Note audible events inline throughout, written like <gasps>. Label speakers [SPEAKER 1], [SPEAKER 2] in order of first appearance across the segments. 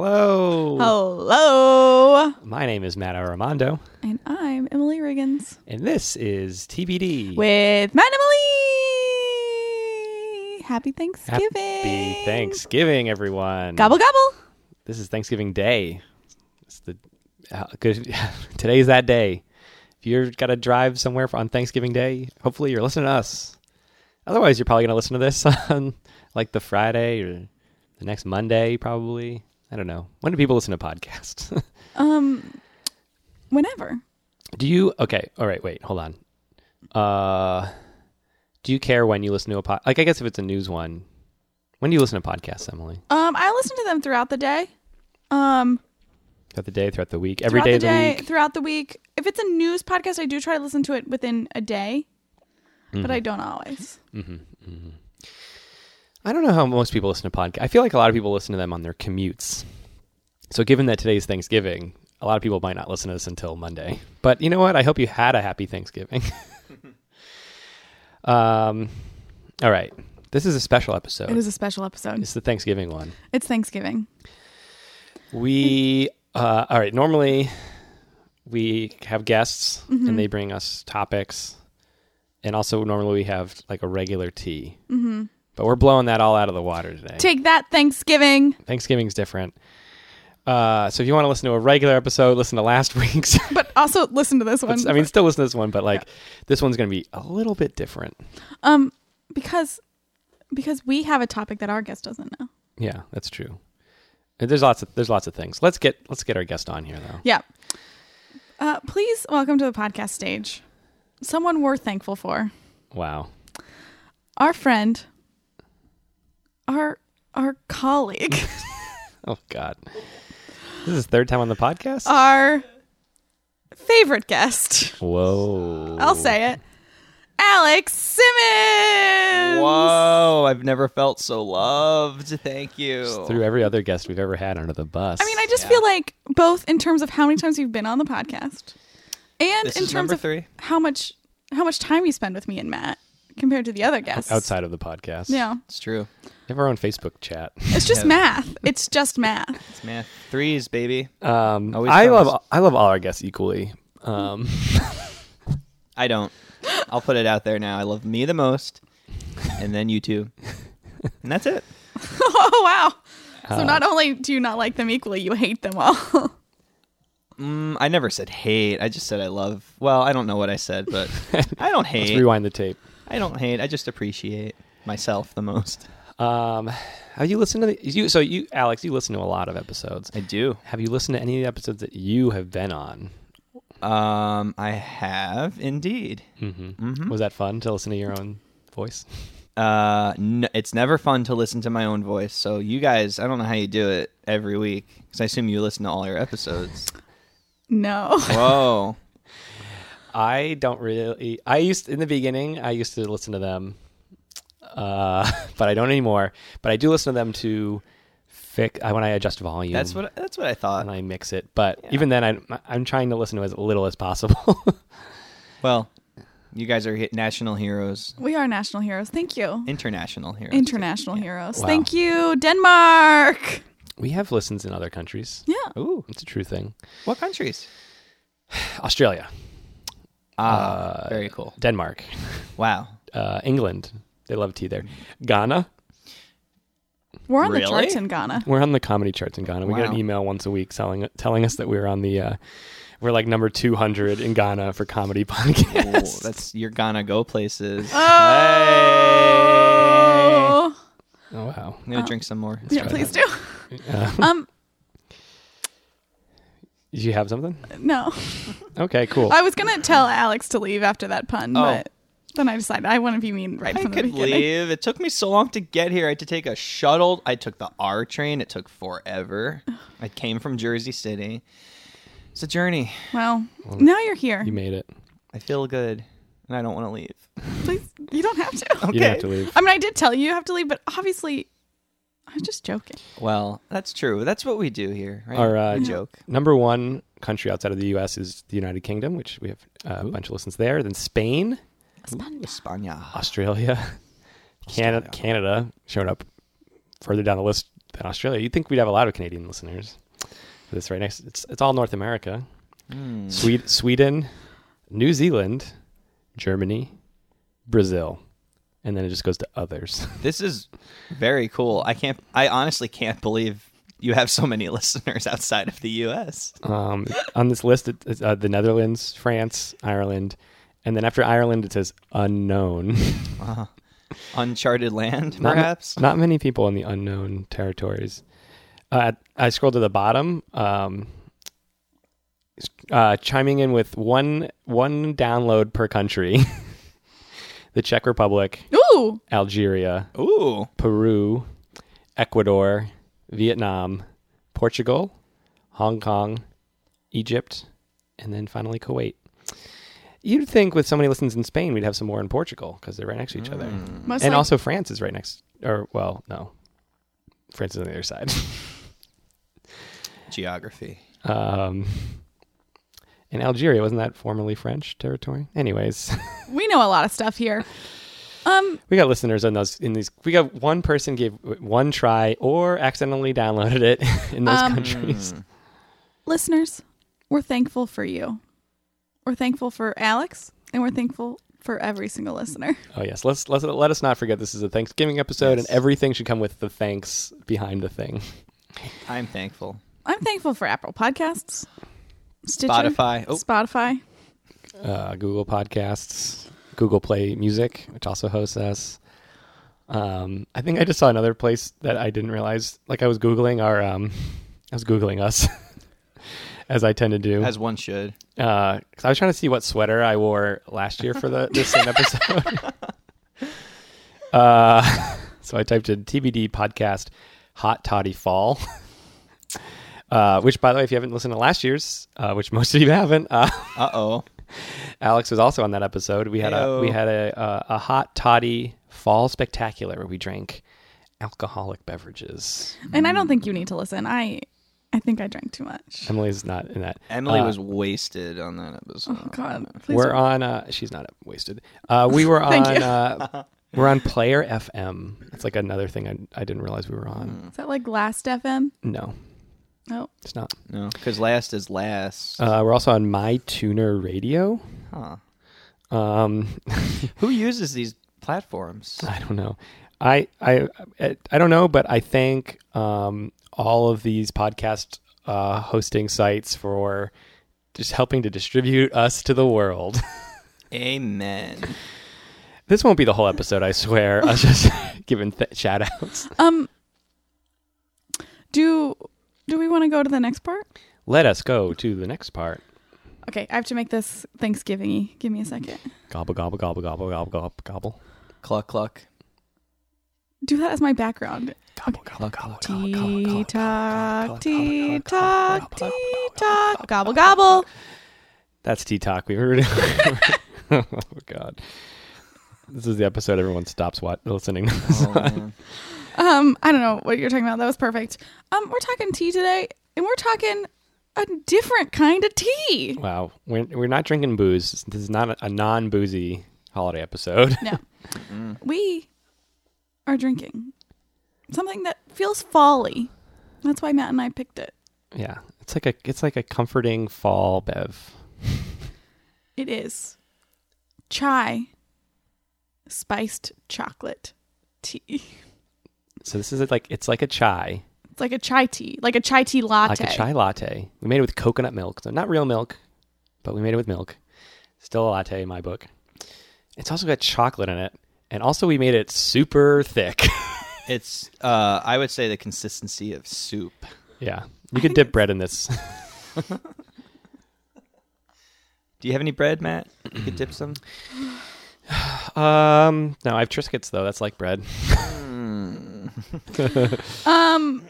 [SPEAKER 1] Hello.
[SPEAKER 2] Hello.
[SPEAKER 1] My name is Matt Armando,
[SPEAKER 2] And I'm Emily Riggins
[SPEAKER 1] and this is TBD.
[SPEAKER 2] with Matt and Emily. Happy Thanksgiving.
[SPEAKER 1] Happy Thanksgiving, everyone.
[SPEAKER 2] Gobble, gobble.
[SPEAKER 1] This is Thanksgiving Day. It's the uh, good. <laughs> Today's that day. If you're got to drive somewhere for, on Thanksgiving Day, hopefully you're listening to us. Otherwise, you're probably going to listen to this <laughs> on like the Friday or the next Monday, probably. I don't know. When do people listen to podcasts? <laughs>
[SPEAKER 2] Um, whenever.
[SPEAKER 1] Do you okay? All right, wait, hold on. Uh, do you care when you listen to a pod? Like, I guess if it's a news one, when do you listen to podcasts, Emily?
[SPEAKER 2] Um, I listen to them throughout the day. Um,
[SPEAKER 1] Throughout the day, throughout the week, every
[SPEAKER 2] throughout
[SPEAKER 1] day
[SPEAKER 2] the
[SPEAKER 1] of the
[SPEAKER 2] day,
[SPEAKER 1] week.
[SPEAKER 2] throughout the week. If it's a news podcast, I do try to listen to it within a day, but
[SPEAKER 1] Mm-hmm.
[SPEAKER 2] I don't always.
[SPEAKER 1] I don't know how most people listen to podcasts. I feel like a lot of people listen to them on their commutes. So, given that today's Thanksgiving, a lot of people might not listen to this until Monday. But you know what? I hope you had a happy Thanksgiving. <laughs> um, all right, this is a special episode.
[SPEAKER 2] It is a special episode.
[SPEAKER 1] Oh. it's the Thanksgiving one.
[SPEAKER 2] It's Thanksgiving.
[SPEAKER 1] We uh, all right. Normally, we have guests and they bring us topics, and also normally we have like a regular tea. Mm-hmm. But we're blowing that all out of the water today.
[SPEAKER 2] Take that Thanksgiving.
[SPEAKER 1] Thanksgiving's different. Uh, so if you want to listen to a regular episode, listen to last <laughs> week's.
[SPEAKER 2] But also listen to this one.
[SPEAKER 1] I mean, still listen to this one, but like this one's going to be a little bit different.
[SPEAKER 2] Um, because because we have a topic that our guest doesn't know.
[SPEAKER 1] Yeah, that's true. And There's lots of there's lots of things. Let's get let's get our guest on here though.
[SPEAKER 2] Yeah. Uh, please welcome to the podcast stage someone we're thankful for.
[SPEAKER 1] Wow.
[SPEAKER 2] Our friend, our our
[SPEAKER 3] <laughs>
[SPEAKER 2] colleague,
[SPEAKER 1] Oh God. This is third time on the podcast.
[SPEAKER 2] our favorite guest.
[SPEAKER 1] Whoa.
[SPEAKER 2] I'll say it. Alex Simmons.
[SPEAKER 3] Whoa, I've never felt so loved. Thank you.
[SPEAKER 1] Through every other guest we've ever had under the bus.
[SPEAKER 2] Oh. I mean, I just feel like both in terms of how many times you've been on the podcast, and
[SPEAKER 3] This
[SPEAKER 2] in
[SPEAKER 3] is
[SPEAKER 2] terms
[SPEAKER 3] number
[SPEAKER 2] of
[SPEAKER 3] three.
[SPEAKER 2] how much how much time you spend with me and Matt compared to the other guests
[SPEAKER 1] outside of the podcast.
[SPEAKER 2] Yeah,
[SPEAKER 3] It's true.
[SPEAKER 1] We have our own Facebook chat.
[SPEAKER 2] it's just
[SPEAKER 3] Yeah.
[SPEAKER 2] math. It's just math. <laughs>
[SPEAKER 3] It's math. Threes, baby.
[SPEAKER 1] Um,
[SPEAKER 3] Always
[SPEAKER 1] I
[SPEAKER 3] promise.
[SPEAKER 1] love I love all our guests equally. Um,
[SPEAKER 2] <laughs>
[SPEAKER 3] I don't. I'll put it out there now. I love me the most, and then you two. And that's it.
[SPEAKER 2] oh wow!
[SPEAKER 3] Uh,
[SPEAKER 2] So not only do you not like them equally, you hate them all. <laughs>
[SPEAKER 3] Mm, I never said hate. I just said I love. Well, I don't know what I said, but I don't
[SPEAKER 1] <laughs> let's <laughs>
[SPEAKER 3] hate.
[SPEAKER 1] rewind the tape.
[SPEAKER 3] I don't hate. I just appreciate myself the most.
[SPEAKER 1] Um, have you listened to the, you? So you, Alex, you listen to a lot of episodes.
[SPEAKER 3] I do.
[SPEAKER 1] Have you listened to any of the episodes that you have been on?
[SPEAKER 3] Um, I have indeed.
[SPEAKER 2] Mm-hmm.
[SPEAKER 1] Was that fun to listen to your own voice?
[SPEAKER 3] Uh, n- it's never fun to listen to my own voice. So you guys, I don't know how you do it every week because I assume you listen to all your episodes.
[SPEAKER 2] no,
[SPEAKER 3] Whoa,
[SPEAKER 1] I don't really. I used in the beginning. I used to listen to them, uh, <laughs> but I don't anymore. But I do listen to them to fix I, when I adjust volume.
[SPEAKER 3] that's what that's what I
[SPEAKER 1] and
[SPEAKER 3] thought.
[SPEAKER 1] I mix it. But even then, I'm I'm trying to listen to as little as possible. <laughs>
[SPEAKER 3] Well, you guys are he- national heroes,
[SPEAKER 2] we are national heroes. Thank you,
[SPEAKER 3] international heroes.
[SPEAKER 2] international heroes.
[SPEAKER 1] Wow.
[SPEAKER 2] Thank you, Denmark.
[SPEAKER 1] we have listens in other countries.
[SPEAKER 2] Yeah,
[SPEAKER 3] Ooh,
[SPEAKER 1] It's a true thing.
[SPEAKER 3] what countries?
[SPEAKER 1] Australia,
[SPEAKER 3] Ah, very cool.
[SPEAKER 1] Denmark,
[SPEAKER 3] Wow,
[SPEAKER 1] uh, England. They love tea there. Ghana.
[SPEAKER 2] we're on the
[SPEAKER 3] Really?
[SPEAKER 2] charts in Ghana.
[SPEAKER 1] We're on the comedy charts in Ghana. We get an
[SPEAKER 3] Wow.
[SPEAKER 1] email once a week telling telling us that we're on the uh, we're like number two hundred in Ghana for comedy <laughs> podcasts.
[SPEAKER 3] Ooh, that's you're gonna go places.
[SPEAKER 2] Ah!
[SPEAKER 3] Hey.
[SPEAKER 2] Oh,
[SPEAKER 1] Oh wow!
[SPEAKER 3] I'm gonna drink some more.
[SPEAKER 2] yeah, please do. um,
[SPEAKER 1] Did you have something?
[SPEAKER 2] no,
[SPEAKER 1] Okay, cool.
[SPEAKER 2] I was gonna tell Alex to leave after that pun,
[SPEAKER 3] Oh.
[SPEAKER 2] but then I decided I want to be mean right
[SPEAKER 3] <laughs> I
[SPEAKER 2] from the
[SPEAKER 3] could
[SPEAKER 2] beginning.
[SPEAKER 3] leave. It took me so long to get here. I had to take a shuttle. I took the R train. It took forever. I came from Jersey City. It's a journey.
[SPEAKER 2] Well, now you're here.
[SPEAKER 1] you made it.
[SPEAKER 3] I feel good, and I don't want to leave.
[SPEAKER 2] Please, you don't have to.
[SPEAKER 1] You didn't have to leave.
[SPEAKER 2] I mean, I did tell you you have to leave, but obviously, I'm just joking.
[SPEAKER 3] Well, that's true. That's what we do here, right?
[SPEAKER 1] Our uh,
[SPEAKER 3] We joke.
[SPEAKER 1] number one country outside of the U.S. is the United Kingdom, which we have uh, a bunch of listens there. Then Spain,
[SPEAKER 3] España.
[SPEAKER 1] Australia, Canada, Canada showed up further down the list than Australia. You'd think we'd have a lot of Canadian listeners. This right next, it's it's all North America. Sweden, Sweden, New Zealand, Germany, Brazil, and then it just goes to others. <laughs>
[SPEAKER 3] This is very cool. I can't. I honestly can't believe you have so many <laughs> listeners outside of the U.S.
[SPEAKER 1] um, on this list, it, it's, uh, the Netherlands, France, Ireland, and then after Ireland, it says unknown. <laughs>
[SPEAKER 3] Uncharted land,
[SPEAKER 1] Not ma-
[SPEAKER 3] perhaps.
[SPEAKER 1] not, many people in the unknown territories. Uh, I scrolled to the bottom, um, uh, chiming in with one one download per country: <laughs> the Czech Republic,
[SPEAKER 2] Ooh,
[SPEAKER 1] Algeria,
[SPEAKER 3] Ooh,
[SPEAKER 1] Peru, Ecuador, Vietnam, Portugal, Hong Kong, Egypt, and then finally Kuwait. You'd think with so many listens in Spain, we'd have some more in Portugal because they're right next to each other.
[SPEAKER 2] must
[SPEAKER 1] and
[SPEAKER 2] like-
[SPEAKER 1] also France is right next, or well, no, France is on the other side. <laughs>
[SPEAKER 3] geography.
[SPEAKER 1] um, and Algeria wasn't that formerly French territory? Anyways, <laughs>
[SPEAKER 2] we know a lot of stuff here. Um,
[SPEAKER 1] we got listeners on those. In these, we got one person gave one try or accidentally downloaded it <laughs> in those
[SPEAKER 2] Um,
[SPEAKER 1] countries.
[SPEAKER 2] listeners, we're thankful for you. We're thankful for Alex, and we're thankful for every single listener.
[SPEAKER 1] Oh yes, let's, let's let us not forget this is a Thanksgiving episode, and
[SPEAKER 3] Yes.
[SPEAKER 1] everything should come with the thanks behind the thing.
[SPEAKER 3] I'm thankful.
[SPEAKER 2] I'm thankful for Apple Podcasts, Stitcher,
[SPEAKER 3] Spotify. Oh,
[SPEAKER 2] Spotify.
[SPEAKER 1] Uh, Google Podcasts, Google Play Music, which also hosts us. Um, I think I just saw another place that I didn't realize. Like I was googling our, um, <laughs> I was googling us, <laughs> as I tend to do.
[SPEAKER 3] as one should.
[SPEAKER 1] Uh 'cause I was trying to see what sweater I wore last year for the
[SPEAKER 3] <laughs>
[SPEAKER 1] this same episode. uh, <laughs> so I typed in TBD podcast hot toddy fall. <laughs> Uh, which, by the way, if you haven't listened to last year's, uh, which most of you haven't, uh, <laughs>
[SPEAKER 3] Uh oh.
[SPEAKER 1] Alex was also on that episode. We had a
[SPEAKER 3] Heyo.
[SPEAKER 1] we had a, uh, a a hot toddy fall spectacular where we drank alcoholic beverages.
[SPEAKER 2] And I don't think you need to listen. I, I think I drank too much.
[SPEAKER 1] Emily's not in that.
[SPEAKER 3] Emily
[SPEAKER 1] Uh,
[SPEAKER 3] was wasted on that episode.
[SPEAKER 2] Oh God, please.
[SPEAKER 1] We're on.
[SPEAKER 2] don't-
[SPEAKER 1] Uh, she's not wasted. Uh, we were
[SPEAKER 2] <laughs> Thank
[SPEAKER 1] on.
[SPEAKER 2] you. <laughs>
[SPEAKER 1] Uh, we're on Player FM. That's like another thing I, I didn't realize we were on.
[SPEAKER 2] Is that like Last FM?
[SPEAKER 1] No,
[SPEAKER 2] Oh,
[SPEAKER 1] it's not.
[SPEAKER 3] No, because last is last.
[SPEAKER 1] Uh, we're also on My Tuner Radio.
[SPEAKER 3] huh.
[SPEAKER 1] Um, <laughs>
[SPEAKER 3] Who uses these platforms?
[SPEAKER 1] I don't know. I I I don't know, but I thank um, all of these podcast uh, hosting sites for just helping to distribute us to the world. <laughs>
[SPEAKER 3] Amen.
[SPEAKER 1] this won't be the whole episode, I swear. I was just <laughs> giving th- shout outs.
[SPEAKER 2] um, do do we want to go to the next part?
[SPEAKER 1] Let us go to the next part.
[SPEAKER 2] Okay, I have to make this Thanksgiving. Give me a second.
[SPEAKER 1] Gobble gobble gobble gobble gobble gobble gobble.
[SPEAKER 3] Cluck cluck.
[SPEAKER 2] Do that as my background.
[SPEAKER 1] Gobble gobble gobble
[SPEAKER 2] Tea talk, tea talk, tea talk, gobble gobble.
[SPEAKER 1] That's tea talk. We were. <laughs> oh god. This is the episode everyone stops watch- listening.
[SPEAKER 3] Oh, man.
[SPEAKER 2] Um, I don't know what you're talking about. That was perfect. Um, we're talking tea today, and we're talking a different kind of tea.
[SPEAKER 1] <laughs> wow, we're we're not drinking booze. This is not a, a non boozy holiday episode. <laughs>
[SPEAKER 2] No, we are drinking something that feels folly. That's why Matt and I picked it.
[SPEAKER 1] yeah, it's like a it's like a comforting fall bev.
[SPEAKER 2] It is chai spiced chocolate tea. <laughs> It's
[SPEAKER 1] So this is like it's like a chai,
[SPEAKER 2] like a chai tea, like a chai tea latte.
[SPEAKER 1] like a chai latte. We made it with coconut milk, so not real milk, but we made it with milk. Still a latte in my book. It's also got chocolate in it, and also we made it super thick. <laughs>
[SPEAKER 3] it's uh, I would say the consistency of soup.
[SPEAKER 1] yeah, you could dip bread in <laughs> this.
[SPEAKER 3] Do you have any bread, Matt? You could dip some.
[SPEAKER 1] Um, no, I have Triscuits though. That's like bread. Hmm. <laughs>
[SPEAKER 2] Um,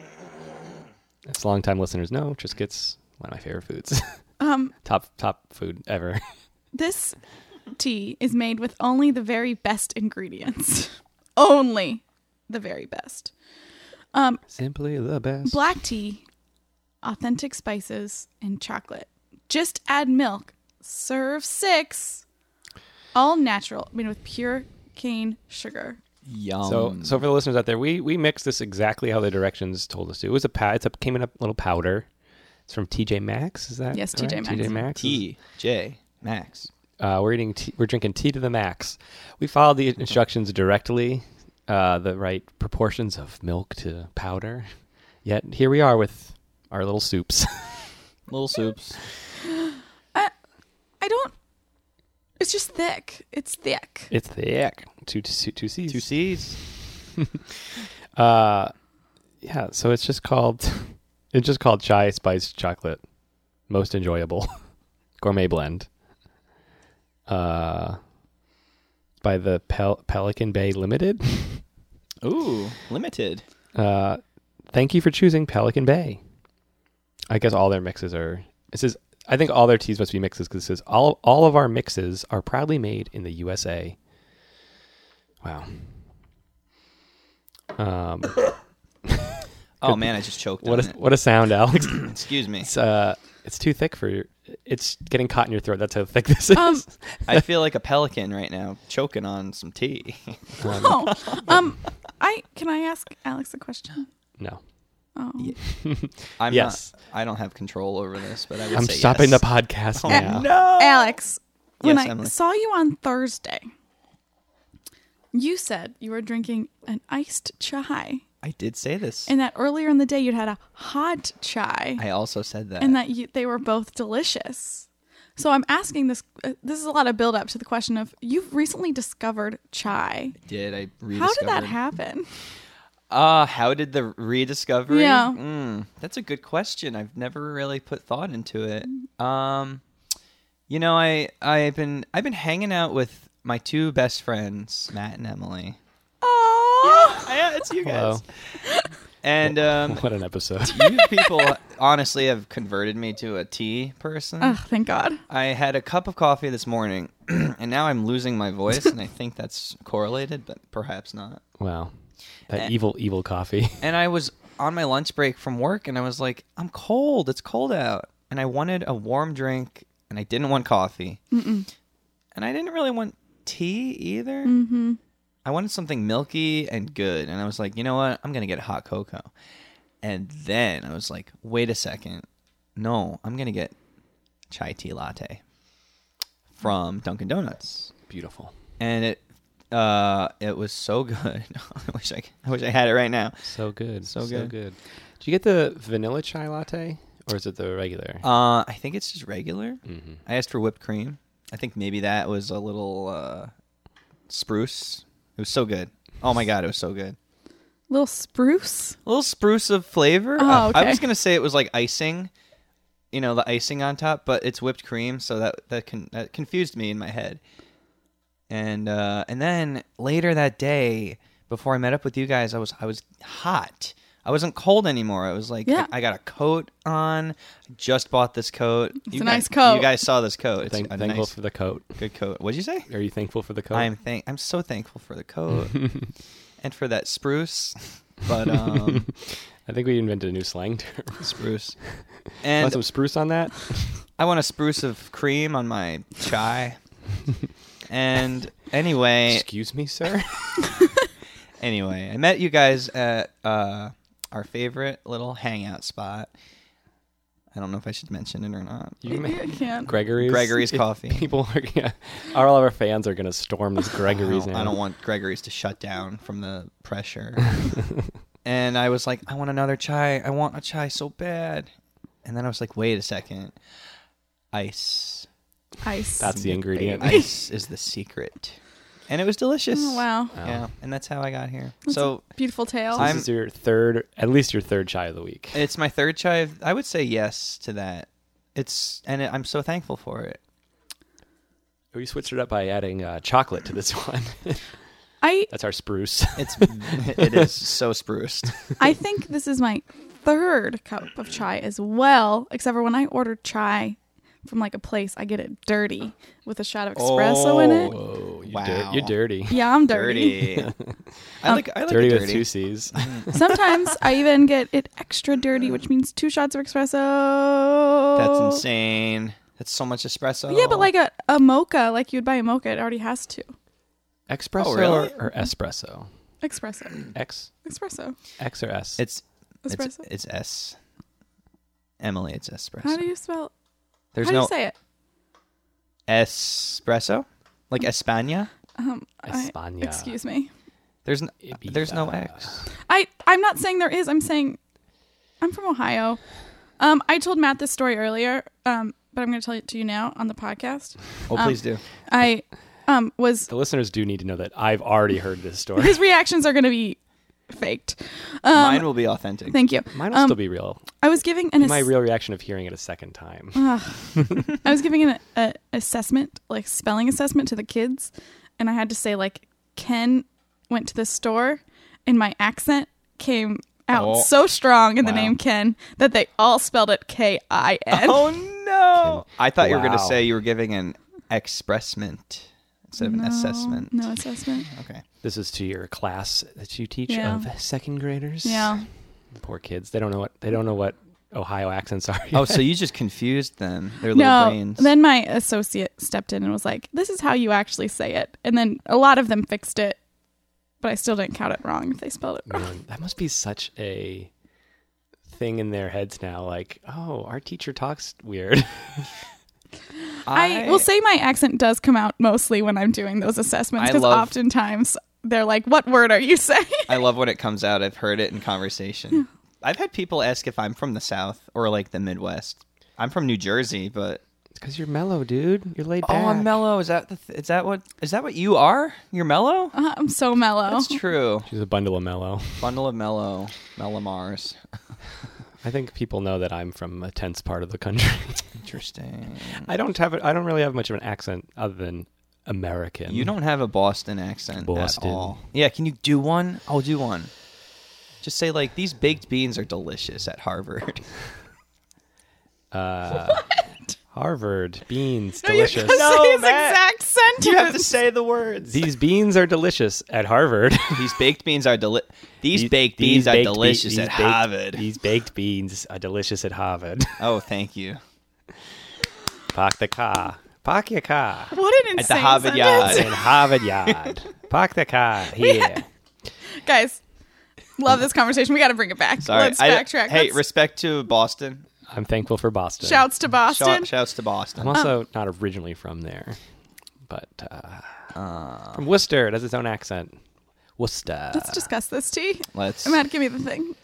[SPEAKER 1] As long time listeners know, Triscuits one of my favorite foods.
[SPEAKER 2] um,
[SPEAKER 1] <laughs> top top food ever.
[SPEAKER 2] this tea is made with only the very best ingredients. <laughs> only the very best. Um,
[SPEAKER 1] <laughs> Simply the best.
[SPEAKER 2] black tea, authentic spices, and chocolate. Just add milk. Serve six. All natural, made with pure cane sugar.
[SPEAKER 3] Yum.
[SPEAKER 1] So, so for the listeners out there, we we mixed this exactly how the directions told us to. It was a pow- it's a came in a little powder. It's from TJ Maxx. Is that
[SPEAKER 2] Yes,
[SPEAKER 1] all
[SPEAKER 2] TJ
[SPEAKER 1] TJ Maxx.
[SPEAKER 3] T J Max.
[SPEAKER 1] Uh, we're eating. Tea, we're drinking tea to the max. We followed the instructions directly, uh, the right proportions of milk to powder. Yet here we are with our little soups. <laughs>
[SPEAKER 3] Little soups.
[SPEAKER 2] I don't. It's just thick. It's thick.
[SPEAKER 1] it's thick. Two two two C's.
[SPEAKER 3] Two C's.
[SPEAKER 1] Uh, yeah. So it's just called. <laughs> It's just called chai spiced chocolate, most enjoyable, <laughs> gourmet blend. Uh, by the Pel- Pelican Bay Limited. <laughs>
[SPEAKER 3] Ooh, limited.
[SPEAKER 1] Uh, thank you for choosing Pelican Bay. I guess all their mixes are. This is. I think all their teas must be mixes because it says all all of our mixes are proudly made in the USA. Wow. Um,
[SPEAKER 3] Oh man, I just choked
[SPEAKER 1] what
[SPEAKER 3] on
[SPEAKER 1] a <laughs>
[SPEAKER 3] it.
[SPEAKER 1] what a sound, Alex.
[SPEAKER 3] Excuse me.
[SPEAKER 1] It's uh, it's too thick for your. It's getting caught in your throat. That's how thick this is. <laughs>
[SPEAKER 2] Um,
[SPEAKER 3] I feel like a pelican right now, choking on some tea. <laughs>
[SPEAKER 2] <laughs> oh, um, I can I ask Alex a question?
[SPEAKER 1] no,
[SPEAKER 2] Oh,
[SPEAKER 3] I'm
[SPEAKER 1] Yes.
[SPEAKER 3] not. I don't have control over this, but I would
[SPEAKER 1] I'm
[SPEAKER 3] say
[SPEAKER 1] stopping
[SPEAKER 3] yes.
[SPEAKER 1] the podcast
[SPEAKER 3] Oh,
[SPEAKER 1] now.
[SPEAKER 3] No.
[SPEAKER 2] Alex, when
[SPEAKER 3] Yes,
[SPEAKER 2] I
[SPEAKER 3] Emily.
[SPEAKER 2] saw you on Thursday, you said you were drinking an iced chai,
[SPEAKER 3] I did say this.
[SPEAKER 2] and that earlier in the day you'd had a hot chai,
[SPEAKER 3] I uh, also said that.
[SPEAKER 2] and that you, they were both delicious. So I'm asking this. Uh, this is a lot of build up to the question of you've recently discovered chai.
[SPEAKER 3] did I rediscover?
[SPEAKER 2] How did that
[SPEAKER 3] <laughs>
[SPEAKER 2] happen?
[SPEAKER 3] Uh, how did the rediscovery?
[SPEAKER 2] Yeah.
[SPEAKER 3] Mm, that's a good question. I've never really put thought into it.
[SPEAKER 2] Mm.
[SPEAKER 3] Um, you know, I I've been I've been hanging out with my two best friends, Matt and Emily.
[SPEAKER 2] Oh,
[SPEAKER 3] Yeah, it's you
[SPEAKER 1] Hello.
[SPEAKER 2] <laughs>
[SPEAKER 3] And um,
[SPEAKER 1] What an episode.
[SPEAKER 3] you people honestly have converted me to a tea person.
[SPEAKER 2] Ugh, thank God.
[SPEAKER 3] I had a cup of coffee this morning, <clears throat> and now I'm losing my voice, and I think that's correlated, but perhaps not.
[SPEAKER 1] wow,
[SPEAKER 3] Eh.
[SPEAKER 1] that evil evil coffee. <laughs>
[SPEAKER 3] And I was on my lunch break from work, and I was like, I'm cold. It's cold out. And I wanted a warm drink, and I didn't want coffee. And I didn't really want tea either. Mm-hmm. I wanted something milky and good. And I was like, you know what? I'm going to get hot cocoa. And then I was like, wait a second. No, I'm going to get chai tea latte from Dunkin' Donuts
[SPEAKER 1] Beautiful.
[SPEAKER 3] and it uh it was so <laughs> good. I wish I c- I wish I had it right now.
[SPEAKER 1] So good. So,
[SPEAKER 3] good.
[SPEAKER 1] good. Do you get the vanilla chai latte or is it the regular?
[SPEAKER 3] Uh I think it's just regular. I asked for whipped cream. I think maybe that was a little uh spruce. It was so good. Oh my god, it was so good.
[SPEAKER 2] Little spruce.
[SPEAKER 3] A little spruce of flavor.
[SPEAKER 2] Oh,
[SPEAKER 3] Uh, I
[SPEAKER 2] okay.
[SPEAKER 3] was going to say it was like icing. You know, the icing on top, but it's whipped cream, so that that con- that confused me in my head. And uh and then later that day before I met up with you guys, I was I was hot. I wasn't cold anymore. I was like
[SPEAKER 2] Yeah.
[SPEAKER 3] I, I got a coat on. I just bought this coat. It's
[SPEAKER 2] a nice coat.
[SPEAKER 3] You guys saw this coat. It's
[SPEAKER 1] Thank,
[SPEAKER 3] a
[SPEAKER 1] thankful
[SPEAKER 3] nice
[SPEAKER 1] for the coat.
[SPEAKER 3] good coat. What'd you say?
[SPEAKER 1] Are you thankful for the coat?
[SPEAKER 3] I'm thank I'm so thankful for
[SPEAKER 1] <laughs>
[SPEAKER 3] the coat and for that spruce. But um
[SPEAKER 1] I think we invented a new slang term. <laughs>
[SPEAKER 3] spruce.
[SPEAKER 1] Want
[SPEAKER 3] And
[SPEAKER 1] some spruce on that?
[SPEAKER 3] I want a spruce of cream on my chai. and
[SPEAKER 1] <laughs>
[SPEAKER 3] anyway,
[SPEAKER 1] Excuse me,
[SPEAKER 3] <laughs>
[SPEAKER 1] sir.
[SPEAKER 3] anyway, I met you guys at uh, our favorite little hangout spot. I don't know if I should mention it or not.
[SPEAKER 1] You
[SPEAKER 2] You
[SPEAKER 1] may-
[SPEAKER 2] can't.
[SPEAKER 1] Gregory's.
[SPEAKER 3] Gregory's
[SPEAKER 1] If
[SPEAKER 3] Coffee.
[SPEAKER 1] People are. Yeah, our, <laughs> all of our fans are going to storm this
[SPEAKER 3] I
[SPEAKER 1] Gregory's
[SPEAKER 3] don't,
[SPEAKER 1] now.
[SPEAKER 3] I don't want Gregory's to shut down from the
[SPEAKER 1] <laughs>
[SPEAKER 3] pressure. and I was like, I want another chai. I want a chai so bad. And then I was like, wait a second. Ice.
[SPEAKER 2] Ice.
[SPEAKER 1] That's the ingredient.
[SPEAKER 3] Ice
[SPEAKER 1] <laughs>
[SPEAKER 3] is the secret. And it was delicious.
[SPEAKER 2] Oh, wow.
[SPEAKER 3] Yeah, and that's how I got here.
[SPEAKER 2] That's
[SPEAKER 3] so
[SPEAKER 2] a beautiful tale.
[SPEAKER 1] So this is your third, at least your third chai of the week.
[SPEAKER 3] it's my third chive. I would say yes to that. It's and I'm so thankful for it.
[SPEAKER 1] We switched it up by adding uh, chocolate to this <laughs> one.
[SPEAKER 2] I
[SPEAKER 1] That's our
[SPEAKER 3] <laughs>
[SPEAKER 1] spruce. <laughs>
[SPEAKER 3] It's it is so spruced.
[SPEAKER 2] I think this is my third cup of chai as well, except for when I order chai from like a place, I get it dirty with a shot of espresso in it.
[SPEAKER 1] Whoa, you're,
[SPEAKER 3] Wow.
[SPEAKER 1] dir- you're dirty.
[SPEAKER 2] Yeah, I'm dirty.
[SPEAKER 3] Oh, Dirty. <laughs> I like I like
[SPEAKER 1] dirty
[SPEAKER 3] dirty. Oh,
[SPEAKER 1] with two
[SPEAKER 3] <laughs>
[SPEAKER 1] C's.
[SPEAKER 2] <laughs> Sometimes I even get it extra dirty, which means two shots of espresso.
[SPEAKER 3] That's insane. That's so much espresso.
[SPEAKER 2] Yeah, but like a, a mocha, like you'd buy a mocha, it already has two.
[SPEAKER 1] Espresso
[SPEAKER 3] really?
[SPEAKER 1] or, or espresso?
[SPEAKER 2] Espresso.
[SPEAKER 1] X,
[SPEAKER 2] Espresso.
[SPEAKER 1] X or S?
[SPEAKER 3] It's it's,
[SPEAKER 2] Espresso.
[SPEAKER 3] it's S. Emily, it's espresso.
[SPEAKER 2] How do you spell?
[SPEAKER 3] There's
[SPEAKER 2] how do
[SPEAKER 3] no
[SPEAKER 2] you say it?
[SPEAKER 3] espresso, like Espana.
[SPEAKER 2] Um, I,
[SPEAKER 1] España.
[SPEAKER 2] excuse me.
[SPEAKER 3] There's n-
[SPEAKER 1] Ibiza.
[SPEAKER 3] there's no X.
[SPEAKER 2] I I'm not saying there is. I'm saying I'm from Ohio. Um, I told Matt this story earlier, um, but I'm going to tell it to you now on the podcast.
[SPEAKER 3] Well,
[SPEAKER 2] Um,
[SPEAKER 3] please do.
[SPEAKER 2] I um, was
[SPEAKER 1] The listeners do need to know that I've already heard this story.
[SPEAKER 2] his reactions are going to be faked. Um,
[SPEAKER 3] Mine will be authentic.
[SPEAKER 2] thank you.
[SPEAKER 1] Mine will
[SPEAKER 2] Um,
[SPEAKER 1] still be real.
[SPEAKER 2] I was giving an
[SPEAKER 1] My
[SPEAKER 2] ass-
[SPEAKER 1] real reaction of hearing it a second time.
[SPEAKER 2] Ugh. I was giving an a, assessment, like spelling assessment to the kids, and I had to say like Ken went to the store, and my accent came out
[SPEAKER 3] Oh.
[SPEAKER 2] so strong in the
[SPEAKER 3] Wow.
[SPEAKER 2] name Ken that they all spelled it K I N.
[SPEAKER 3] oh no! I thought you were going to
[SPEAKER 1] Wow.
[SPEAKER 3] say you were giving an expressment instead of an assessment.
[SPEAKER 2] No assessment.
[SPEAKER 3] Okay.
[SPEAKER 1] This is to your class that you teach
[SPEAKER 2] Yeah.
[SPEAKER 1] of second graders.
[SPEAKER 2] Yeah.
[SPEAKER 1] Poor kids. They don't know what they don't know what Ohio accents are.
[SPEAKER 3] Oh, so you just confused them. Their little
[SPEAKER 2] No.
[SPEAKER 3] brains.
[SPEAKER 2] Then my associate stepped in and was like, "This is how you actually say it." And then a lot of them fixed it, but I still didn't count it wrong if they spelled it wrong.
[SPEAKER 1] Man, that must be such a thing in their heads now. Like, oh, our teacher talks weird. <laughs>
[SPEAKER 2] I will say my accent does come out mostly when I'm doing those assessments
[SPEAKER 3] I
[SPEAKER 2] because
[SPEAKER 3] love-
[SPEAKER 2] oftentimes they're like, "What word are you <laughs> saying?"
[SPEAKER 3] I love when it comes out. I've heard it in conversation. I've had people ask if I'm from the South or like the Midwest. I'm from New Jersey, but
[SPEAKER 1] Because you're mellow, dude. You're laid back.
[SPEAKER 3] oh, I'm mellow. Is that the th- is that what is that what you are? You're Uh-huh, mellow.
[SPEAKER 2] Uh, I'm so mellow.
[SPEAKER 3] That's true.
[SPEAKER 1] She's a bundle of mellow.
[SPEAKER 3] Bundle of mellow, mellow Mars.
[SPEAKER 1] I think people know that I'm from a tense part of the country. <laughs>
[SPEAKER 3] Interesting.
[SPEAKER 1] I don't have a, I don't really have much of an accent other than American.
[SPEAKER 3] You don't have a Boston accent
[SPEAKER 1] Mm. Boston.
[SPEAKER 3] at all. Yeah, can you do one? I'll do one. Just say like these baked beans are delicious at Harvard. <laughs>
[SPEAKER 1] Harvard beans
[SPEAKER 2] You <laughs>
[SPEAKER 1] delicious.
[SPEAKER 2] just
[SPEAKER 3] No,
[SPEAKER 2] say his
[SPEAKER 3] Matt.
[SPEAKER 2] exact sentence.
[SPEAKER 3] you have to say the words.
[SPEAKER 1] These beans are delicious at Harvard. <laughs>
[SPEAKER 3] These baked beans are deli. These, baked beans
[SPEAKER 1] these
[SPEAKER 3] are
[SPEAKER 1] baked be-
[SPEAKER 3] delicious
[SPEAKER 1] these
[SPEAKER 3] at
[SPEAKER 1] baked-
[SPEAKER 3] Harvard.
[SPEAKER 1] These baked beans are delicious at Harvard. <laughs>
[SPEAKER 3] Oh, thank you.
[SPEAKER 1] Park the car. Park your car
[SPEAKER 2] <laughs> what an
[SPEAKER 3] At the
[SPEAKER 2] insane
[SPEAKER 3] Harvard
[SPEAKER 2] sentence.
[SPEAKER 3] <laughs>
[SPEAKER 1] in Harvard Yard. Park the car here.
[SPEAKER 2] guys. Love this conversation. We got to bring it back.
[SPEAKER 3] Sorry.
[SPEAKER 2] Let's
[SPEAKER 3] I-
[SPEAKER 2] backtrack.
[SPEAKER 3] Hey,
[SPEAKER 2] Let's-
[SPEAKER 3] respect to Boston.
[SPEAKER 1] <laughs> I'm thankful for Boston.
[SPEAKER 2] shouts to
[SPEAKER 3] Shout-
[SPEAKER 2] Boston.
[SPEAKER 3] shouts to Boston.
[SPEAKER 1] I'm also not originally from there, but uh, from Worcester. It has its own accent. Worcester.
[SPEAKER 2] Let's discuss this, T.
[SPEAKER 3] Let's.
[SPEAKER 2] Matt, give me the thing.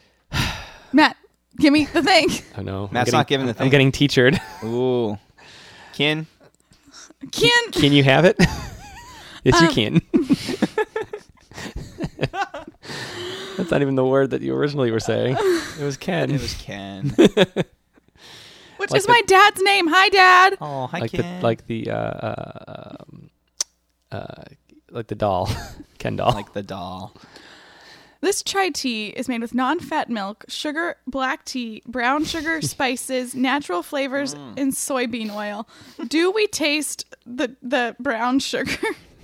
[SPEAKER 2] <sighs> Matt, give me the
[SPEAKER 3] <sighs>
[SPEAKER 2] thing.
[SPEAKER 1] Oh no, I'm
[SPEAKER 3] Matt's
[SPEAKER 1] getting-
[SPEAKER 3] not giving the
[SPEAKER 1] I'm
[SPEAKER 3] thing.
[SPEAKER 1] getting
[SPEAKER 3] <laughs>
[SPEAKER 1] teachered.
[SPEAKER 3] Ooh. Kin.
[SPEAKER 1] <laughs>
[SPEAKER 2] Ken,
[SPEAKER 1] Can you have it? <laughs> yes, you
[SPEAKER 2] Um,
[SPEAKER 1] can. <laughs> That's not even the word that you originally were saying. It was Ken.
[SPEAKER 3] It was Ken.
[SPEAKER 2] which
[SPEAKER 1] Like
[SPEAKER 2] is
[SPEAKER 1] the-
[SPEAKER 2] my dad's name. Hi, Dad.
[SPEAKER 3] Oh,
[SPEAKER 1] <laughs>
[SPEAKER 3] hi,
[SPEAKER 1] like
[SPEAKER 3] Ken.
[SPEAKER 1] the like the uh, uh, um, uh, like the doll, <laughs> Ken doll.
[SPEAKER 3] like the doll.
[SPEAKER 2] This chai tea is made with non fat milk, sugar, black tea, brown
[SPEAKER 3] <laughs>
[SPEAKER 2] sugar, spices, natural flavors,
[SPEAKER 3] Mm.
[SPEAKER 2] and soybean oil. Do we taste the, the brown sugar?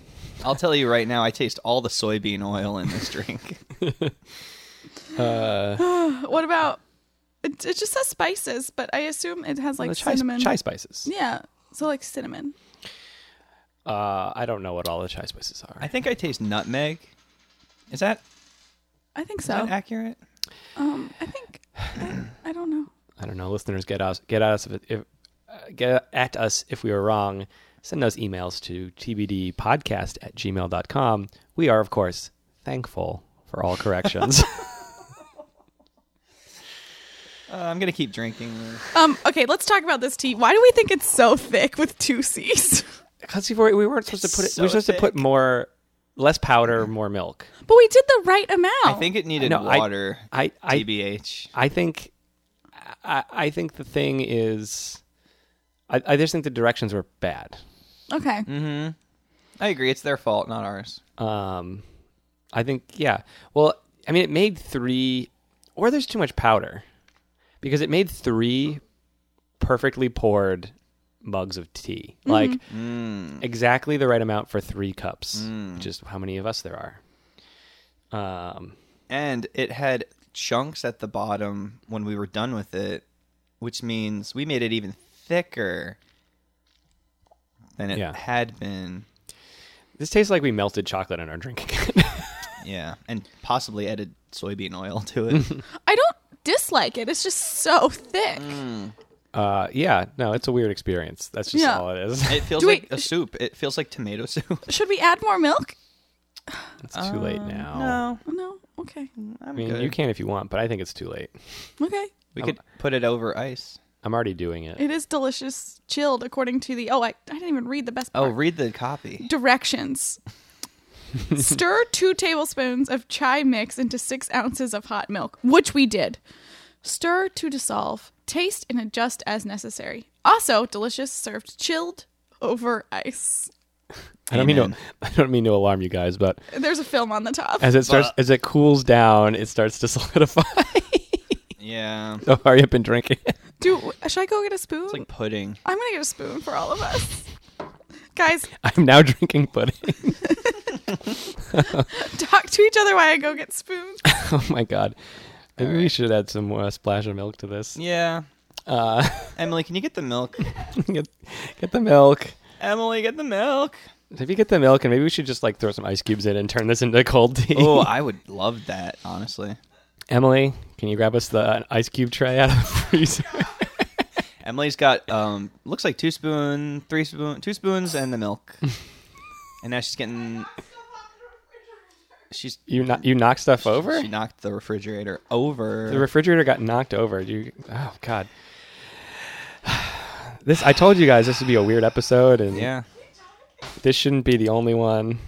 [SPEAKER 2] <laughs>
[SPEAKER 3] I'll tell you right now, I taste all the soybean oil in this <laughs> drink.
[SPEAKER 2] what about it, it just says spices, but I assume it has like
[SPEAKER 1] the chai,
[SPEAKER 2] cinnamon.
[SPEAKER 1] chai spices.
[SPEAKER 2] Yeah. So like cinnamon.
[SPEAKER 1] Uh, I don't know what all the chai spices are.
[SPEAKER 3] I think I taste nutmeg. Is that,
[SPEAKER 2] I think
[SPEAKER 3] is that
[SPEAKER 2] so.
[SPEAKER 3] accurate?
[SPEAKER 2] Um I think I, I don't know.
[SPEAKER 1] I don't know. Listeners, get us get at us if, if uh, get at us if we are wrong. Send those emails to tbdpodcast at gmail.com. We are, of course, thankful for all
[SPEAKER 3] <laughs>
[SPEAKER 1] corrections. <laughs>
[SPEAKER 3] Uh, I'm gonna keep drinking. this.
[SPEAKER 2] Um okay, let's talk about this tea. Why do we think it's so thick with two C's? <laughs>
[SPEAKER 1] Because we weren't supposed to put it. we were
[SPEAKER 3] so
[SPEAKER 1] supposed to put
[SPEAKER 3] thick.
[SPEAKER 1] more, less powder, more milk.
[SPEAKER 2] But we did the right amount.
[SPEAKER 3] I think it needed
[SPEAKER 1] No, I-
[SPEAKER 3] water.
[SPEAKER 1] I I
[SPEAKER 3] TBH.
[SPEAKER 1] I think, I, I think the thing is, I, I just think the directions were bad.
[SPEAKER 2] Okay.
[SPEAKER 3] Mm. Mm-hmm. I agree. It's their fault, not ours.
[SPEAKER 1] Um, I think yeah. Well, I mean, it made three, or there's too much powder, because it made three perfectly poured mugs of tea,
[SPEAKER 2] Mm-hmm.
[SPEAKER 1] like
[SPEAKER 3] Mm.
[SPEAKER 1] exactly the right amount for three cups, which is how many of us there are. Um,
[SPEAKER 3] And it had chunks at the bottom when we were done with it, which means we made it even thicker than it
[SPEAKER 1] Yeah.
[SPEAKER 3] had been.
[SPEAKER 1] This tastes like we melted chocolate in our drink again.
[SPEAKER 3] Yeah, and possibly added soybean oil to it.
[SPEAKER 2] I don't dislike it. It's just so thick.
[SPEAKER 1] <laughs>
[SPEAKER 3] Mm.
[SPEAKER 1] uh, yeah, no, it's a weird experience. That's just
[SPEAKER 2] Yeah.
[SPEAKER 1] all it is.
[SPEAKER 3] it feels
[SPEAKER 2] Do we-
[SPEAKER 3] like a soup. It feels like tomato
[SPEAKER 2] <laughs>
[SPEAKER 3] soup.
[SPEAKER 2] Should we add more milk?
[SPEAKER 1] It's too late now.
[SPEAKER 2] Uh, Oh, No. Okay.
[SPEAKER 1] I
[SPEAKER 3] I'm
[SPEAKER 1] mean,
[SPEAKER 3] good.
[SPEAKER 1] you can if you want, but I think it's too late.
[SPEAKER 2] Mm. Okay.
[SPEAKER 3] we could put it over ice.
[SPEAKER 1] I'm already doing it.
[SPEAKER 2] It is delicious, chilled, according to the. Oh, I, I didn't even read the best
[SPEAKER 3] Oh,
[SPEAKER 2] part.
[SPEAKER 3] read the copy. <laughs>
[SPEAKER 2] Directions. Stir two tablespoons of chai mix into six ounces of hot milk, which we did. Stir to dissolve. Taste and adjust as necessary. Also delicious, served chilled over ice.
[SPEAKER 1] I don't mean to.
[SPEAKER 3] Amen.
[SPEAKER 1] <laughs> I don't mean to alarm you guys, but
[SPEAKER 2] There's a film on the top.
[SPEAKER 1] as it starts,
[SPEAKER 3] But-
[SPEAKER 1] as it cools down, it starts to <laughs> solidify.
[SPEAKER 3] Yeah,
[SPEAKER 1] so hurry up and drink it.
[SPEAKER 2] Do should I go get a spoon?
[SPEAKER 3] it's like pudding.
[SPEAKER 2] I'm gonna get a spoon for all of us. Guys,
[SPEAKER 1] <laughs> I'm now drinking pudding. <laughs>
[SPEAKER 2] talk to each other while I go get spoons.
[SPEAKER 1] oh my god. Maybe we should add some uh, splash of milk to this.
[SPEAKER 3] Yeah,
[SPEAKER 1] Uh, <laughs>
[SPEAKER 3] Emily, can you get the milk?
[SPEAKER 1] get, get the milk.
[SPEAKER 3] Emily, get the milk.
[SPEAKER 1] If you get the milk, and maybe we should just like throw some ice cubes in and turn this into cold tea. <laughs>
[SPEAKER 3] Oh, I would love that, honestly.
[SPEAKER 1] Emily, can you grab us the uh, ice cube tray out of the freezer? <laughs>
[SPEAKER 3] Emily's got um looks like two spoon, three spoon, two spoons, and
[SPEAKER 1] <laughs>
[SPEAKER 3] the milk. and now she's getting. She's
[SPEAKER 1] you kno- you knocked stuff over.
[SPEAKER 3] She knocked the refrigerator over.
[SPEAKER 1] The refrigerator got knocked over. You oh god. <sighs> This I told you guys this would be a weird episode and
[SPEAKER 3] yeah.
[SPEAKER 1] this shouldn't be the only one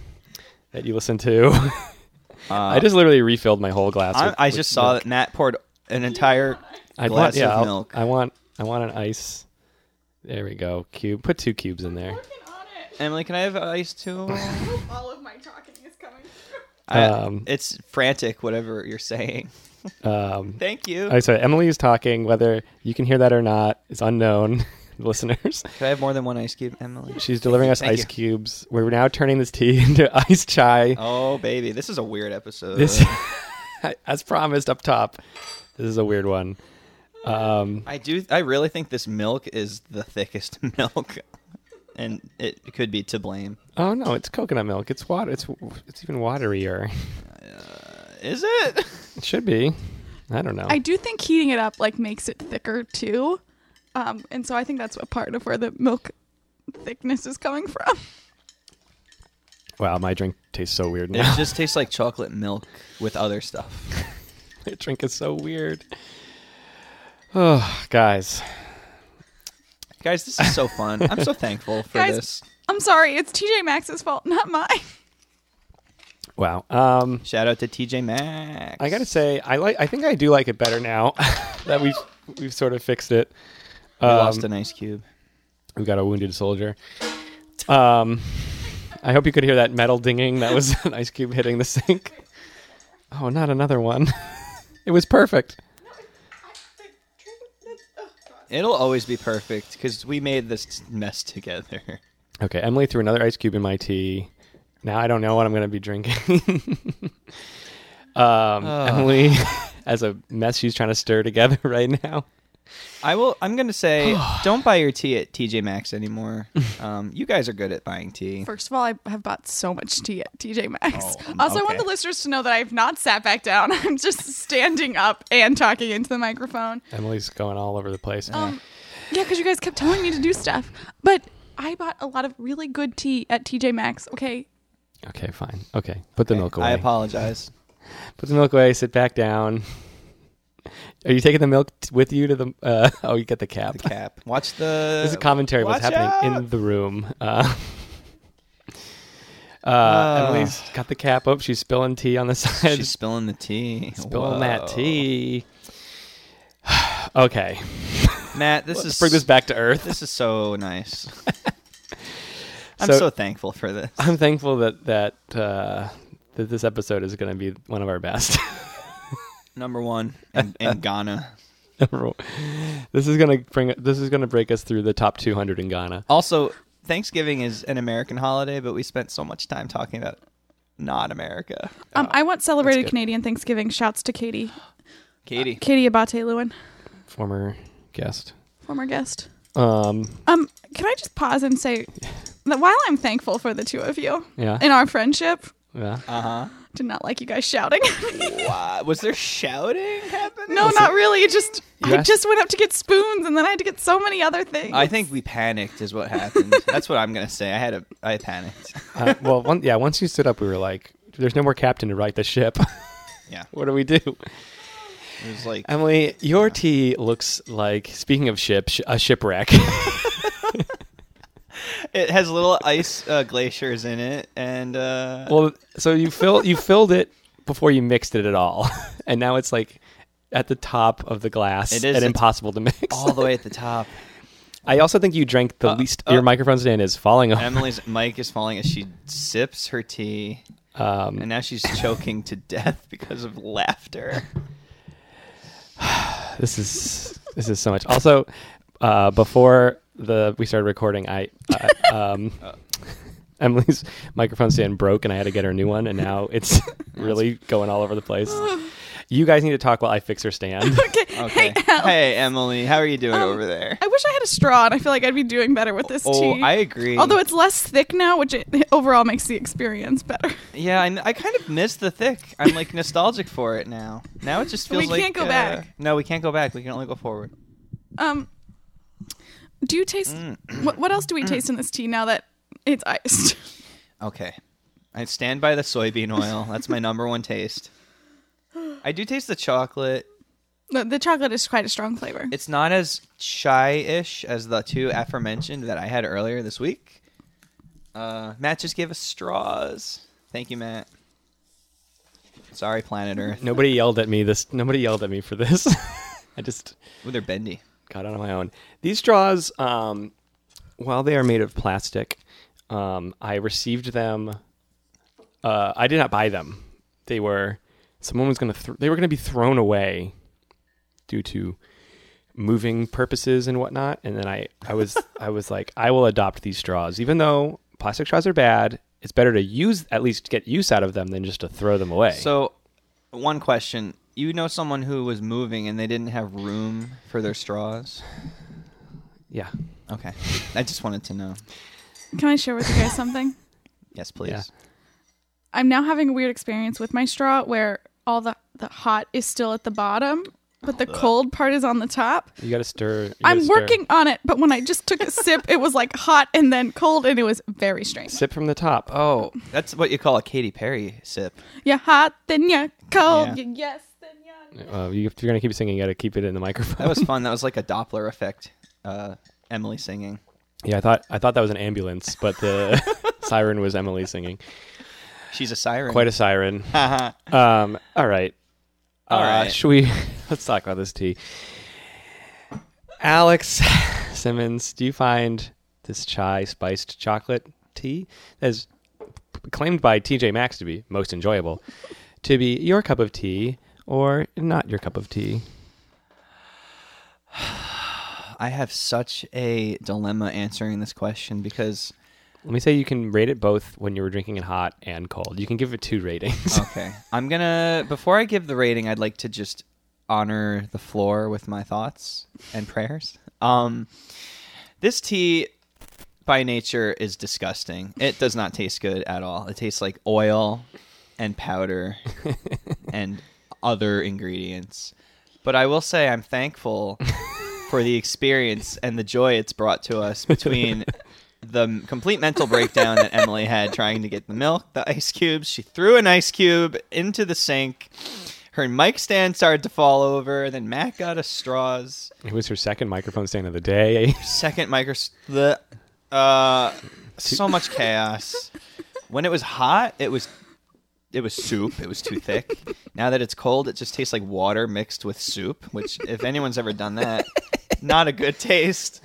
[SPEAKER 1] that you listen to. <laughs>
[SPEAKER 3] Uh,
[SPEAKER 1] I just literally refilled my whole glass.
[SPEAKER 3] I,
[SPEAKER 1] with-
[SPEAKER 3] I
[SPEAKER 1] with
[SPEAKER 3] just saw
[SPEAKER 1] milk.
[SPEAKER 3] that Matt poured an entire.
[SPEAKER 1] I'd
[SPEAKER 3] glass
[SPEAKER 1] want- yeah,
[SPEAKER 3] of
[SPEAKER 1] I'll-
[SPEAKER 3] milk.
[SPEAKER 1] I want I want an ice. There we go. Cube. Put two cubes in there.
[SPEAKER 3] Emily, can I have
[SPEAKER 1] <laughs>
[SPEAKER 3] ice too?
[SPEAKER 2] All of my talking is coming.
[SPEAKER 3] I-
[SPEAKER 1] Um,
[SPEAKER 3] it's frantic, whatever you're saying.
[SPEAKER 1] Um
[SPEAKER 3] Thank you.
[SPEAKER 1] oh, sorry, Emily is talking. Whether you can hear that or not is unknown, <laughs> listeners.
[SPEAKER 3] Can I have more than one ice cube, Emily?
[SPEAKER 1] She's delivering us
[SPEAKER 3] Thank
[SPEAKER 1] ice
[SPEAKER 3] you.
[SPEAKER 1] cubes. We're now turning this tea <laughs> into ice chai.
[SPEAKER 3] Oh, baby, this is a weird episode. <laughs>
[SPEAKER 1] This, <laughs> as promised up top, this is a weird one. Um,
[SPEAKER 3] I do. I really think this milk is the thickest <laughs> milk, and it could be to blame.
[SPEAKER 1] oh no, it's coconut milk. It's water. It's it's even waterier.
[SPEAKER 3] Is it?
[SPEAKER 1] It should be. I don't know.
[SPEAKER 2] I do think heating it up like makes it thicker too, um, and so I think that's a part of where the milk thickness is coming from. <laughs>
[SPEAKER 1] wow, my drink tastes so weird
[SPEAKER 3] It <laughs>
[SPEAKER 1] now.
[SPEAKER 3] just tastes like chocolate milk with other stuff.
[SPEAKER 1] my drink is so weird. Oh, guys,
[SPEAKER 3] Guys, this is so fun. I'm so thankful for
[SPEAKER 2] Guys-
[SPEAKER 3] this.
[SPEAKER 2] I'm sorry, it's TJ Maxx's fault, not mine.
[SPEAKER 1] wow. Um,
[SPEAKER 3] Shout out to TJ Maxx.
[SPEAKER 1] I gotta say, I like. I think I do like it better now <laughs> that we've we've sort of fixed it.
[SPEAKER 3] we lost
[SPEAKER 1] Um,
[SPEAKER 3] an ice cube.
[SPEAKER 1] We got a wounded soldier. Um, I hope you could hear that metal dinging. That was <laughs> an ice cube hitting the sink. Oh, not another one. <laughs> it was perfect.
[SPEAKER 3] It'll always be perfect because we made this mess <laughs> together.
[SPEAKER 1] Okay, Emily threw another ice cube in my tea. Now I don't know what I'm going to be drinking. <laughs> um, Emily <laughs> has a mess she's trying to stir together <laughs> right now.
[SPEAKER 3] I will. I'm
[SPEAKER 1] <sighs>
[SPEAKER 3] gonna say, don't buy your tea at TJ
[SPEAKER 1] <laughs>
[SPEAKER 3] Maxx anymore. Um, you guys are good at buying tea.
[SPEAKER 2] First of all, I have bought so much tea at TJ Maxx.
[SPEAKER 3] Oh, um,
[SPEAKER 2] also, I want the
[SPEAKER 3] okay.
[SPEAKER 2] listeners to know that I've not sat back down. <laughs> I'm just standing up and talking into the microphone.
[SPEAKER 1] Emily's going all over the place.
[SPEAKER 2] Um, yeah, because you guys kept telling me to do stuff, but I bought a lot of really good tea at TJ Maxx. Okay,
[SPEAKER 1] okay, fine. Okay, put the milk away.
[SPEAKER 3] I apologize.
[SPEAKER 1] Put the milk away. Sit back down. Are you taking the milk t- with you to the? Uh, <laughs> oh, you get the cap. <laughs>
[SPEAKER 3] The cap. Watch the.
[SPEAKER 1] This is commentary of what's
[SPEAKER 3] Watch
[SPEAKER 1] happening
[SPEAKER 3] out!
[SPEAKER 1] in the room. Uh, <laughs> uh,
[SPEAKER 3] Ah.
[SPEAKER 1] Emily's got the cap up. She's spilling tea on the <laughs> side.
[SPEAKER 3] She's spilling the tea.
[SPEAKER 1] spilling
[SPEAKER 3] Whoa.
[SPEAKER 1] that tea. <sighs> okay,
[SPEAKER 3] Matt, this
[SPEAKER 1] let's
[SPEAKER 3] is
[SPEAKER 1] bring this back to earth.
[SPEAKER 3] This is
[SPEAKER 1] <laughs>
[SPEAKER 3] so nice. I'm
[SPEAKER 1] So-
[SPEAKER 3] so, thankful for this.
[SPEAKER 1] <laughs> I'm thankful that that uh, that this episode is going to be one of our best. <laughs>
[SPEAKER 3] Number one in, in Ghana.
[SPEAKER 1] this is going to bring. This is going to break us through the top 200 in Ghana.
[SPEAKER 3] Also, Thanksgiving is an American holiday, but we spent so much time talking about not America.
[SPEAKER 2] um, I want celebrated
[SPEAKER 1] good.
[SPEAKER 2] Canadian Thanksgiving. Shouts to Katie,
[SPEAKER 3] Katie,
[SPEAKER 2] Katie Abate Lewin,
[SPEAKER 1] Former guest.
[SPEAKER 2] former guest.
[SPEAKER 1] Um,
[SPEAKER 2] Um, can I just pause and say, that while I'm thankful for the two of you
[SPEAKER 1] Yeah.
[SPEAKER 2] in our friendship,
[SPEAKER 1] Yeah.
[SPEAKER 3] Uh
[SPEAKER 2] did not like you guys shouting.
[SPEAKER 3] huh. Uh, Was there shouting
[SPEAKER 2] <laughs>
[SPEAKER 3] happening?
[SPEAKER 2] no, not really. It Just
[SPEAKER 1] You
[SPEAKER 2] I
[SPEAKER 1] asked-
[SPEAKER 2] just went up to get spoons, and then I had to get so many other things.
[SPEAKER 3] I think we panicked, is what happened. That's what I'm gonna say. I had a, I panicked.
[SPEAKER 1] Uh, well, one, yeah. Once you stood up, we were like, "There's no more captain to right the ship. <laughs>
[SPEAKER 3] Yeah,
[SPEAKER 1] what do we do?"
[SPEAKER 3] it was like
[SPEAKER 2] Um,
[SPEAKER 1] Emily, your tea looks like. Speaking of ship, sh- a shipwreck. <laughs>
[SPEAKER 3] it has little ice uh, glaciers in it, and uh,
[SPEAKER 1] well, so you fill you filled it before you mixed it at all, <laughs> and now it's like at the top of the glass
[SPEAKER 3] It is,
[SPEAKER 1] and
[SPEAKER 3] it's-
[SPEAKER 1] impossible to mix.
[SPEAKER 3] all the way at the top.
[SPEAKER 1] I also think you drank the
[SPEAKER 3] Uh,
[SPEAKER 1] least.
[SPEAKER 3] uh,
[SPEAKER 1] your microphone stand is falling off.
[SPEAKER 3] Emily's mic is falling as she sips her tea,
[SPEAKER 1] Um,
[SPEAKER 3] and now she's choking to death because of laughter.
[SPEAKER 2] <laughs>
[SPEAKER 1] this is this is so much. Also, uh, before the we started recording, I uh,
[SPEAKER 3] <laughs>
[SPEAKER 1] um, Emily's microphone stand broke, and I had to get her a new one, and now
[SPEAKER 3] <laughs>
[SPEAKER 1] it's really going all over the place. You guys need to talk while I fix her
[SPEAKER 3] <laughs>
[SPEAKER 1] stand.
[SPEAKER 2] <laughs> okay.
[SPEAKER 3] Okay.
[SPEAKER 2] Hey, Al,
[SPEAKER 3] Hey, Emily, how are you doing
[SPEAKER 2] Um,
[SPEAKER 3] over there?
[SPEAKER 2] I wish I had a straw, and I feel like I'd be doing better with this
[SPEAKER 3] oh,
[SPEAKER 2] tea.
[SPEAKER 3] I agree.
[SPEAKER 2] Although it's less thick now, which it, overall makes the experience better.
[SPEAKER 3] yeah, I, I kind of miss the thick. I'm like nostalgic for it now. Now it just
[SPEAKER 2] We
[SPEAKER 3] feels like
[SPEAKER 2] can't go
[SPEAKER 3] uh,
[SPEAKER 2] back.
[SPEAKER 3] No, we can't go back. We can only go forward.
[SPEAKER 2] Um, do you taste what? What else do we taste in this tea now that it's iced? <laughs>
[SPEAKER 3] Okay. I stand by the soybean oil. That's my number one taste. I do taste the chocolate.
[SPEAKER 2] the, the chocolate is quite a strong flavor.
[SPEAKER 3] It's not as chai ish as the two aforementioned that I had earlier this week. Uh, Matt just gave us straws. Thank you, Matt. Sorry, planet Earth.
[SPEAKER 1] nobody yelled at me. This nobody yelled at me for
[SPEAKER 3] <laughs>
[SPEAKER 1] this. I just
[SPEAKER 3] Ooh, they're bendy.
[SPEAKER 1] got on my own. These straws, um, while they are made of plastic, um, I received them. Uh, I did not buy them. They were someone was gonna thr they were gonna be thrown away due to moving purposes and whatnot. And then I I
[SPEAKER 2] <laughs>
[SPEAKER 1] was I was like I will adopt these straws, even though plastic straws are bad. It's better to use at least get use out of them than just to throw them away.
[SPEAKER 3] So, one question. You know someone who was moving and they didn't have room for their straws?
[SPEAKER 1] yeah,
[SPEAKER 3] Okay. I just wanted to know.
[SPEAKER 2] Can I share with you guys something?
[SPEAKER 3] Yes, please.
[SPEAKER 1] Yeah.
[SPEAKER 2] I'm now having a weird experience with my straw where all the, the hot is still at the bottom, but the cold part is on the top.
[SPEAKER 1] you got to stir. you gotta
[SPEAKER 2] I'm
[SPEAKER 1] stir.
[SPEAKER 2] working on it, but when I just took a sip, it was like hot and then cold, and it was very strange.
[SPEAKER 1] Sip from the top.
[SPEAKER 3] Oh, that's what you call a Katy Perry sip.
[SPEAKER 2] You're hot, then you're cold.
[SPEAKER 3] Yeah.
[SPEAKER 2] You're yes, then you're.
[SPEAKER 1] Uh, you, if you're gonna keep singing, you gotta keep it in the microphone.
[SPEAKER 3] <laughs> That was fun. That was like a Doppler effect. Uh, Emily singing.
[SPEAKER 1] yeah, I thought I thought that was an ambulance, but
[SPEAKER 3] <laughs>
[SPEAKER 1] the siren was Emily singing.
[SPEAKER 3] She's a siren.
[SPEAKER 1] Quite a siren. um, all right.
[SPEAKER 3] Uh-huh. All
[SPEAKER 1] uh,
[SPEAKER 3] right.
[SPEAKER 1] Should we? <laughs> Let's talk about this tea. Alex <laughs> Simmons, do you find this chai spiced chocolate tea as claimed by TJ Maxx to be most enjoyable to be your cup of tea or not your cup of tea?
[SPEAKER 3] I have such a dilemma answering this question because
[SPEAKER 1] Let me say you can rate it both when you were drinking it hot and cold. You can give it two ratings.
[SPEAKER 3] <laughs> okay, I'm gonna before I give the rating, I'd like to just honor the floor with my thoughts and prayers. Um, this tea by nature is disgusting. It does not taste good at all. It tastes like oil and powder and other ingredients. But I will say I'm thankful for the experience and the joy it's brought to us between the m- complete mental breakdown that Emily had trying to get the milk, the ice cubes. She threw an ice cube into the sink. Her mic stand started to fall over. Then Matt got us straws.
[SPEAKER 1] <laughs> It was her second microphone stand of the day. <laughs>
[SPEAKER 3] Second micro. The, uh, so much chaos. When it was hot, it was. It was soup. It was too thick. Now that it's cold, it just tastes like water mixed with soup. Which, if anyone's ever done that, not a good taste.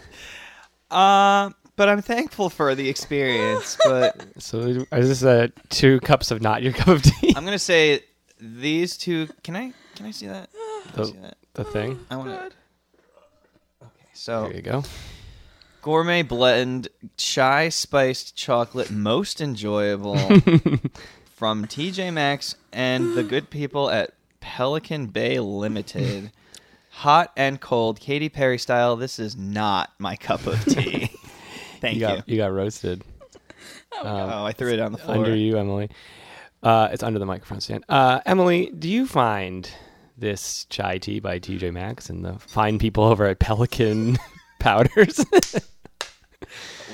[SPEAKER 3] Uh, but I'm thankful for the experience. But
[SPEAKER 1] So is this uh, two cups of not your <laughs> cup of tea?
[SPEAKER 3] I'm gonna say these two. Can I? Can I see that? Can I see
[SPEAKER 1] The,
[SPEAKER 3] that? Oh.
[SPEAKER 1] the thing.
[SPEAKER 3] I want to.
[SPEAKER 2] God.
[SPEAKER 3] So
[SPEAKER 1] There you go.
[SPEAKER 3] Gourmet blend chai spiced chocolate most
[SPEAKER 1] <laughs>
[SPEAKER 3] enjoyable from TJ Maxx and the good people at Pelican Bay Limited. Hot and cold, Katy Perry style. This is not my cup of tea.
[SPEAKER 1] <laughs>
[SPEAKER 3] Thank
[SPEAKER 1] You
[SPEAKER 3] you.
[SPEAKER 1] got you got roasted.
[SPEAKER 3] oh, I threw it on the floor.
[SPEAKER 1] under you, Emily. Uh, it's under the microphone stand. Uh, Emily, do you find this chai tea by TJ Maxx and the fine people over at Pelican <laughs> Powders? <laughs>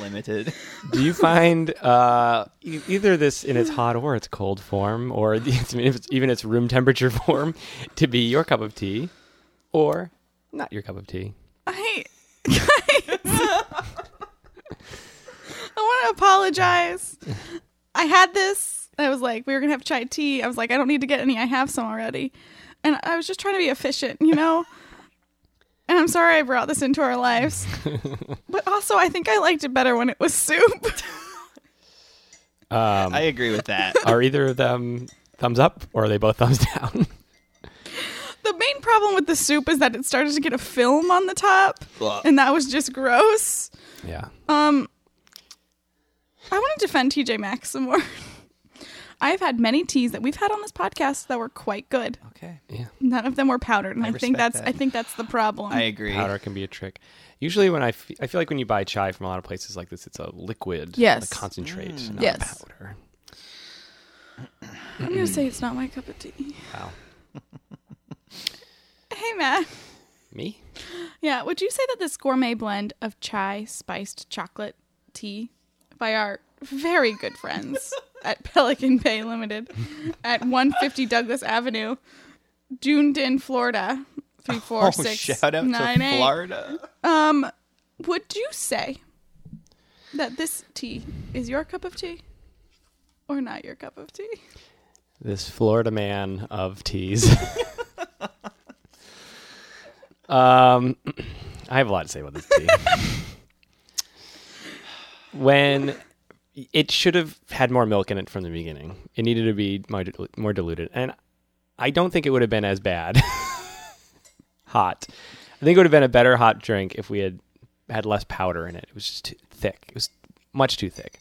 [SPEAKER 3] Limited.
[SPEAKER 1] do you find uh, e- either this in its hot or its cold form, or <laughs> it's, I mean, if it's, even its room temperature <laughs> form, to be your cup of tea, or not your cup of tea?
[SPEAKER 2] I <laughs> guys, <laughs> I want to apologize. I had this. I was like, we were gonna have chai tea. I was like, I don't need to get any. I have some already, and I was just trying to be efficient, you know. <laughs> And I'm sorry I brought this into our lives, but also I think I liked it better when it was soup. <laughs>
[SPEAKER 1] Um,
[SPEAKER 3] I agree with
[SPEAKER 1] <laughs>
[SPEAKER 3] that.
[SPEAKER 1] are either of them thumbs up, or are they both thumbs <laughs> down?
[SPEAKER 2] the main problem with the soup is that it started to get a film on the top, and that was just gross.
[SPEAKER 1] yeah.
[SPEAKER 2] Um, I want to defend TJ Maxx some more. <laughs> I've had many teas that we've had on this podcast that were quite good.
[SPEAKER 3] okay.
[SPEAKER 1] Yeah.
[SPEAKER 2] None of them were powdered, and
[SPEAKER 3] I
[SPEAKER 2] I, think
[SPEAKER 3] respect
[SPEAKER 2] that's
[SPEAKER 3] that.
[SPEAKER 2] I think that's the problem.
[SPEAKER 3] I agree.
[SPEAKER 1] Powder can be a trick. Usually, when I, f- I feel like when you buy chai from a lot of places like this, it's a liquid,
[SPEAKER 2] Yes. Mm.
[SPEAKER 1] a concentrate, not
[SPEAKER 2] Yes.
[SPEAKER 1] a powder.
[SPEAKER 2] I'm gonna say it's not my cup of tea.
[SPEAKER 1] Wow,
[SPEAKER 2] <laughs> Hey Matt,
[SPEAKER 1] me?
[SPEAKER 2] yeah, would you say that this gourmet blend of chai spiced chocolate tea by our very good
[SPEAKER 3] <laughs>
[SPEAKER 2] friends at Pelican Bay Limited at 150 Douglas Avenue, Dunedin, Florida, three
[SPEAKER 3] Oh,
[SPEAKER 2] four six nine eight.
[SPEAKER 3] shout out to Florida.
[SPEAKER 2] Um, would you say that this tea is your cup of tea or not your cup of tea?
[SPEAKER 1] This Florida man of teas. um, <clears throat> I have a lot to say about this tea. when it should have had more milk in it from the beginning, it needed to be more, dil- more diluted, and I don't think it would have been as bad. <laughs> hot. I think it would have been a better hot drink if we had had less powder in it. It was just too thick. It was much too thick.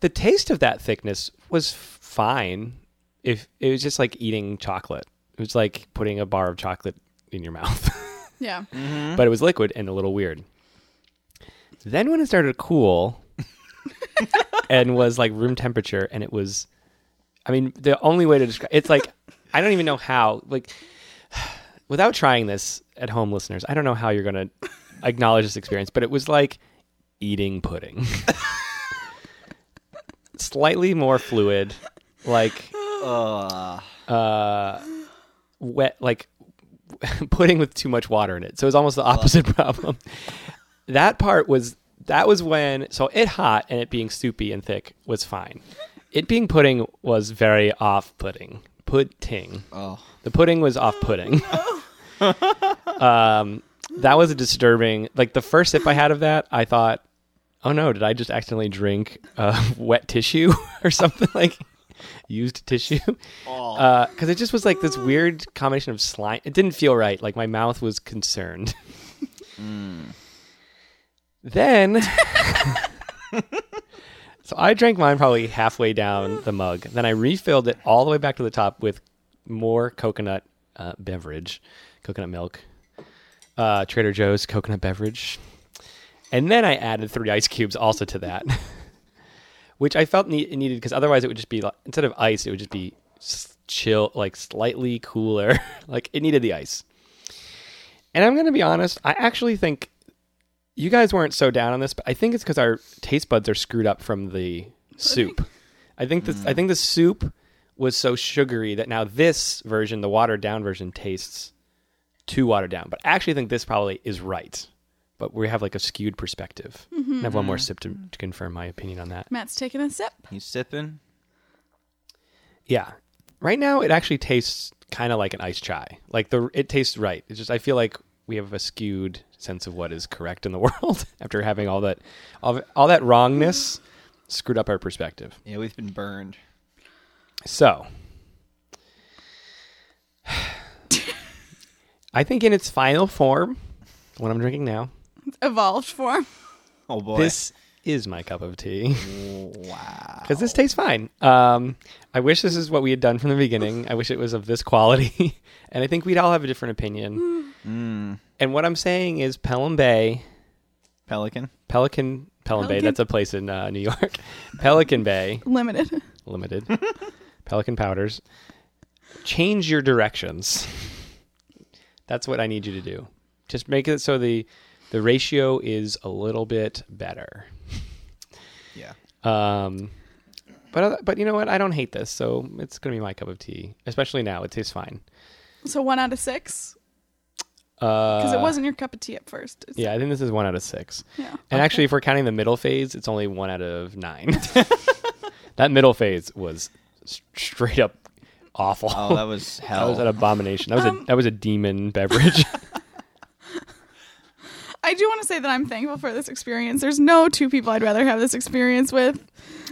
[SPEAKER 1] The taste of that thickness was fine. If it was just like eating chocolate, it was like putting a bar of chocolate in your <laughs> mouth,
[SPEAKER 2] Yeah.
[SPEAKER 1] but it was liquid and a little weird. Then when it started to cool and was like room temperature, and it was, I mean, the only way to describe it's like I don't even know how like <sighs> without trying this at home, listeners, I don't know how you're going to acknowledge this experience, but it was like eating pudding. Slightly more fluid, like
[SPEAKER 3] Ugh.
[SPEAKER 1] uh, wet, like <laughs> pudding with too much water in it. So it's almost the opposite problem. <laughs> That part was that was when so it hot and it being soupy and thick was fine. It being pudding was very off putting. Pudding.
[SPEAKER 3] Oh.
[SPEAKER 1] The pudding was off pudding. um, that was a disturbing. Like the first sip I had of that, I thought, "Oh no, did I just accidentally drink uh, <laughs> wet tissue or something <laughs> like used tissue?"
[SPEAKER 3] Oh.
[SPEAKER 1] Because it just was like this weird combination of slime. It didn't feel right. Like my mouth was concerned. Then. So I drank mine probably halfway down the mug. Then I refilled it all the way back to the top with more coconut uh, beverage, coconut milk, uh, Trader Joe's coconut beverage. And then I added three ice cubes also to that, <laughs> which I felt ne- needed because otherwise it would just be, like, instead of ice, it would just be s- chill, like slightly cooler. <laughs> like it needed the ice. And I'm going to be honest, I actually think you guys weren't so down on this, but I think it's because our taste buds are screwed up from the soup. I think this. I think the soup was so sugary that now this version, the watered down version, tastes too watered down. But I actually think this probably is right. But we have like a skewed perspective. I have one more sip to, to confirm my opinion on that.
[SPEAKER 2] Matt's taking a sip.
[SPEAKER 3] you sipping?
[SPEAKER 1] Yeah. Right now, it actually tastes kind of like an ice chai. Like the it tastes right. It's just I feel like we have a skewed sense of what is correct in the <laughs> world after having all that all, all that wrongness screwed up our perspective.
[SPEAKER 3] Yeah, we've been burned.
[SPEAKER 1] So, <sighs> I think in its final form, what I'm drinking now,
[SPEAKER 2] Evolved form.
[SPEAKER 3] Oh boy.
[SPEAKER 1] this is my cup of tea. <laughs>
[SPEAKER 3] wow.
[SPEAKER 1] because this tastes fine. Um, I wish this is what we had done from the beginning. I wish it was of this quality, <laughs> and I think we'd all have a different
[SPEAKER 3] Mm.
[SPEAKER 1] opinion. And what I'm saying is, Pelham Bay,
[SPEAKER 3] Pelican.
[SPEAKER 1] Pelican Pelican Bay.
[SPEAKER 2] Pelican-
[SPEAKER 1] That's a place in uh, New York. <laughs> Pelican Bay
[SPEAKER 2] Limited.
[SPEAKER 3] <laughs>
[SPEAKER 1] Limited. Pelican Powders. Change your directions. That's what I need you to do. Just make it so the the ratio is a little bit better.
[SPEAKER 3] Yeah.
[SPEAKER 1] Um, but other- but you know what? I don't hate this, so it's gonna be my cup of tea. Especially now, it tastes fine.
[SPEAKER 2] So one out of six
[SPEAKER 1] Because
[SPEAKER 2] because it wasn't your cup of tea at first. It's-
[SPEAKER 1] Uh, Yeah, I think this is one out of six.
[SPEAKER 2] Yeah.
[SPEAKER 1] And actually, if we're counting the middle phase, it's only one out of nine. <laughs> that middle phase was s- straight up awful.
[SPEAKER 3] Oh, that was
[SPEAKER 1] <laughs> That
[SPEAKER 3] hell.
[SPEAKER 1] was an abomination. That was a that was a demon beverage. <laughs>
[SPEAKER 2] I do want to say that I'm thankful for this experience. There's no two people I'd rather have this experience with.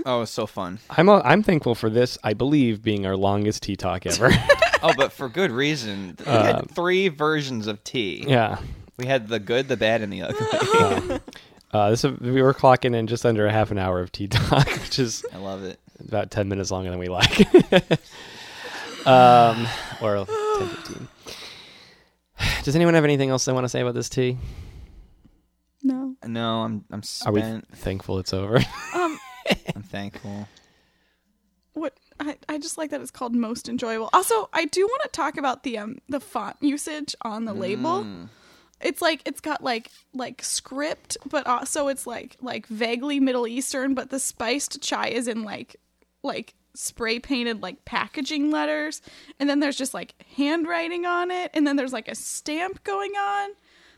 [SPEAKER 3] oh, it was so fun.
[SPEAKER 1] I'm a, I'm thankful for this. I believe being our longest tea talk ever. <laughs>
[SPEAKER 3] Oh, but for good reason. We had three versions of tea.
[SPEAKER 1] Um, yeah,
[SPEAKER 3] We had the good, the bad, and
[SPEAKER 1] <laughs>
[SPEAKER 3] the ugly.
[SPEAKER 1] uh, this we were clocking in just under a half an hour of tea talk, <laughs> which is
[SPEAKER 3] I love it.
[SPEAKER 1] about 10 minutes longer than we like. <laughs> um, or 10, 15. Does anyone have anything else they want to say about this tea?
[SPEAKER 2] No.
[SPEAKER 3] No, I'm I'm
[SPEAKER 1] Are we
[SPEAKER 3] spent.
[SPEAKER 1] thankful it's over?
[SPEAKER 2] Um.
[SPEAKER 3] I'm thankful.
[SPEAKER 2] What I, I just like that it's called most enjoyable. Also, I do want to talk about the um the font usage on the label.
[SPEAKER 1] Mm.
[SPEAKER 2] It's like it's got like like script, but also it's like like vaguely Middle Eastern, but the spiced chai is in like like spray painted like packaging letters, and then there's just like handwriting on it, and then there's like a stamp going on.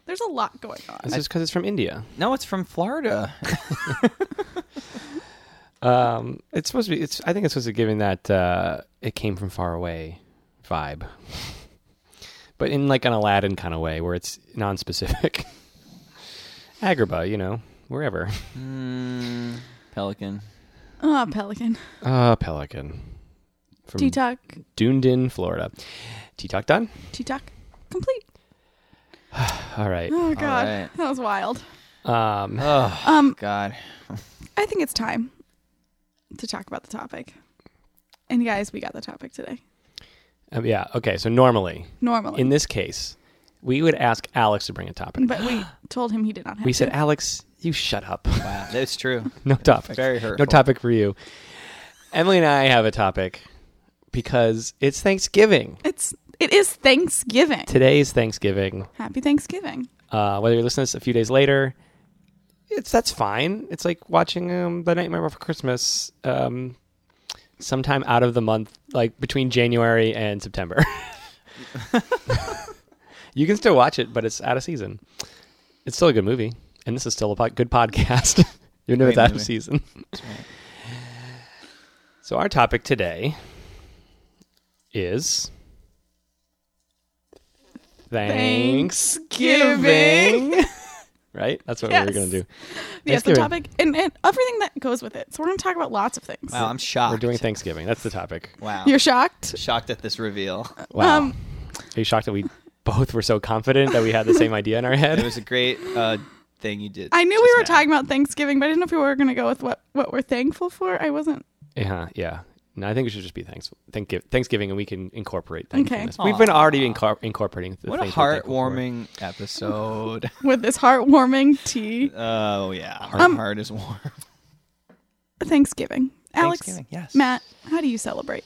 [SPEAKER 2] There's a lot going on.
[SPEAKER 1] This <laughs> is because it's from India.
[SPEAKER 3] No, it's from Florida.
[SPEAKER 1] Um, it's supposed to be, it's, I think it's supposed to be giving that, uh, it came from far away vibe. but in like an Aladdin kind of way where it's non-specific. <laughs> Agrabah, you know, wherever.
[SPEAKER 3] Mm, Pelican.
[SPEAKER 2] Oh, Pelican.
[SPEAKER 1] Uh, Pelican. From
[SPEAKER 2] Tea talk.
[SPEAKER 1] Dunedin, Florida. Tea talk done?
[SPEAKER 2] Tea talk. Complete.
[SPEAKER 1] All right.
[SPEAKER 2] Oh god,
[SPEAKER 3] right.
[SPEAKER 2] that was <sighs> wild.
[SPEAKER 1] Um,
[SPEAKER 3] Oh
[SPEAKER 2] Um,
[SPEAKER 3] God.
[SPEAKER 2] I think it's time to talk about the topic. And guys, we got the topic today.
[SPEAKER 1] Um, yeah. Okay. So normally,
[SPEAKER 2] Normally,
[SPEAKER 1] in this case, we would ask Alex to bring a topic.
[SPEAKER 2] <gasps> but we told him he did not have.
[SPEAKER 1] We
[SPEAKER 2] to.
[SPEAKER 1] said, Alex, you shut up. <laughs>
[SPEAKER 3] Wow, that's true.
[SPEAKER 1] No topic.
[SPEAKER 3] Very
[SPEAKER 1] No
[SPEAKER 3] hurtful.
[SPEAKER 1] topic for you. Emily and I have a topic because it's Thanksgiving.
[SPEAKER 2] it's it is Thanksgiving.
[SPEAKER 1] Today's Thanksgiving.
[SPEAKER 2] Happy Thanksgiving.
[SPEAKER 1] Uh, whether you're listening to this a few days later, it's that's fine. It's like watching um, The Nightmare Before Christmas um, sometime out of the month, like between January and September. <laughs> you can still watch it, but it's out of season. It's still a good movie, and this is still a po- good podcast, <laughs> even if
[SPEAKER 3] Great
[SPEAKER 1] it's out of
[SPEAKER 3] movie.
[SPEAKER 1] season. So our topic today is
[SPEAKER 2] Thanksgiving.
[SPEAKER 1] Thanksgiving. <laughs> right? That's what we
[SPEAKER 2] Yes.
[SPEAKER 1] were going to do.
[SPEAKER 2] Yes, the
[SPEAKER 1] Thanksgiving.
[SPEAKER 2] topic and, and everything that goes with it. So we're going to talk about lots of things.
[SPEAKER 3] Wow, I'm shocked.
[SPEAKER 1] We're doing Thanksgiving. That's the topic. <laughs>
[SPEAKER 3] Wow.
[SPEAKER 2] You're shocked?
[SPEAKER 3] shocked at this reveal.
[SPEAKER 1] Wow.
[SPEAKER 2] Um,
[SPEAKER 1] Are you shocked that we <laughs> both were so confident that we had the same idea in our
[SPEAKER 3] It
[SPEAKER 1] head?
[SPEAKER 3] was a great uh, thing you did.
[SPEAKER 2] I knew we
[SPEAKER 3] just
[SPEAKER 2] were
[SPEAKER 3] now.
[SPEAKER 2] talking about Thanksgiving, but I didn't know if we were going to go with what what we're thankful for. I wasn't.
[SPEAKER 1] Yeah, yeah. No, I think we should just be thanks thank Thanksgiving, and we can incorporate thankfulness.
[SPEAKER 3] Aw.
[SPEAKER 1] We've been already incor- incorporating. The
[SPEAKER 3] What a
[SPEAKER 1] things we're thankful for.
[SPEAKER 3] heartwarming
[SPEAKER 1] <laughs>
[SPEAKER 3] episode.
[SPEAKER 2] With this heartwarming tea,
[SPEAKER 3] Oh yeah, our
[SPEAKER 2] Um,
[SPEAKER 3] heart is warm. <laughs>
[SPEAKER 2] Thanksgiving. Alex,
[SPEAKER 3] Thanksgiving, yes.
[SPEAKER 2] Matt, how do you celebrate?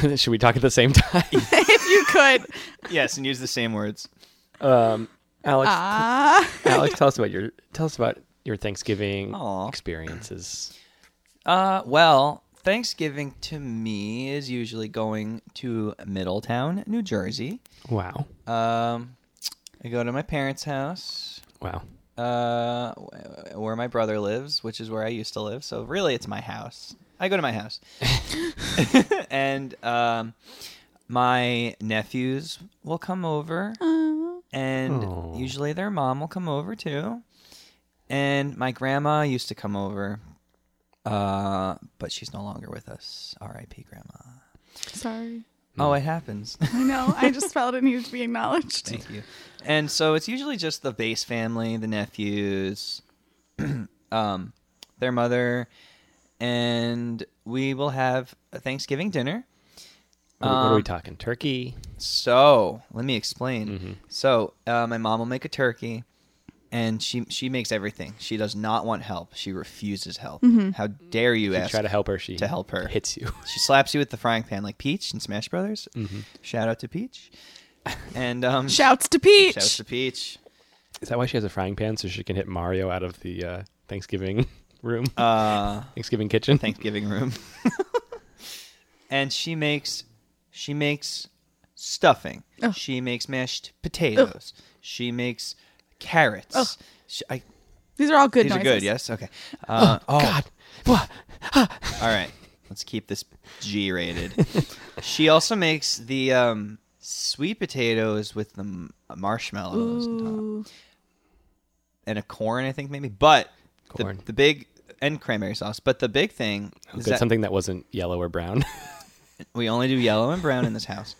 [SPEAKER 1] <laughs> should we talk at the same time?
[SPEAKER 2] if you
[SPEAKER 3] <laughs>
[SPEAKER 2] could,
[SPEAKER 3] Yes, and use the same words.
[SPEAKER 1] <laughs> um, Alex,
[SPEAKER 2] ah,
[SPEAKER 1] <laughs> Alex, tell us about your tell us about your Thanksgiving
[SPEAKER 3] Aw.
[SPEAKER 1] experiences.
[SPEAKER 3] Uh, well, Thanksgiving to me is usually going to Middletown, New Jersey.
[SPEAKER 1] Wow,
[SPEAKER 3] Um, I go to my parents' house,
[SPEAKER 1] wow.
[SPEAKER 3] uh, wh- where my brother lives, which is where I used to live. So really, it's my house. I go to my house, <laughs> and um, my nephews will come over, and
[SPEAKER 1] Oh.
[SPEAKER 3] usually their mom will come over too. And my grandma used to come over, uh, but she's no longer with us. R.I.P. Grandma.
[SPEAKER 2] sorry.
[SPEAKER 3] Oh, it happens. <laughs>
[SPEAKER 2] I know. I just felt it needed to be acknowledged.
[SPEAKER 3] Thank you. And so it's usually just the base family, the nephews, <clears throat> um, their mother, and we will have a Thanksgiving dinner.
[SPEAKER 1] What, are- what are we
[SPEAKER 3] Um,
[SPEAKER 1] talking? Turkey. Mm-hmm.
[SPEAKER 3] So let me explain. So uh, my mom will make a turkey, and she she makes everything. She does not want help. She refuses help. How dare you
[SPEAKER 1] You
[SPEAKER 3] ask
[SPEAKER 1] try to help her. She
[SPEAKER 3] to help her?
[SPEAKER 1] hits you.
[SPEAKER 3] She slaps you with the frying pan like Peach in Smash Brothers.
[SPEAKER 1] Mm-hmm.
[SPEAKER 3] Shout out to Peach. And um, shout
[SPEAKER 2] Shouts to Peach.
[SPEAKER 3] out to Peach.
[SPEAKER 1] Is that why she has a frying pan so she can hit Mario out of the uh, Thanksgiving <laughs> room,
[SPEAKER 3] Uh,
[SPEAKER 1] Thanksgiving kitchen?
[SPEAKER 3] Thanksgiving room. <laughs> and she makes she makes stuffing. She makes mashed potatoes. She makes carrots. She- I,
[SPEAKER 2] These are all good
[SPEAKER 3] these are
[SPEAKER 2] noises.
[SPEAKER 3] good. Yes. Okay. Uh,
[SPEAKER 1] <laughs> oh God! Wha-
[SPEAKER 3] All right. Let's keep this G rated. she also makes the um, sweet potatoes with the m- marshmallows on top.
[SPEAKER 2] Ooh.
[SPEAKER 3] and a corn, I think maybe. But the,
[SPEAKER 1] Corn. Oh,
[SPEAKER 3] the big and cranberry sauce. But the big thing is
[SPEAKER 1] Good,
[SPEAKER 3] that
[SPEAKER 1] something that wasn't yellow or brown. <laughs>
[SPEAKER 3] we only do yellow and brown in this house.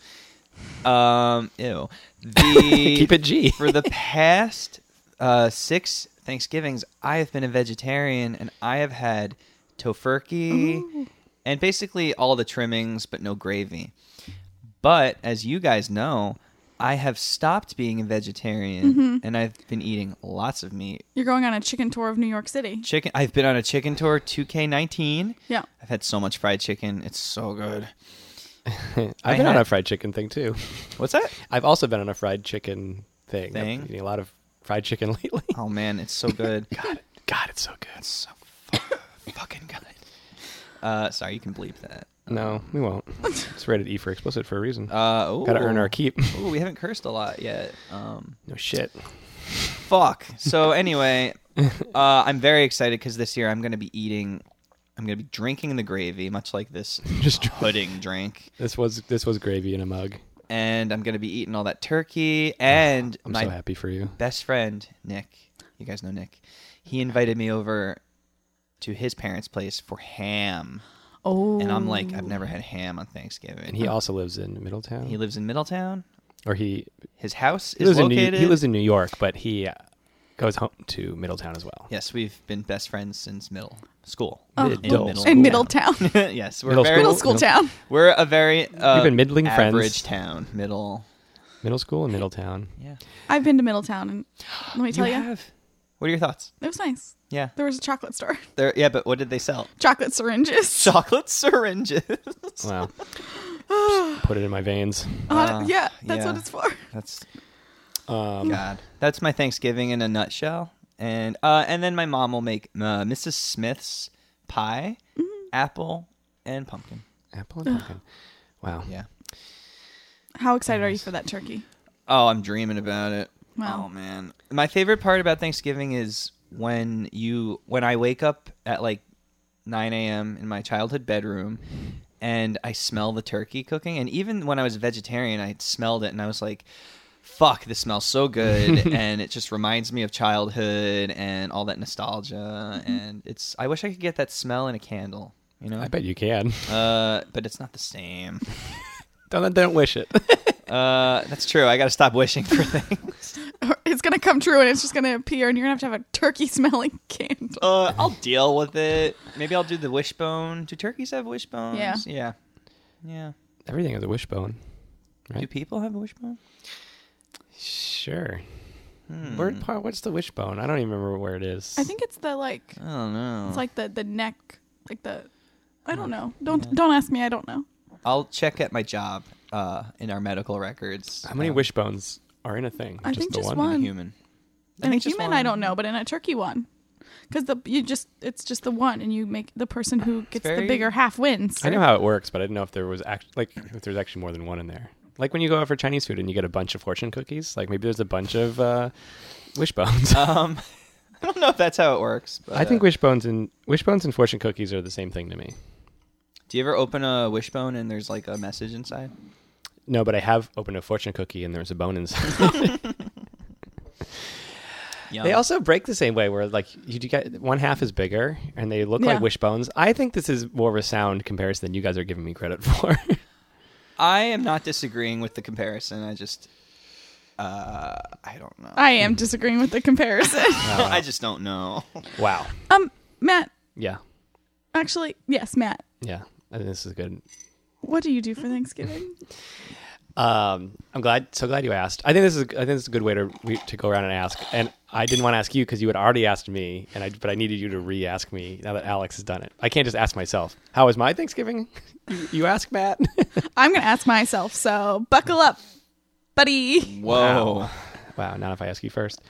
[SPEAKER 3] Um, ew. The
[SPEAKER 1] Keep it G.
[SPEAKER 3] for the past uh, six Thanksgivings, I have been a vegetarian and I have had tofurkey and basically all the trimmings, but no gravy. But as you guys know, I have stopped being a vegetarian and I've been eating lots of meat.
[SPEAKER 2] You're going on a chicken tour of New York City.
[SPEAKER 3] Chicken. I've been on a chicken tour 2K19.
[SPEAKER 2] Yeah.
[SPEAKER 3] I've had so much fried chicken. It's so good. I
[SPEAKER 1] I've been on
[SPEAKER 3] had-
[SPEAKER 1] a fried chicken thing too.
[SPEAKER 3] What's that?
[SPEAKER 1] I've also been on a fried chicken thing. I've
[SPEAKER 3] Thing?
[SPEAKER 1] been eating a lot of fried chicken <laughs> lately.
[SPEAKER 3] Oh man, it's so good.
[SPEAKER 1] God, God, it's so good.
[SPEAKER 3] so fu- fucking good. Uh, sorry, you can bleep that.
[SPEAKER 1] No, we
[SPEAKER 3] <laughs>
[SPEAKER 1] won't. It's rated E for explicit for a reason.
[SPEAKER 3] Uh, ooh.
[SPEAKER 1] Got to earn our keep. <laughs>
[SPEAKER 3] Ooh, we haven't cursed a lot yet. Um,
[SPEAKER 1] no shit. <laughs>
[SPEAKER 3] fuck. So anyway, uh, I'm very excited because this year I'm going to be eating. I'm going to be drinking the gravy, much like this
[SPEAKER 1] Just dr-
[SPEAKER 3] pudding drink,
[SPEAKER 1] this was this was gravy in a mug.
[SPEAKER 3] and I'm going to be eating all that turkey. And
[SPEAKER 1] I'm
[SPEAKER 3] my
[SPEAKER 1] so happy for you.
[SPEAKER 3] best friend Nick, you guys know Nick, he invited me over to his parents' place for ham,
[SPEAKER 2] Oh.
[SPEAKER 3] and I'm like, I've never had ham on Thanksgiving.
[SPEAKER 1] And he also lives in Middletown,
[SPEAKER 3] He lives in Middletown.
[SPEAKER 1] or he
[SPEAKER 3] His house
[SPEAKER 1] he
[SPEAKER 3] is
[SPEAKER 1] lives in
[SPEAKER 3] located.
[SPEAKER 1] New, he lives in New York, but he uh, goes home to Middletown as well.
[SPEAKER 3] yes, we've been best friends since middle school.
[SPEAKER 1] Oh.
[SPEAKER 3] In
[SPEAKER 1] Middle
[SPEAKER 3] middle
[SPEAKER 1] school. <laughs>
[SPEAKER 2] in Middletown.
[SPEAKER 3] <laughs> yes, we're
[SPEAKER 1] Middle
[SPEAKER 2] <laughs>
[SPEAKER 3] very
[SPEAKER 2] Middle school
[SPEAKER 1] Middle-
[SPEAKER 2] town.
[SPEAKER 3] we're a very uh,
[SPEAKER 1] We've been middling friends.
[SPEAKER 3] average town. Middle.
[SPEAKER 1] Middle school and Middletown.
[SPEAKER 3] Yeah.
[SPEAKER 2] I've been to Middletown, and let me tell you,
[SPEAKER 3] have. What are your thoughts?
[SPEAKER 2] it was nice.
[SPEAKER 3] Yeah.
[SPEAKER 2] There was a chocolate store, <laughs>
[SPEAKER 3] There. Yeah, but what did they sell? <laughs>
[SPEAKER 2] chocolate syringes.
[SPEAKER 3] Chocolate syringes.
[SPEAKER 2] <sighs>
[SPEAKER 1] Wow. Just put it in my veins.
[SPEAKER 2] Uh,
[SPEAKER 3] Ah,
[SPEAKER 2] yeah, that's
[SPEAKER 3] yeah.
[SPEAKER 2] what it's for.
[SPEAKER 3] That's
[SPEAKER 1] Um,
[SPEAKER 3] God. That's my Thanksgiving in a nutshell. And uh, and then my mom will make uh, Mrs. Smith's pie, apple, and pumpkin.
[SPEAKER 1] Apple and pumpkin. Wow.
[SPEAKER 3] Yeah.
[SPEAKER 2] How excited are you for that turkey?
[SPEAKER 3] Oh, I'm dreaming about it.
[SPEAKER 2] Wow.
[SPEAKER 3] Oh man. My favorite part about Thanksgiving is when you when I wake up at like 9 a.m. in my childhood bedroom and I smell the turkey cooking. And even when I was a vegetarian, I smelled it and I was like, fuck, this smells so good. and it just reminds me of childhood and all that nostalgia. And it's, I wish I could get that smell in a candle, you
[SPEAKER 1] <laughs>
[SPEAKER 3] know?
[SPEAKER 1] I bet you can.
[SPEAKER 3] Uh, but it's not the same.
[SPEAKER 1] don't don't wish it. <laughs>
[SPEAKER 3] Uh, that's true. I got to stop wishing for <laughs> things.
[SPEAKER 2] <laughs> It's gonna come true, and it's just gonna appear, and you're gonna have to have a turkey <laughs> smelling candle.
[SPEAKER 3] Uh, I'll deal with it. Maybe I'll do the wishbone. Do turkeys have wishbones?
[SPEAKER 2] Yeah.
[SPEAKER 3] Yeah. Yeah.
[SPEAKER 1] Everything has a wishbone.
[SPEAKER 3] Do
[SPEAKER 1] Right.
[SPEAKER 3] people have a wishbone?
[SPEAKER 1] Sure. Where, pa- what's the wishbone? I don't even remember where it is.
[SPEAKER 2] Hmm. I think it's the like,
[SPEAKER 3] I don't know.
[SPEAKER 2] it's like the the neck, like the, I don't know. Don't don't ask me. I don't know.
[SPEAKER 3] I'll check at my job uh, in our medical records.
[SPEAKER 1] How many
[SPEAKER 3] uh,
[SPEAKER 1] wishbones are in a thing?
[SPEAKER 2] I think
[SPEAKER 1] the
[SPEAKER 2] just
[SPEAKER 3] in
[SPEAKER 2] one.
[SPEAKER 3] a human? I
[SPEAKER 2] In a
[SPEAKER 3] think just
[SPEAKER 2] human,
[SPEAKER 3] one.
[SPEAKER 2] I don't know, but in a turkey one, because the you just it's just the one, and you make the person who gets the
[SPEAKER 3] very-
[SPEAKER 2] bigger half wins.
[SPEAKER 1] I know how it works, but I didn't know if there was act- like if there's actually more than one in there. Like when you go out for Chinese food and you get a bunch of fortune cookies, like maybe there's a bunch of uh, wishbones.
[SPEAKER 3] Um, <laughs> I don't know if that's how it works. But,
[SPEAKER 1] I think
[SPEAKER 3] uh,
[SPEAKER 1] wishbones and wishbones and fortune cookies are the same thing to me.
[SPEAKER 3] do you ever open a wishbone and there's like a message inside?
[SPEAKER 1] No, but I have opened a fortune cookie and there's a bone inside.
[SPEAKER 3] Yum.
[SPEAKER 1] they also break the same way, where like you do get one half is bigger and they look
[SPEAKER 2] Yeah.
[SPEAKER 1] like wishbones. I think this is more of a sound comparison than you guys are giving me credit <laughs> for.
[SPEAKER 3] I am not disagreeing with the comparison. I just, uh, I don't know.
[SPEAKER 2] <laughs> I am disagreeing with the comparison. <laughs>
[SPEAKER 3] I just don't know.
[SPEAKER 1] wow.
[SPEAKER 2] um, Matt,
[SPEAKER 1] Yeah.
[SPEAKER 2] actually, yes, Matt.
[SPEAKER 1] Yeah. I think this is good.
[SPEAKER 2] What do you do for Thanksgiving?
[SPEAKER 1] Um, I'm glad, so glad you asked. I think this is, I think this is a good way to re- to go around and ask. And I didn't want to ask you because you had already asked me, and I but I needed you to re-ask me now that Alex has done it. I can't just ask myself. How was my Thanksgiving? <laughs> you, you ask Matt. <laughs>
[SPEAKER 2] I'm gonna ask myself. So buckle up,
[SPEAKER 1] <laughs>
[SPEAKER 2] buddy.
[SPEAKER 3] Whoa.
[SPEAKER 1] wow, not if I ask you first.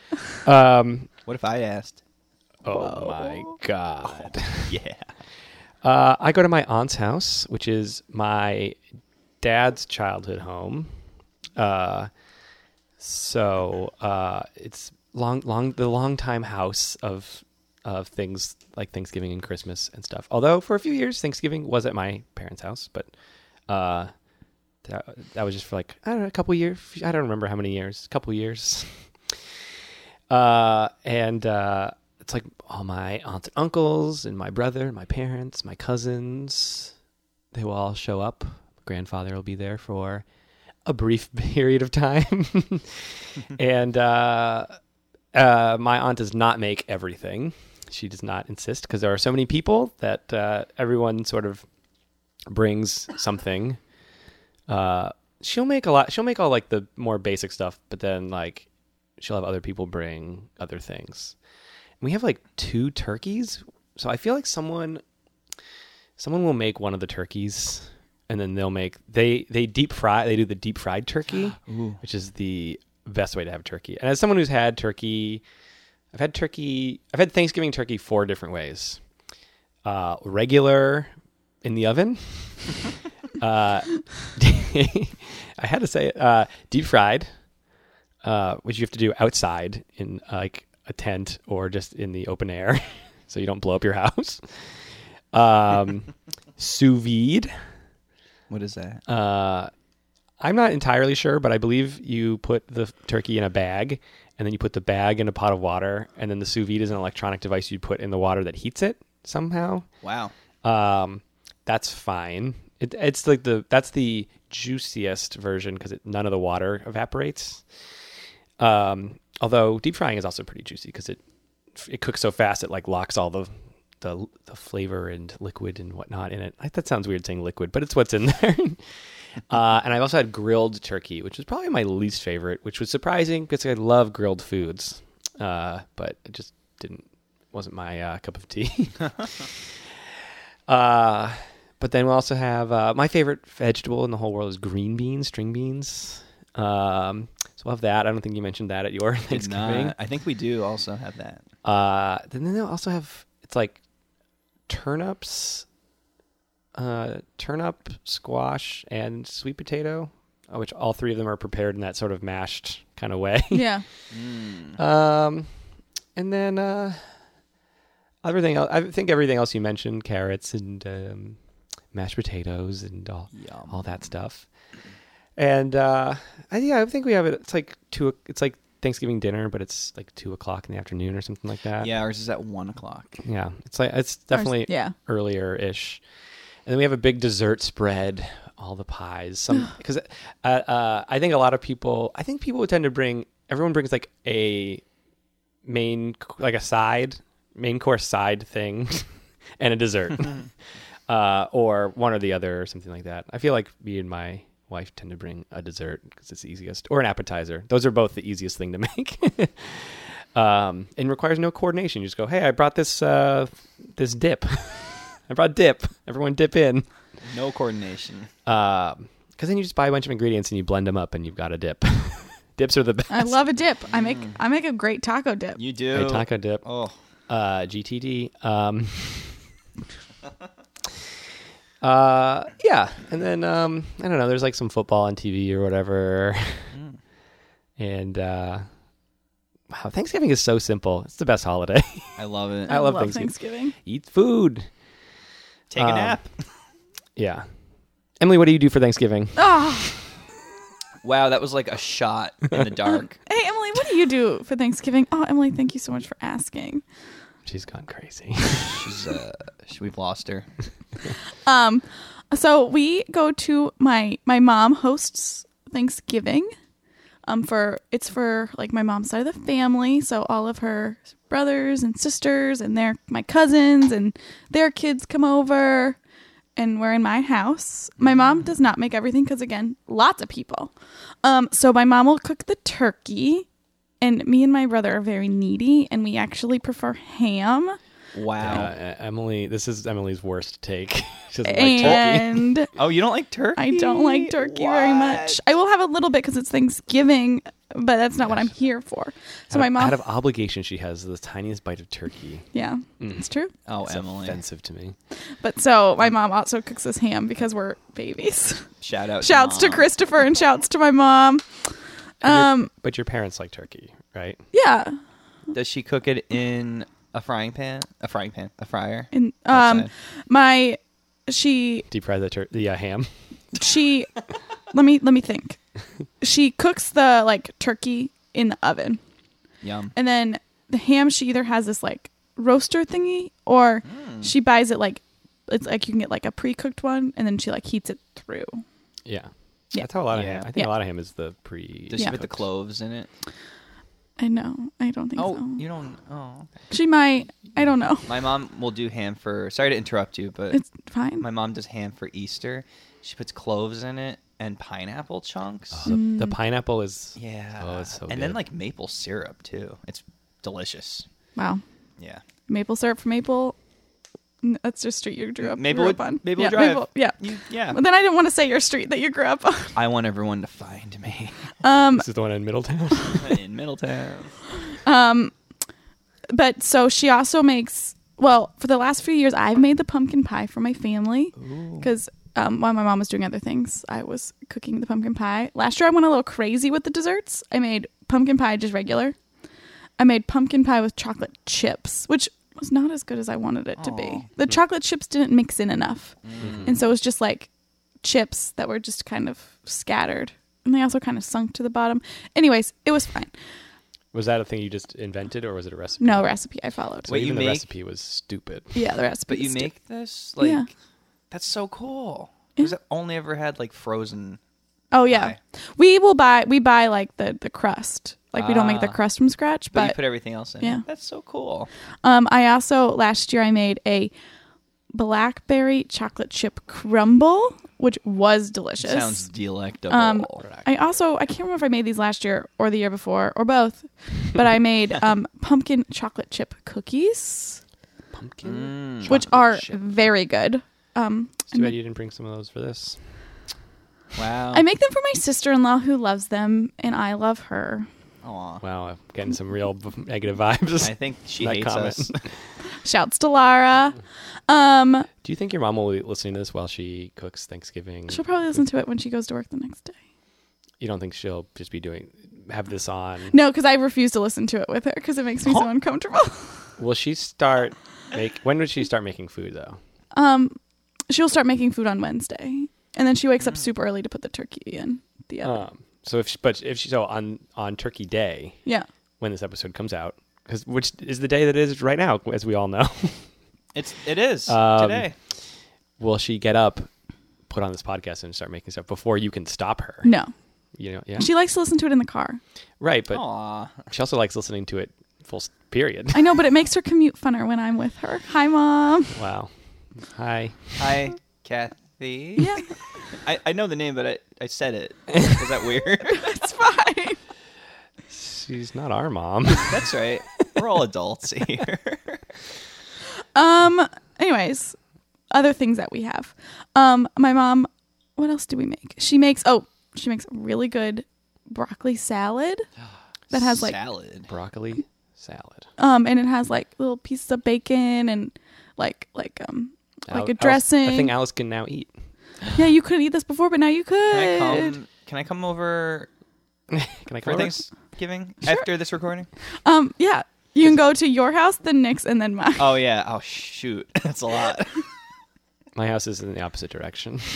[SPEAKER 1] Um,
[SPEAKER 3] What if I asked? <laughs>
[SPEAKER 1] oh my god.
[SPEAKER 3] Yeah.
[SPEAKER 1] Uh, I go to my aunt's house, which is my dad's childhood home. Uh, so uh, it's long, long the long time house of of things like Thanksgiving and Christmas and stuff. Although for a few years, Thanksgiving was at my parents' house, but uh, that, that was just for like I don't know, a couple years. I don't remember how many years. A couple years. <laughs> uh, and uh, it's like all my aunts and uncles and my brother and my parents, my cousins. They will all show up. Grandfather will be there for a brief <laughs> period of time, <laughs> and uh, uh, my aunt does not make everything. She does not insist because there are so many people that uh, everyone sort of brings something. Uh, she'll make a lot. She'll make all like the more basic stuff, but then like she'll have other people bring other things. And we have like two turkeys, so I feel like someone someone will make one of the turkeys, and then they'll make they they deep fry. They do the deep fried turkey, which is the best way to have turkey. And as someone who's had turkey, I've had turkey. I've had Thanksgiving turkey four different ways. Uh, regular in the oven. uh, <laughs> I had to say it. Uh, deep fried, uh, which you have to do outside in uh, like a tent or just in the open air, <laughs> so you don't blow up your house. Um, sous vide.
[SPEAKER 3] What is that?
[SPEAKER 1] Uh, I'm not entirely sure, but I believe you put the f- turkey in a bag, and then you put the bag in a pot of water, and then the sous vide is an electronic device you put in the water that heats it somehow.
[SPEAKER 3] wow.
[SPEAKER 1] Um, that's fine. It, it's like the that's the juiciest version because none of the water evaporates. Um, although deep frying is also pretty juicy because it it cooks so fast it like locks all the the the flavor and liquid and whatnot in it. Like, that sounds weird saying liquid, but it's what's in <laughs> there. uh, and I've also had grilled turkey, which was probably my least favorite, which was surprising because I love grilled foods, uh, but it just didn't wasn't my uh, cup of tea. <laughs> Uh, but then we also have uh, my favorite vegetable in the whole world is green beans, string beans. Um, so we'll have that. I don't think you mentioned that at your <laughs>
[SPEAKER 3] Did
[SPEAKER 1] Thanksgiving.
[SPEAKER 3] not. I think we do also have that.
[SPEAKER 1] Uh, then they'll also have it's like turnips, uh, turnip, squash, and sweet potato, uh, which all three of them are prepared in that sort of mashed kind of way.
[SPEAKER 2] Yeah.
[SPEAKER 1] Um, and then uh, everything else. I think everything else you mentioned: carrots and um, mashed potatoes and all,
[SPEAKER 3] Yum.
[SPEAKER 1] all that stuff. And uh, I, yeah, I think we have it. It's like two. o- It's like Thanksgiving dinner, but it's like two o'clock in the afternoon or something like that.
[SPEAKER 3] Yeah, ours is at one o'clock.
[SPEAKER 1] yeah. It's like it's definitely
[SPEAKER 2] yeah.
[SPEAKER 1] earlier ish. And then we have a big dessert spread, all the pies. Some because uh, uh, I think a lot of people, I think people would tend to bring. Everyone brings like a main, c- like a side, main course side thing, <laughs> and a dessert, <laughs> uh, or one or the other, or something like that. I feel like me and my wife tend to bring a dessert because it's the easiest, or an appetizer. Those are both the easiest thing to make. <laughs> um, and requires no coordination. You just go, hey, I brought this uh, this dip. I brought dip. Everyone dip in.
[SPEAKER 3] No coordination.
[SPEAKER 1] Because Uh, then you just buy a bunch of ingredients and you blend them up and you've got a dip. <laughs> Dips are the best.
[SPEAKER 2] I love a dip. I make I make a great taco dip.
[SPEAKER 3] You do.
[SPEAKER 1] a taco dip.
[SPEAKER 3] Oh,
[SPEAKER 1] Uh, GTD. Um, <laughs> uh, yeah. And then, um, I don't know, there's like some football on TV or whatever.
[SPEAKER 3] Mm.
[SPEAKER 1] and uh, wow, Thanksgiving is so simple. It's the best holiday. <laughs>
[SPEAKER 3] I love it.
[SPEAKER 1] I love
[SPEAKER 2] Thanksgiving.
[SPEAKER 1] Eat food.
[SPEAKER 3] Take a
[SPEAKER 1] Um,
[SPEAKER 3] nap.
[SPEAKER 1] Yeah. Emily, what do you do for Thanksgiving?
[SPEAKER 2] Oh,
[SPEAKER 3] Wow, that was like a shot in the <laughs> dark.
[SPEAKER 2] hey Emily, what do you do for Thanksgiving? Oh, Emily, thank you so much for asking.
[SPEAKER 1] She's gone crazy.
[SPEAKER 3] She's, uh, she- we've lost her.
[SPEAKER 2] Um, so we go to my my mom hosts Thanksgiving. Um, for it's for like my mom's side of the family, so all of her brothers and sisters and their my cousins and their kids come over, and we're in my house. My mom does not make everything because again, lots of people. Um, so my mom will cook the turkey, and me and my brother are very needy, and we actually prefer ham.
[SPEAKER 3] Wow.
[SPEAKER 1] Uh, Emily, this is Emily's worst take. <laughs> she doesn't like turkey.
[SPEAKER 2] and
[SPEAKER 3] oh, you don't like turkey?
[SPEAKER 2] I don't like turkey very much. I will have a little bit because it's Thanksgiving, but that's not what I'm here for. So
[SPEAKER 1] Out
[SPEAKER 2] my
[SPEAKER 1] of-
[SPEAKER 2] mom,
[SPEAKER 1] out of obligation, she has the tiniest bite of turkey.
[SPEAKER 2] yeah,
[SPEAKER 1] Mm.
[SPEAKER 2] it's true.
[SPEAKER 3] Oh,
[SPEAKER 1] It's
[SPEAKER 3] Emily.
[SPEAKER 1] offensive to me.
[SPEAKER 2] But so my mom also cooks us ham because we're babies. <laughs>
[SPEAKER 3] Shout out.
[SPEAKER 2] shouts to
[SPEAKER 3] mom.
[SPEAKER 2] Christopher and shouts to my mom. Um,
[SPEAKER 1] But your parents like turkey, right?
[SPEAKER 2] yeah,
[SPEAKER 3] Does she cook it in a frying pan? A frying pan? A fryer?
[SPEAKER 2] and um,
[SPEAKER 3] Outside.
[SPEAKER 2] my she
[SPEAKER 1] Deep fry the tur- the uh, ham. <laughs>
[SPEAKER 2] she let me let me think. She cooks the like turkey in the oven,
[SPEAKER 3] Yum.
[SPEAKER 2] and then the ham she either has this like roaster thingy or
[SPEAKER 3] Hmm.
[SPEAKER 2] she buys it like it's like you can get like a pre-cooked one, and then she like heats it through.
[SPEAKER 1] Yeah.
[SPEAKER 2] Yeah.
[SPEAKER 1] That's how a lot of
[SPEAKER 3] Yeah.
[SPEAKER 1] ham. I think
[SPEAKER 2] Yeah.
[SPEAKER 1] a lot of ham is the pre.
[SPEAKER 3] Does
[SPEAKER 2] Yeah.
[SPEAKER 3] she put the cloves in it?
[SPEAKER 2] I know. I don't think
[SPEAKER 3] Oh,
[SPEAKER 2] so.
[SPEAKER 3] you don't. Oh,
[SPEAKER 2] She might. I don't know. <laughs>
[SPEAKER 3] my mom will do ham for. Sorry to interrupt you, but
[SPEAKER 2] It's fine.
[SPEAKER 3] my mom does ham for Easter. She puts cloves in it and pineapple chunks.
[SPEAKER 1] The, the pineapple is.
[SPEAKER 3] Mm. Yeah.
[SPEAKER 1] Oh, it's so
[SPEAKER 3] and then
[SPEAKER 1] good.
[SPEAKER 3] like maple syrup too. It's delicious.
[SPEAKER 2] wow.
[SPEAKER 3] Yeah.
[SPEAKER 2] maple syrup for maple. N- That's your street you grew up. grew
[SPEAKER 3] Maplewood.
[SPEAKER 2] up on.
[SPEAKER 3] Maplewood
[SPEAKER 2] yeah,
[SPEAKER 3] Drive.
[SPEAKER 2] Maple- yeah.
[SPEAKER 3] You- yeah.
[SPEAKER 2] But then I didn't want to say your street that you grew up <laughs> on.
[SPEAKER 3] I want everyone to
[SPEAKER 1] <laughs>
[SPEAKER 3] find me
[SPEAKER 2] Um,
[SPEAKER 1] This is the one in
[SPEAKER 3] <laughs>
[SPEAKER 1] Middletown.
[SPEAKER 3] in Middletown.
[SPEAKER 2] but so she also makes. Well, for the last few years, I've made the pumpkin pie for my family because um, while my mom was doing other things, I was cooking the pumpkin pie. Last year, I went a little crazy with the desserts. I made pumpkin pie just regular. I made pumpkin pie with chocolate chips, which was not as good as I wanted it to be.
[SPEAKER 3] Aw. Mm-hmm.
[SPEAKER 2] The chocolate chips didn't mix in enough. And so it was just like chips that were just kind of scattered. And they also kind of sunk to the bottom. Anyways, it was fine.
[SPEAKER 1] was that a thing you just invented, or was it a recipe?
[SPEAKER 2] No recipe I followed.
[SPEAKER 1] So
[SPEAKER 3] Wait, you
[SPEAKER 1] even the
[SPEAKER 3] make-
[SPEAKER 1] recipe was stupid.
[SPEAKER 2] Yeah, the recipe.
[SPEAKER 3] But you
[SPEAKER 2] is stupid.
[SPEAKER 3] make this like
[SPEAKER 2] Yeah.
[SPEAKER 3] that's so cool. Because I've only ever had like frozen.
[SPEAKER 2] Oh yeah.
[SPEAKER 3] pie.
[SPEAKER 2] We will buy we buy like the the crust. Like we don't make the
[SPEAKER 3] Ah.
[SPEAKER 2] crust from scratch,
[SPEAKER 3] But,
[SPEAKER 2] but,
[SPEAKER 3] you put everything else in.
[SPEAKER 2] yeah.
[SPEAKER 3] it. That's so cool.
[SPEAKER 2] um I also last year I made a blackberry chocolate chip crumble, which was delicious.
[SPEAKER 3] Sounds delectable.
[SPEAKER 2] Um, I also I can't remember if I made these last year or the year before or both, but I
[SPEAKER 3] <laughs>
[SPEAKER 2] made um, pumpkin chocolate chip cookies,
[SPEAKER 1] Pumpkin.
[SPEAKER 3] Mm.
[SPEAKER 2] which are
[SPEAKER 1] chip.
[SPEAKER 2] very good. Um,
[SPEAKER 1] It's too bad you didn't bring some of those for this.
[SPEAKER 3] wow.
[SPEAKER 2] I make them for my sister in law who loves them, and I love her.
[SPEAKER 3] Aw.
[SPEAKER 1] Wow, I'm getting some real b- negative vibes.
[SPEAKER 3] I think she
[SPEAKER 1] That
[SPEAKER 3] hates
[SPEAKER 1] comment.
[SPEAKER 3] us.
[SPEAKER 2] Shouts to
[SPEAKER 3] <laughs>
[SPEAKER 2] Lara. Um,
[SPEAKER 1] Do you think your mom will be listening to this while she cooks Thanksgiving?
[SPEAKER 2] she'll probably listen to it when she goes to work the next day.
[SPEAKER 1] You don't think she'll just be doing have this on?
[SPEAKER 2] No, because I refuse to listen to it with her because it makes me so uncomfortable. <laughs>
[SPEAKER 1] Will she start make? When would she start making food though?
[SPEAKER 2] um, she'll start making food on Wednesday, and then she wakes up super early to put the turkey in the oven.
[SPEAKER 1] Um, so if she, but if she so on on Turkey Day
[SPEAKER 2] yeah.
[SPEAKER 1] when this episode comes out, 'cause- which is the day that it is right now, as we all know. <laughs>
[SPEAKER 3] It's it is
[SPEAKER 1] Um,
[SPEAKER 3] today.
[SPEAKER 1] will she get up, put on this podcast, and start making stuff before you can stop her?
[SPEAKER 2] No.
[SPEAKER 1] You know, yeah,
[SPEAKER 2] Mm. She Oh. likes to listen to it in the car.
[SPEAKER 1] right. But
[SPEAKER 3] Aw.
[SPEAKER 1] she also likes listening to it full s- period.
[SPEAKER 2] <laughs> I know, but it makes her commute funner when I'm with her. Hi, mom.
[SPEAKER 1] wow. Hi.
[SPEAKER 3] Hi, Kathy.
[SPEAKER 2] Yeah,
[SPEAKER 3] I, I know the name, but I, I said it. Is that weird?
[SPEAKER 2] <laughs> it's fine.
[SPEAKER 1] She's not our
[SPEAKER 2] <laughs>
[SPEAKER 1] mom.
[SPEAKER 3] That's right. We're all adults here.
[SPEAKER 2] Um. Anyways, other things that we have. Um. My mom. What else do we make? She makes. Oh, she makes really good broccoli salad. That has like
[SPEAKER 3] salad.
[SPEAKER 1] Broccoli salad.
[SPEAKER 2] um, and it has like little pieces of bacon and like like um
[SPEAKER 1] Al-
[SPEAKER 2] like a
[SPEAKER 1] Alice-
[SPEAKER 2] dressing.
[SPEAKER 1] I think Alice can now eat. <laughs>
[SPEAKER 2] yeah, you couldn't eat this before, but now you could.
[SPEAKER 3] Can I come? Can I come over
[SPEAKER 1] Can I
[SPEAKER 3] for
[SPEAKER 1] come over?
[SPEAKER 3] Thanksgiving after this recording?
[SPEAKER 2] Um. Yeah. You can go to your house, then Nick's, and then mine.
[SPEAKER 3] Oh yeah. Oh shoot, <laughs> that's a lot.
[SPEAKER 1] My house is in the opposite direction. <laughs>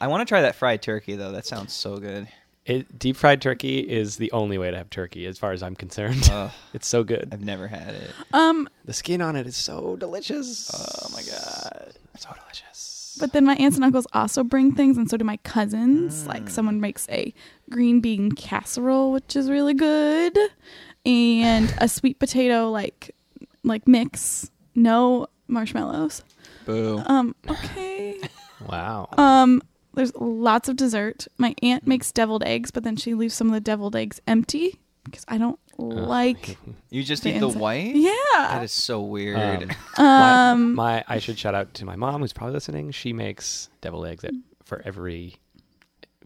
[SPEAKER 3] I want to try that fried turkey though. That sounds so good.
[SPEAKER 1] It, deep fried turkey is the only way to have turkey, as far as I'm concerned.
[SPEAKER 3] Ugh.
[SPEAKER 1] <laughs> it's so good.
[SPEAKER 3] I've never had it.
[SPEAKER 1] Oh.
[SPEAKER 2] Um.
[SPEAKER 1] The skin on it is so delicious.
[SPEAKER 3] Oh my god.
[SPEAKER 1] so delicious.
[SPEAKER 2] But then my aunts and uncles also bring things, and so do my cousins.
[SPEAKER 1] Mm.
[SPEAKER 2] Like someone makes a green bean casserole, which is really good, and a sweet potato like like mix, no marshmallows.
[SPEAKER 3] Boo.
[SPEAKER 2] Um, okay,
[SPEAKER 1] Wow.
[SPEAKER 2] Um, there's lots of dessert. My aunt makes deviled eggs, but then she leaves some of the deviled eggs empty because I don't
[SPEAKER 1] <laughs>
[SPEAKER 2] like.
[SPEAKER 3] You just
[SPEAKER 2] The
[SPEAKER 3] eat the
[SPEAKER 2] inside-
[SPEAKER 3] white? That
[SPEAKER 2] Yeah.
[SPEAKER 3] is so weird.
[SPEAKER 1] Um, My-
[SPEAKER 2] um,
[SPEAKER 1] my, I should shout out to my mom who's probably listening. She makes deviled eggs at, for every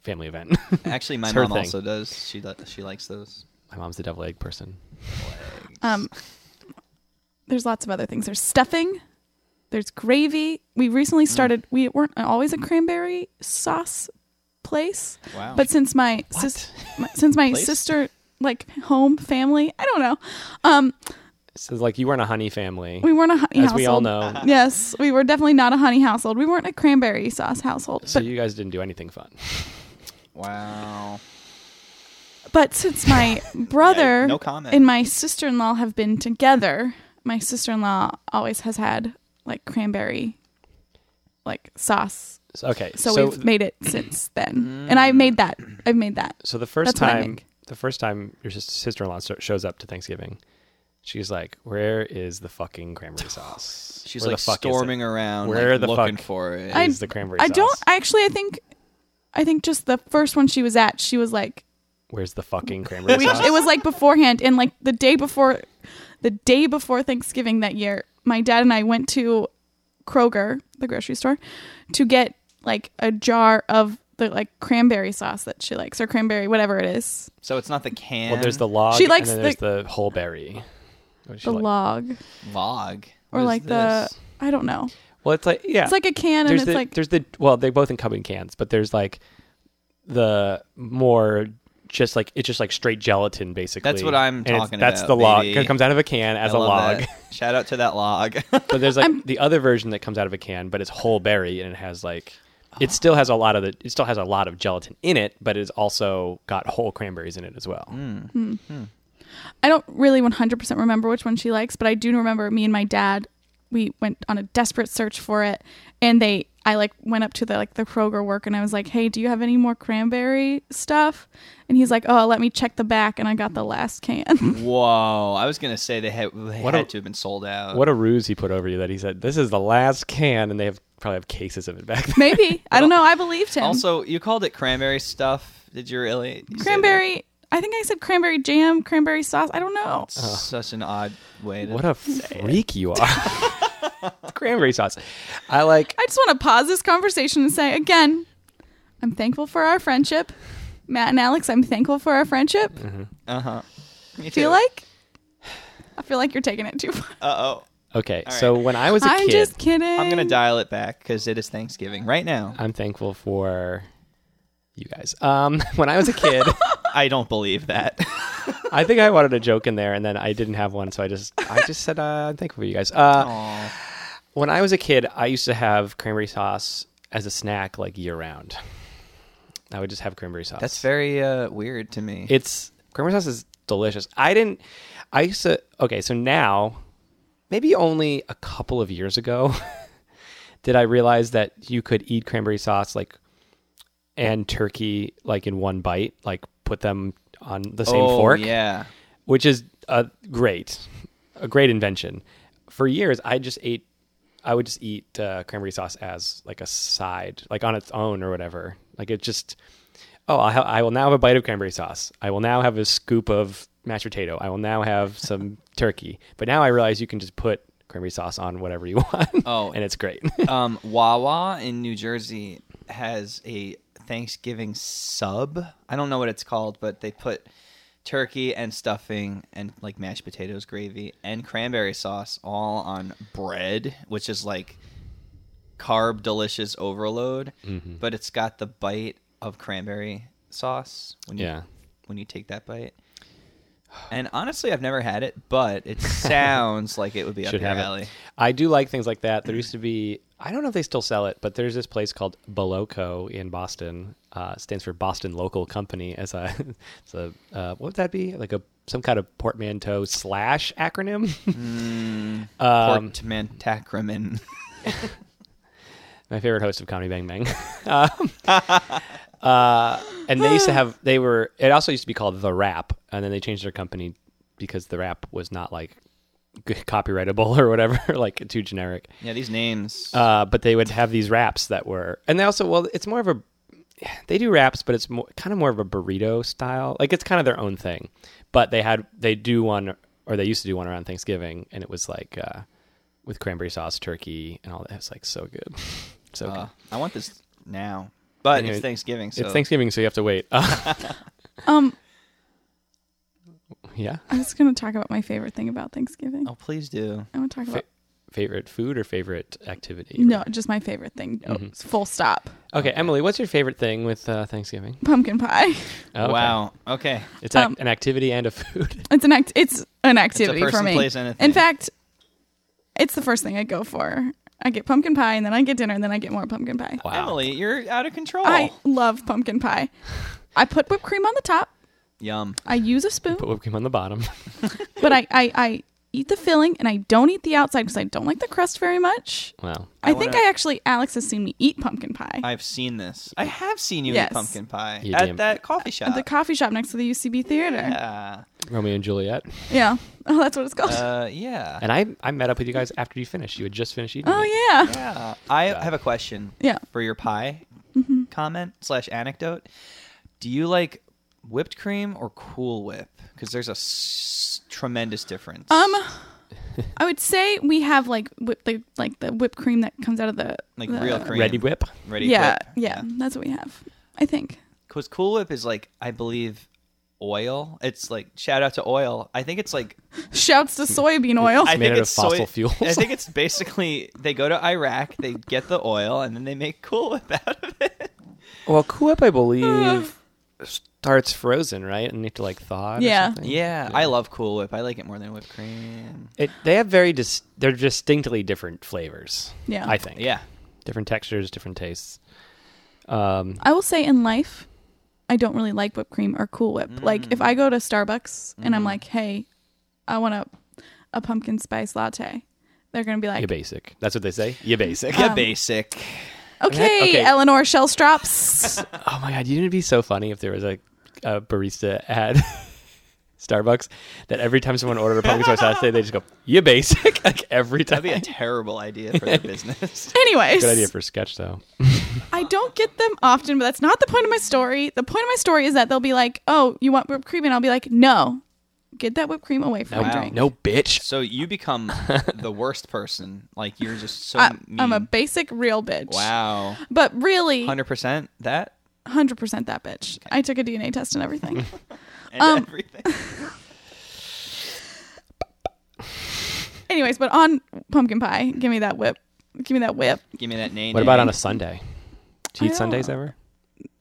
[SPEAKER 1] family event. <laughs>
[SPEAKER 3] Actually, my
[SPEAKER 1] it's her
[SPEAKER 3] mom
[SPEAKER 1] thing.
[SPEAKER 3] also does. She li- she likes those.
[SPEAKER 1] my mom's the devil egg person.
[SPEAKER 2] Um, there's lots of other things. There's stuffing. There's gravy. We recently
[SPEAKER 1] Mm.
[SPEAKER 2] started. We weren't always a cranberry sauce place,
[SPEAKER 3] Wow.
[SPEAKER 2] but since my, sis, my since my
[SPEAKER 1] Place?
[SPEAKER 2] sister like home family, I don't know. Um,
[SPEAKER 1] So like you weren't a honey family,
[SPEAKER 2] we weren't a honey
[SPEAKER 1] as
[SPEAKER 2] household.
[SPEAKER 1] we all <laughs> know.
[SPEAKER 2] Yes, we were definitely not a honey household. We weren't a cranberry sauce household.
[SPEAKER 1] So
[SPEAKER 2] but
[SPEAKER 1] you guys didn't do anything fun.
[SPEAKER 3] wow.
[SPEAKER 2] But since
[SPEAKER 1] <laughs>
[SPEAKER 2] my brother
[SPEAKER 3] Yeah, no comment.
[SPEAKER 2] and my sister in law have been together, my sister in law always has had like cranberry like sauce.
[SPEAKER 1] So- okay.
[SPEAKER 2] So,
[SPEAKER 1] So so,
[SPEAKER 2] we've made it since then. And I made that. I've made that.
[SPEAKER 1] the first
[SPEAKER 2] that's what I
[SPEAKER 1] time
[SPEAKER 2] make.
[SPEAKER 1] the first time your sister in law shows up to Thanksgiving, she's like, "Where is the fucking
[SPEAKER 3] <sighs>
[SPEAKER 1] cranberry sauce?"
[SPEAKER 3] She's
[SPEAKER 1] Where
[SPEAKER 3] like
[SPEAKER 1] the fuck is it?
[SPEAKER 3] storming around,
[SPEAKER 1] Where
[SPEAKER 3] like,
[SPEAKER 1] the
[SPEAKER 3] looking
[SPEAKER 1] fuck-
[SPEAKER 3] for it.
[SPEAKER 2] I-
[SPEAKER 1] Is the cranberry
[SPEAKER 2] I
[SPEAKER 1] sauce?
[SPEAKER 2] don't actually I think I think just the first one she was at, she was like
[SPEAKER 1] Where's the fucking cranberry
[SPEAKER 2] <laughs> we,
[SPEAKER 1] sauce?
[SPEAKER 2] it was like beforehand and like the day before the day before thanksgiving that year my dad and i went to kroger the grocery store to get like a jar of the like cranberry sauce that she likes or cranberry whatever it is
[SPEAKER 3] so it's not the can.
[SPEAKER 1] well, there's the log.
[SPEAKER 2] She likes
[SPEAKER 1] and then there's the, whole berry. What she
[SPEAKER 2] the
[SPEAKER 1] like?
[SPEAKER 2] log
[SPEAKER 3] log.
[SPEAKER 2] or
[SPEAKER 3] What is
[SPEAKER 2] like
[SPEAKER 3] this?
[SPEAKER 2] the i don't know
[SPEAKER 1] Well, it's like yeah,
[SPEAKER 2] it's like a can and
[SPEAKER 1] there's
[SPEAKER 2] it's
[SPEAKER 1] the,
[SPEAKER 2] like
[SPEAKER 1] there's the well they both come in cans but there's like the more just like it's just like straight gelatin basically
[SPEAKER 3] That's what I'm
[SPEAKER 1] And it's-
[SPEAKER 3] talking
[SPEAKER 1] that's
[SPEAKER 3] about,
[SPEAKER 1] the log
[SPEAKER 3] baby.
[SPEAKER 1] it comes out of a can
[SPEAKER 3] I
[SPEAKER 1] as a
[SPEAKER 3] love
[SPEAKER 1] log
[SPEAKER 3] that. Shout out to that log. <laughs>
[SPEAKER 1] but there's like
[SPEAKER 2] I'm-
[SPEAKER 1] the other version that comes out of a can but it's whole berry and it has like it still has a lot of the it still has a lot of gelatin in it but it's also got whole cranberries in it as well
[SPEAKER 2] I don't really 100% remember which one she likes, but I do remember me and my dad we went on a desperate search for it and they I like went up to the like the Kroger work and I was like, "Hey, do you have any more cranberry stuff?" And he's like, "Oh, let me check the back." And I got the last can. <laughs>
[SPEAKER 3] Whoa! I was gonna say they had they
[SPEAKER 1] What
[SPEAKER 3] had
[SPEAKER 1] a-
[SPEAKER 3] to have been sold out.
[SPEAKER 1] what a ruse he put over you that he said this is the last can and they have probably have cases of it back
[SPEAKER 2] <laughs>
[SPEAKER 1] there.
[SPEAKER 2] Maybe. I don't know. I believed him.
[SPEAKER 3] also, you called it cranberry stuff. Did you really? you say that?
[SPEAKER 2] cranberry I think I said cranberry jam, cranberry sauce. I don't know.
[SPEAKER 3] It's Such an odd way
[SPEAKER 1] Uh-huh.
[SPEAKER 3] to.
[SPEAKER 1] What a freak you are. <laughs> Cranberry sauce. I like
[SPEAKER 2] I just want to pause this conversation and say again, I'm thankful for our friendship. Matt and Alex, I'm thankful for our friendship.
[SPEAKER 3] uh huh. You
[SPEAKER 2] feel like I feel like you're taking it too far.
[SPEAKER 3] Uh oh.
[SPEAKER 1] Okay, so when I was a
[SPEAKER 2] I'm
[SPEAKER 1] kid,
[SPEAKER 2] just kidding.
[SPEAKER 3] I'm gonna dial it back because it is Thanksgiving right now.
[SPEAKER 1] I'm thankful for you guys. Um, <laughs> when I was a kid,
[SPEAKER 2] <laughs>
[SPEAKER 3] I don't
[SPEAKER 1] <laughs>
[SPEAKER 3] believe that.
[SPEAKER 1] I think I wanted a joke in there, and then I didn't have one, so I just I just said uh, I'm thankful for you guys. Uh,
[SPEAKER 3] Aw.
[SPEAKER 1] when I was a kid, I used to have cranberry sauce as a snack like year round. I would just have cranberry sauce.
[SPEAKER 3] That's very uh, weird to me.
[SPEAKER 1] It's cranberry sauce is delicious. I didn't. I used to. Okay, so now, maybe only a couple of years ago, <laughs> did I realize that you could eat cranberry sauce like and turkey like in one bite, like put them on the same
[SPEAKER 3] oh,
[SPEAKER 1] fork,
[SPEAKER 3] Yeah.
[SPEAKER 1] which is a great, a great invention. For years, I just ate. I would just eat uh, cranberry sauce as like a side, like on its own or whatever. Like it just oh, I'll ha- I will now have a bite of cranberry sauce. I will now have a scoop of mashed potato. I will now have some <laughs> turkey. But now I realize you can just put cranberry sauce on whatever you <laughs> want.
[SPEAKER 3] Oh.
[SPEAKER 1] and it's great. <laughs>
[SPEAKER 3] um, Wawa in New Jersey has a Thanksgiving sub. I don't know what it's called, but they put turkey and stuffing and like mashed potatoes, gravy, and cranberry sauce all on bread, which is like carb delicious overload.
[SPEAKER 1] Mm-hmm.
[SPEAKER 3] But it's got the bite of cranberry sauce when you
[SPEAKER 1] Yeah.
[SPEAKER 3] when you take that bite. And honestly, I've never had it,
[SPEAKER 1] <laughs>
[SPEAKER 3] but it sounds like it would be up
[SPEAKER 1] Should
[SPEAKER 3] your
[SPEAKER 1] have
[SPEAKER 3] alley.
[SPEAKER 1] it. I do like things like that. There used to be I don't know if they still sell it, but there's this place called Boloco in Boston. Uh, stands for Boston Local Company. As a, <laughs> it's a uh, what would that be? Like a some kind of portmanteau slash acronym. <laughs> Um,
[SPEAKER 3] Portmantacramen.
[SPEAKER 1] my favorite host of Comedy Bang <laughs> Bang. um, uh, and they used to have, they were, it also used to be called The Rap, and then they changed their company because The Rap was not like g- copyrightable <laughs> or whatever, like too generic.
[SPEAKER 3] Yeah, these names.
[SPEAKER 1] Uh, but they would have these wraps that were, and they also well, it's more of a they do wraps, but it's more, kind of more of a burrito style. Like it's kind of their own thing. But they had they do one or they used to do one around Thanksgiving, and it was like uh, with cranberry sauce, turkey, and all that. It's like so good, <laughs> so
[SPEAKER 3] Uh,
[SPEAKER 1] good.
[SPEAKER 3] I want this now, but
[SPEAKER 1] Anyway,
[SPEAKER 3] it's Thanksgiving, so
[SPEAKER 1] It's Thanksgiving, so you have to wait. <laughs> Uh,
[SPEAKER 2] Um,
[SPEAKER 1] yeah,
[SPEAKER 2] I was going to talk about my favorite thing about Thanksgiving.
[SPEAKER 3] oh, please do.
[SPEAKER 2] I want to talk
[SPEAKER 1] Fa-
[SPEAKER 2] about
[SPEAKER 1] favorite food or favorite activity?
[SPEAKER 2] no, just my favorite thing.
[SPEAKER 3] Mm-hmm.
[SPEAKER 2] No,
[SPEAKER 1] Mhm.
[SPEAKER 2] Full stop.
[SPEAKER 1] Okay, Emily, what's your favorite thing with uh, Thanksgiving?
[SPEAKER 2] Pumpkin pie. <laughs>
[SPEAKER 1] Oh, okay.
[SPEAKER 3] Wow. Okay.
[SPEAKER 1] It's ac-
[SPEAKER 2] Um,
[SPEAKER 1] an activity and a food. <laughs>
[SPEAKER 2] It's an act. It's an activity for
[SPEAKER 3] person,
[SPEAKER 2] me.
[SPEAKER 3] place, and a
[SPEAKER 2] In
[SPEAKER 3] thing.
[SPEAKER 2] fact, it's the first thing I go for. I get pumpkin pie, and then I get dinner, and then I get more pumpkin pie.
[SPEAKER 1] Wow.
[SPEAKER 3] Emily, you're out of control.
[SPEAKER 2] I love pumpkin pie. I put whipped cream on the top.
[SPEAKER 3] Yum.
[SPEAKER 2] I use a spoon,
[SPEAKER 1] Put whipped cream on the bottom. <laughs>
[SPEAKER 2] but I, I, I eat the filling, and I don't eat the outside because I don't like the crust very much.
[SPEAKER 1] Wow.
[SPEAKER 2] I,
[SPEAKER 3] I
[SPEAKER 2] think
[SPEAKER 3] wanna- Oh
[SPEAKER 2] I actually Alex has seen me eat pumpkin pie
[SPEAKER 3] I've seen this. I have seen you
[SPEAKER 2] Yes.
[SPEAKER 3] eat pumpkin pie
[SPEAKER 1] You
[SPEAKER 3] at
[SPEAKER 1] damn-
[SPEAKER 3] that coffee
[SPEAKER 2] at
[SPEAKER 3] shop.
[SPEAKER 2] the coffee shop next to the UCB theater. Yeah.
[SPEAKER 3] yeah.
[SPEAKER 1] Romeo and Juliet.
[SPEAKER 2] <laughs> Oh, that's what it's called.
[SPEAKER 3] Uh, yeah.
[SPEAKER 1] And I, I met up with you guys after you finished. You had just finished eating.
[SPEAKER 2] <laughs> oh
[SPEAKER 1] it.
[SPEAKER 2] yeah.
[SPEAKER 3] Yeah. I have a question
[SPEAKER 2] Yeah. Mm-hmm.
[SPEAKER 3] for your pie comment slash anecdote. Do you like whipped cream or Cool Whip? Because there's a s- tremendous difference.
[SPEAKER 2] Um,
[SPEAKER 3] <laughs>
[SPEAKER 2] I would say we have like whip, the like the whipped cream that comes out of the
[SPEAKER 3] Like
[SPEAKER 2] the-
[SPEAKER 3] real cream.
[SPEAKER 1] Ready whip.
[SPEAKER 3] Ready?
[SPEAKER 2] yeah,
[SPEAKER 3] Whip?
[SPEAKER 2] yeah, that's what we have. I think.
[SPEAKER 3] Because Cool Whip is like, I believe, oil. It's like shout out to oil. I think it's like
[SPEAKER 2] Shouts to soybean oil.
[SPEAKER 3] Mm. I
[SPEAKER 1] made
[SPEAKER 3] think
[SPEAKER 1] out of
[SPEAKER 3] it's soy-
[SPEAKER 1] fossil fuels.
[SPEAKER 3] <laughs> I think it's basically they go to Iraq, they get the oil, and then they make Cool Whip out of it.
[SPEAKER 1] Well, Cool Whip, I believe, starts frozen, right? And you have to like thaw it. or
[SPEAKER 2] Yeah.
[SPEAKER 1] something.
[SPEAKER 3] Yeah, I love Cool Whip. I like it more than whipped cream.
[SPEAKER 1] It, they have very dis- they're distinctly different flavors.
[SPEAKER 2] Yeah.
[SPEAKER 1] I think.
[SPEAKER 3] Yeah,
[SPEAKER 1] Different textures, different tastes. Um,
[SPEAKER 2] I will say in life, I don't really like whipped cream or Cool Whip. Like
[SPEAKER 3] Mm.
[SPEAKER 2] if I go to Starbucks and
[SPEAKER 3] Mm-hmm.
[SPEAKER 2] I'm like, hey, I want a a pumpkin spice latte, they're gonna be
[SPEAKER 1] you
[SPEAKER 2] like,
[SPEAKER 1] basic. That's what they say. You
[SPEAKER 2] <laughs>
[SPEAKER 1] basic.
[SPEAKER 3] yeah,
[SPEAKER 2] Um,
[SPEAKER 3] basic.
[SPEAKER 2] okay,
[SPEAKER 1] Okay. <laughs>
[SPEAKER 2] Eleanor Shellstrops.
[SPEAKER 1] Oh my god, you would be so funny if there was a, a barista at <laughs> Starbucks that every time someone ordered a pumpkin spice latte, they just go, "You basic," <laughs> like every time.
[SPEAKER 2] <laughs>
[SPEAKER 3] That'd be a terrible idea for their business.
[SPEAKER 2] Anyways,
[SPEAKER 1] Good idea for a sketch though.
[SPEAKER 2] I don't get them often, but that's not the point of my story. The point of my story is that they'll be like, "Oh, you want whipped cream?" and I'll be like, "No, get that whipped cream away from
[SPEAKER 1] No,
[SPEAKER 2] my
[SPEAKER 3] Wow.
[SPEAKER 2] drink."
[SPEAKER 1] no, bitch.
[SPEAKER 3] So you become the worst person. Like you're just so
[SPEAKER 2] I,
[SPEAKER 3] mean.
[SPEAKER 2] I'm a basic real bitch.
[SPEAKER 3] wow,
[SPEAKER 2] But really,
[SPEAKER 3] hundred percent that
[SPEAKER 2] hundred percent that bitch. I took a DNA test and
[SPEAKER 3] <laughs>
[SPEAKER 2] everything.
[SPEAKER 3] and
[SPEAKER 2] Um,
[SPEAKER 3] everything.
[SPEAKER 2] Anyways, but on pumpkin pie, give me that whip. Give me that whip.
[SPEAKER 3] Give
[SPEAKER 2] <laughs>
[SPEAKER 3] me that name.
[SPEAKER 1] What about on a Sunday? Do you
[SPEAKER 2] I
[SPEAKER 1] eat Sundays ever?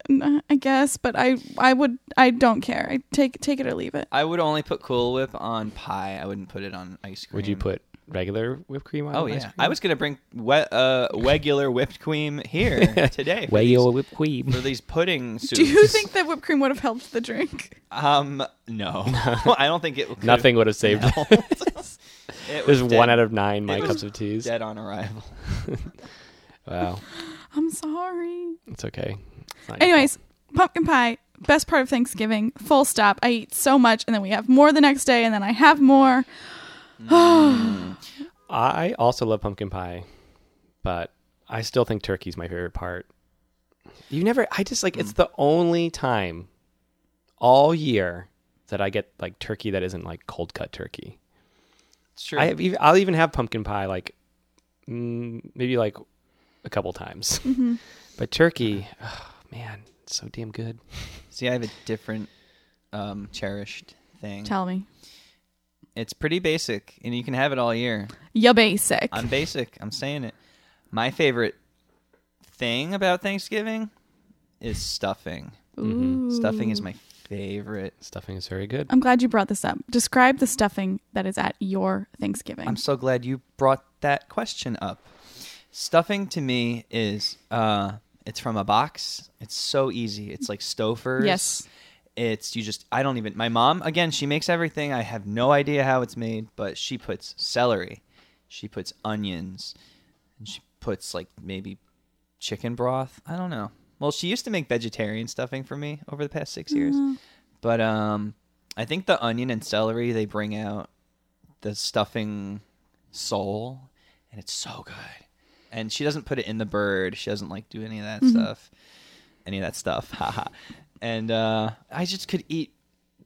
[SPEAKER 2] N- I guess, but I I would I don't care. I take take it or leave it.
[SPEAKER 3] I would only put Cool Whip on pie. I wouldn't put it on ice cream.
[SPEAKER 1] Would you put regular whipped cream on?
[SPEAKER 3] Oh
[SPEAKER 1] ice
[SPEAKER 3] yeah,
[SPEAKER 1] cream?
[SPEAKER 3] I was gonna bring we- uh, regular whipped cream
[SPEAKER 1] <laughs>
[SPEAKER 3] here today. for these-
[SPEAKER 1] Wayo whipped cream.
[SPEAKER 3] for these pudding soups.
[SPEAKER 2] Do you think that whipped cream would have helped the drink?
[SPEAKER 3] Um,
[SPEAKER 1] <laughs>
[SPEAKER 3] no, <laughs> I don't think it.
[SPEAKER 1] <laughs>
[SPEAKER 3] Could've
[SPEAKER 1] Nothing would have
[SPEAKER 3] <laughs>
[SPEAKER 1] saved. it.
[SPEAKER 3] helped. it
[SPEAKER 1] <laughs> There's
[SPEAKER 3] was
[SPEAKER 1] one out
[SPEAKER 3] dead-
[SPEAKER 1] of nine my
[SPEAKER 3] it was
[SPEAKER 1] cups of teas.
[SPEAKER 3] dead on arrival.
[SPEAKER 1] Wow,
[SPEAKER 2] I'm sorry.
[SPEAKER 1] it's okay. It's not your
[SPEAKER 2] Anyways, pumpkin pie, best part of Thanksgiving. Full stop. I eat so much, and then we have more the next day, and then I have more.
[SPEAKER 1] fault. I also love pumpkin pie, but I still think turkey's my favorite part. You never. I just like
[SPEAKER 3] Mm.
[SPEAKER 1] it's the only time all year that I get like turkey that isn't like cold cut turkey.
[SPEAKER 3] It's true.
[SPEAKER 1] I have, ev- I'll even have pumpkin pie like mm, maybe like a couple
[SPEAKER 2] <laughs>
[SPEAKER 1] times,
[SPEAKER 2] Mm-hmm.
[SPEAKER 1] but turkey, oh, man, it's so damn good.
[SPEAKER 3] See, I have a different um, cherished thing.
[SPEAKER 2] Tell me,
[SPEAKER 3] It's pretty basic, and you can have it all year.
[SPEAKER 2] ya basic.
[SPEAKER 3] I'm basic. I'm saying it. My favorite thing about Thanksgiving is stuffing.
[SPEAKER 2] Ooh.
[SPEAKER 3] mm-hmm. Stuffing is my favorite.
[SPEAKER 1] Stuffing is very good.
[SPEAKER 2] I'm glad you brought this up. Describe the stuffing that is at your Thanksgiving.
[SPEAKER 3] I'm so glad you brought that question up. Stuffing to me is uh it's from a box. It's so easy. It's like Stouffer's.
[SPEAKER 2] Yes.
[SPEAKER 3] It's you just I don't even my mom again, she makes everything. I have no idea how it's made, but she puts celery. She puts onions. And she puts like maybe chicken broth. I don't know. Well, she used to make vegetarian stuffing for me over the past 6 years. But um I think the onion and celery they bring out the stuffing sole, and it's so good. And she doesn't put it in the bird. She doesn't like do any of that
[SPEAKER 2] Mm-hmm.
[SPEAKER 3] stuff, any of that stuff. Haha. and uh, I just could eat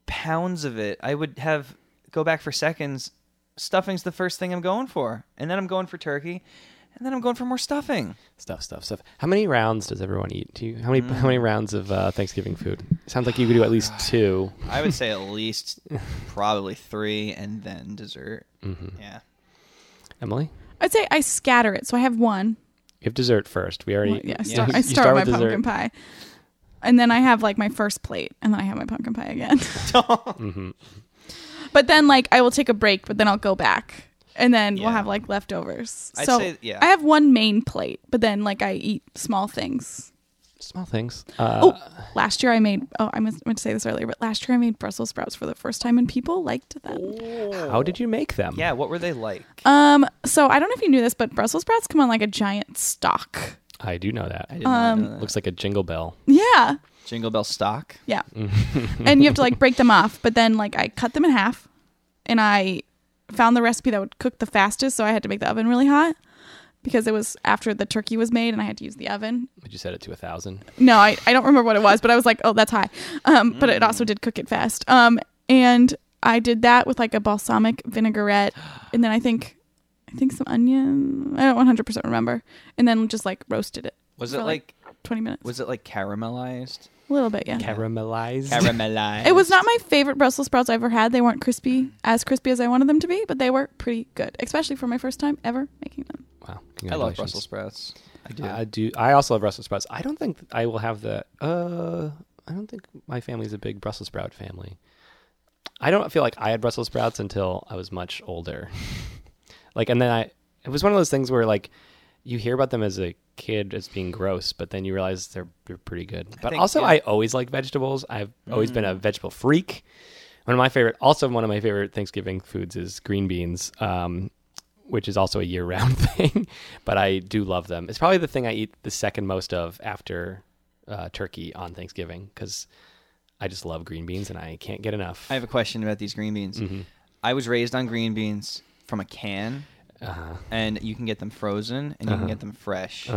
[SPEAKER 3] pounds of it. I would have go back for seconds. Stuffing's the first thing I'm going for, and then I'm going for turkey, and then I'm going for more stuffing.
[SPEAKER 1] Stuff, stuff, stuff. How many rounds does everyone eat? Do you, how many how many
[SPEAKER 3] Mm.
[SPEAKER 1] rounds of uh, Thanksgiving food? Sounds like you could do at
[SPEAKER 3] <sighs>
[SPEAKER 1] least two.
[SPEAKER 3] I would say at
[SPEAKER 2] <laughs>
[SPEAKER 3] least probably three, and then dessert.
[SPEAKER 1] Mm-hmm.
[SPEAKER 3] Yeah. <laughs>
[SPEAKER 1] Emily,
[SPEAKER 2] I'd say I scatter it, so I have one.
[SPEAKER 1] you have dessert first. We already
[SPEAKER 2] Well, yeah, I
[SPEAKER 1] you
[SPEAKER 2] start,
[SPEAKER 1] you
[SPEAKER 2] I start, with my
[SPEAKER 1] dessert.
[SPEAKER 2] pumpkin pie, and then I have like my first plate, and then I have my pumpkin pie again. Mm. But then like I will take a break, but then I'll go back, and then
[SPEAKER 3] Yeah.
[SPEAKER 2] we'll have like leftovers.
[SPEAKER 3] I'd
[SPEAKER 2] so
[SPEAKER 3] say- yeah.
[SPEAKER 2] I have one main plate, but then like I eat small things.
[SPEAKER 1] Small things. Uh,
[SPEAKER 2] oh, last year I made. Oh, I meant meant to say this earlier, but last year I made Brussels sprouts for the first time, and people liked them. Oh.
[SPEAKER 1] How did you make them?
[SPEAKER 3] Yeah, what were they like?
[SPEAKER 2] Um, so I don't know if you knew this, but Brussels sprouts come on like a giant stalk.
[SPEAKER 1] I do know that.
[SPEAKER 3] I did not
[SPEAKER 2] um,
[SPEAKER 3] know that.
[SPEAKER 1] Looks like a jingle bell.
[SPEAKER 2] Yeah,
[SPEAKER 3] Jingle Bell stock.
[SPEAKER 2] yeah. and you have to like break them off, but then like I cut them in half, and I found the recipe that would cook the fastest, so I had to make the oven really hot because it was after the turkey was made, and I had to use the oven.
[SPEAKER 1] Did you set it to a thousand?
[SPEAKER 2] No, I, I don't remember what it was, but I was like, oh, that's high. Um, but it also did cook it fast. Um, and I did that with like a balsamic vinaigrette, and then I think. I think some onion. I don't 100% remember. And then just like roasted it.
[SPEAKER 3] Was
[SPEAKER 2] For,
[SPEAKER 3] it like,
[SPEAKER 2] like- 20 minutes.
[SPEAKER 3] was it like caramelized?
[SPEAKER 2] a little bit, yeah.
[SPEAKER 1] Caramelized.
[SPEAKER 2] <laughs>
[SPEAKER 3] Caramelized.
[SPEAKER 2] It was not my favorite Brussels sprouts I ever had. They weren't crispy, as crispy as I wanted them to be, but they were pretty good, especially for my first time ever making them.
[SPEAKER 1] wow.
[SPEAKER 3] I love
[SPEAKER 1] congratulations.
[SPEAKER 3] Brussels sprouts. I do.
[SPEAKER 1] I do. I also love Brussels sprouts. I don't think I will have the. Uh, I don't think my family's a big Brussels sprout family. I don't feel like I had Brussels sprouts until I was much
[SPEAKER 3] <laughs>
[SPEAKER 1] older. like, and then I. It was one of those things where like, you hear about them as a kid as being gross, but then you realize they're they're pretty good. But
[SPEAKER 3] think,
[SPEAKER 1] also,
[SPEAKER 3] yeah. Mm.
[SPEAKER 1] I always like vegetables. I've always been a vegetable freak. One of my favorite, also one of my favorite Thanksgiving foods is green beans. Um, which is also a year round <laughs> thing, but I do love them. It's probably the thing I eat the second most of after uh, turkey on Thanksgiving because I just love green beans and I can't get enough.
[SPEAKER 3] I have a question about these green beans. I was raised on green beans from a can,
[SPEAKER 1] uh,
[SPEAKER 3] and you can get them frozen and you can get them fresh.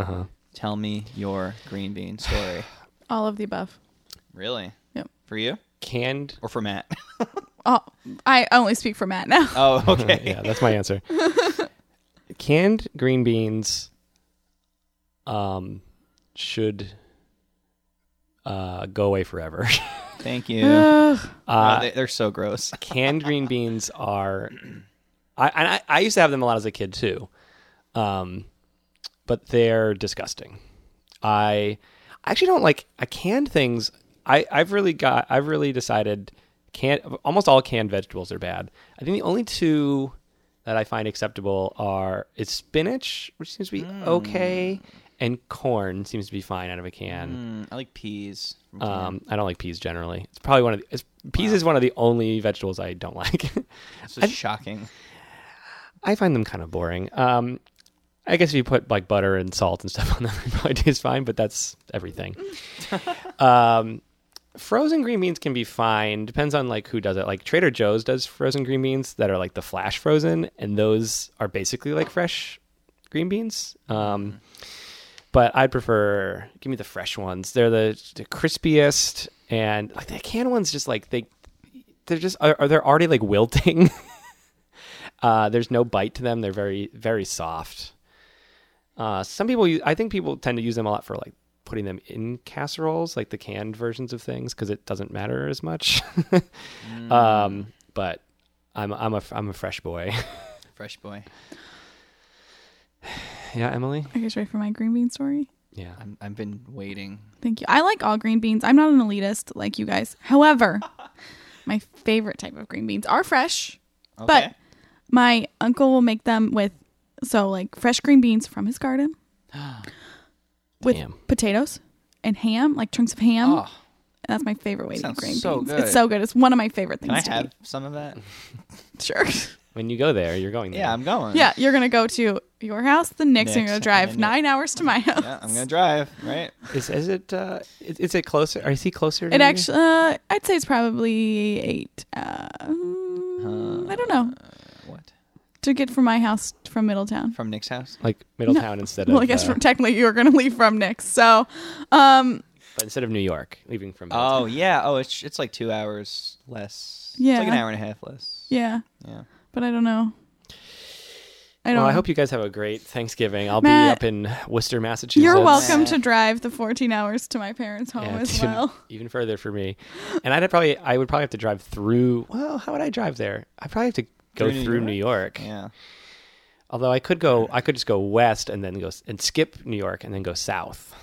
[SPEAKER 3] Tell me your green bean story.
[SPEAKER 2] All of the above.
[SPEAKER 3] really?
[SPEAKER 2] Yep.
[SPEAKER 3] For you
[SPEAKER 1] canned.
[SPEAKER 3] or for Matt? <laughs>
[SPEAKER 2] Oh, I only speak for Matt now.
[SPEAKER 3] oh, okay.
[SPEAKER 1] <laughs> yeah, that's my
[SPEAKER 3] <laughs>
[SPEAKER 1] answer. canned green beans um, should uh, go away forever. <laughs>
[SPEAKER 3] Thank you.
[SPEAKER 2] Ugh.
[SPEAKER 3] Wow, they, they're so gross.
[SPEAKER 1] canned green beans are I, and I I used to have them a lot as a kid too. Um but they're disgusting. I I actually don't like I canned things. I I've really got I've really decided canned almost all canned vegetables are bad. I think the only two that I find acceptable are it's spinach, which seems to be okay, and corn seems to be fine out of a can.
[SPEAKER 3] Mm, I like peas. from cans.
[SPEAKER 1] Um, I don't like peas generally. It's probably one of the it's, peas is one of the only vegetables I don't like. <laughs>
[SPEAKER 3] This is shocking.
[SPEAKER 1] I find them kind of boring. Um, I guess if you put like butter and salt and stuff <laughs> on them, it probably tastes fine. But that's everything. um, frozen green beans can be fine. Depends on like who does it. Like Trader Joe's does frozen green beans that are like the flash frozen, and those are basically like fresh green beans. Um, but I'd prefer give me the fresh ones. They're the, the crispiest, and like the canned ones, just like they they're just are, are they already like wilting. Uh, there's no bite to them. They're very very soft. Uh, some people, use, I think, people tend to use them a lot for like putting them in casseroles, like the canned versions of things, because it doesn't matter as much. <laughs> um, but I'm I'm a I'm a fresh boy. <laughs>
[SPEAKER 3] Fresh boy.
[SPEAKER 1] yeah, Emily.
[SPEAKER 2] Are you guys ready for my green bean story?
[SPEAKER 1] Yeah,
[SPEAKER 3] I'm, I've been waiting.
[SPEAKER 2] Thank you. I like all green beans. I'm not an elitist like you guys.
[SPEAKER 3] <laughs>
[SPEAKER 2] However, my favorite type of green beans are fresh,
[SPEAKER 3] Okay.
[SPEAKER 2] but my uncle will make them with so like fresh green beans from his garden with
[SPEAKER 1] Damn.
[SPEAKER 2] potatoes and ham, like chunks of ham.
[SPEAKER 3] Oh,
[SPEAKER 2] And that's my favorite way to eat
[SPEAKER 3] Sounds
[SPEAKER 2] green
[SPEAKER 3] so
[SPEAKER 2] beans.
[SPEAKER 3] good.
[SPEAKER 2] It's so good. It's one of my favorite
[SPEAKER 3] can I
[SPEAKER 2] things to
[SPEAKER 3] have some of that?
[SPEAKER 2] eat. Sure.
[SPEAKER 1] when you go there, you're going there.
[SPEAKER 3] Yeah, I'm
[SPEAKER 2] <laughs>
[SPEAKER 3] going.
[SPEAKER 2] yeah, you're gonna go to your house, the Nick's, and
[SPEAKER 3] Nick's,
[SPEAKER 2] you're gonna
[SPEAKER 3] and
[SPEAKER 2] drive
[SPEAKER 3] then you-
[SPEAKER 2] nine hours to my house.
[SPEAKER 3] Yeah, I'm gonna drive. Right.
[SPEAKER 1] is is it uh is, is it closer? Is he closer? to
[SPEAKER 2] It
[SPEAKER 1] you?
[SPEAKER 2] actually, uh, I'd say it's probably eight. Uh, mm, I don't know.
[SPEAKER 3] What?
[SPEAKER 2] to get from my house from Middletown.
[SPEAKER 3] from Nick's house.
[SPEAKER 1] like Middletown instead of
[SPEAKER 2] well, I guess
[SPEAKER 1] uh,
[SPEAKER 2] from, technically you were going to <laughs> leave from Nick's. So, um,
[SPEAKER 1] but instead of New York, leaving from Middletown.
[SPEAKER 3] Oh yeah. Oh, it's it's like two hours less.
[SPEAKER 2] Yeah.
[SPEAKER 3] It's like an hour and a half less.
[SPEAKER 2] yeah,
[SPEAKER 3] Yeah.
[SPEAKER 2] but I don't know. I don't.
[SPEAKER 1] well, I
[SPEAKER 2] know.
[SPEAKER 1] hope you guys have a great Thanksgiving. I'll
[SPEAKER 2] Matt,
[SPEAKER 1] be up in Worcester, Massachusetts.
[SPEAKER 2] You're welcome
[SPEAKER 3] Yeah.
[SPEAKER 2] to drive the 14 hours to my parents' home
[SPEAKER 1] <laughs> Yeah,
[SPEAKER 2] Oh, as
[SPEAKER 1] even,
[SPEAKER 2] well.
[SPEAKER 1] even further for me. And I'd probably I would probably have to drive through. Well, how would I drive there? I would probably have to go
[SPEAKER 3] Through New
[SPEAKER 1] through
[SPEAKER 3] York?
[SPEAKER 1] New York.
[SPEAKER 3] Yeah.
[SPEAKER 1] Although I could go, I could just go west and then go s- and skip New York and then go south.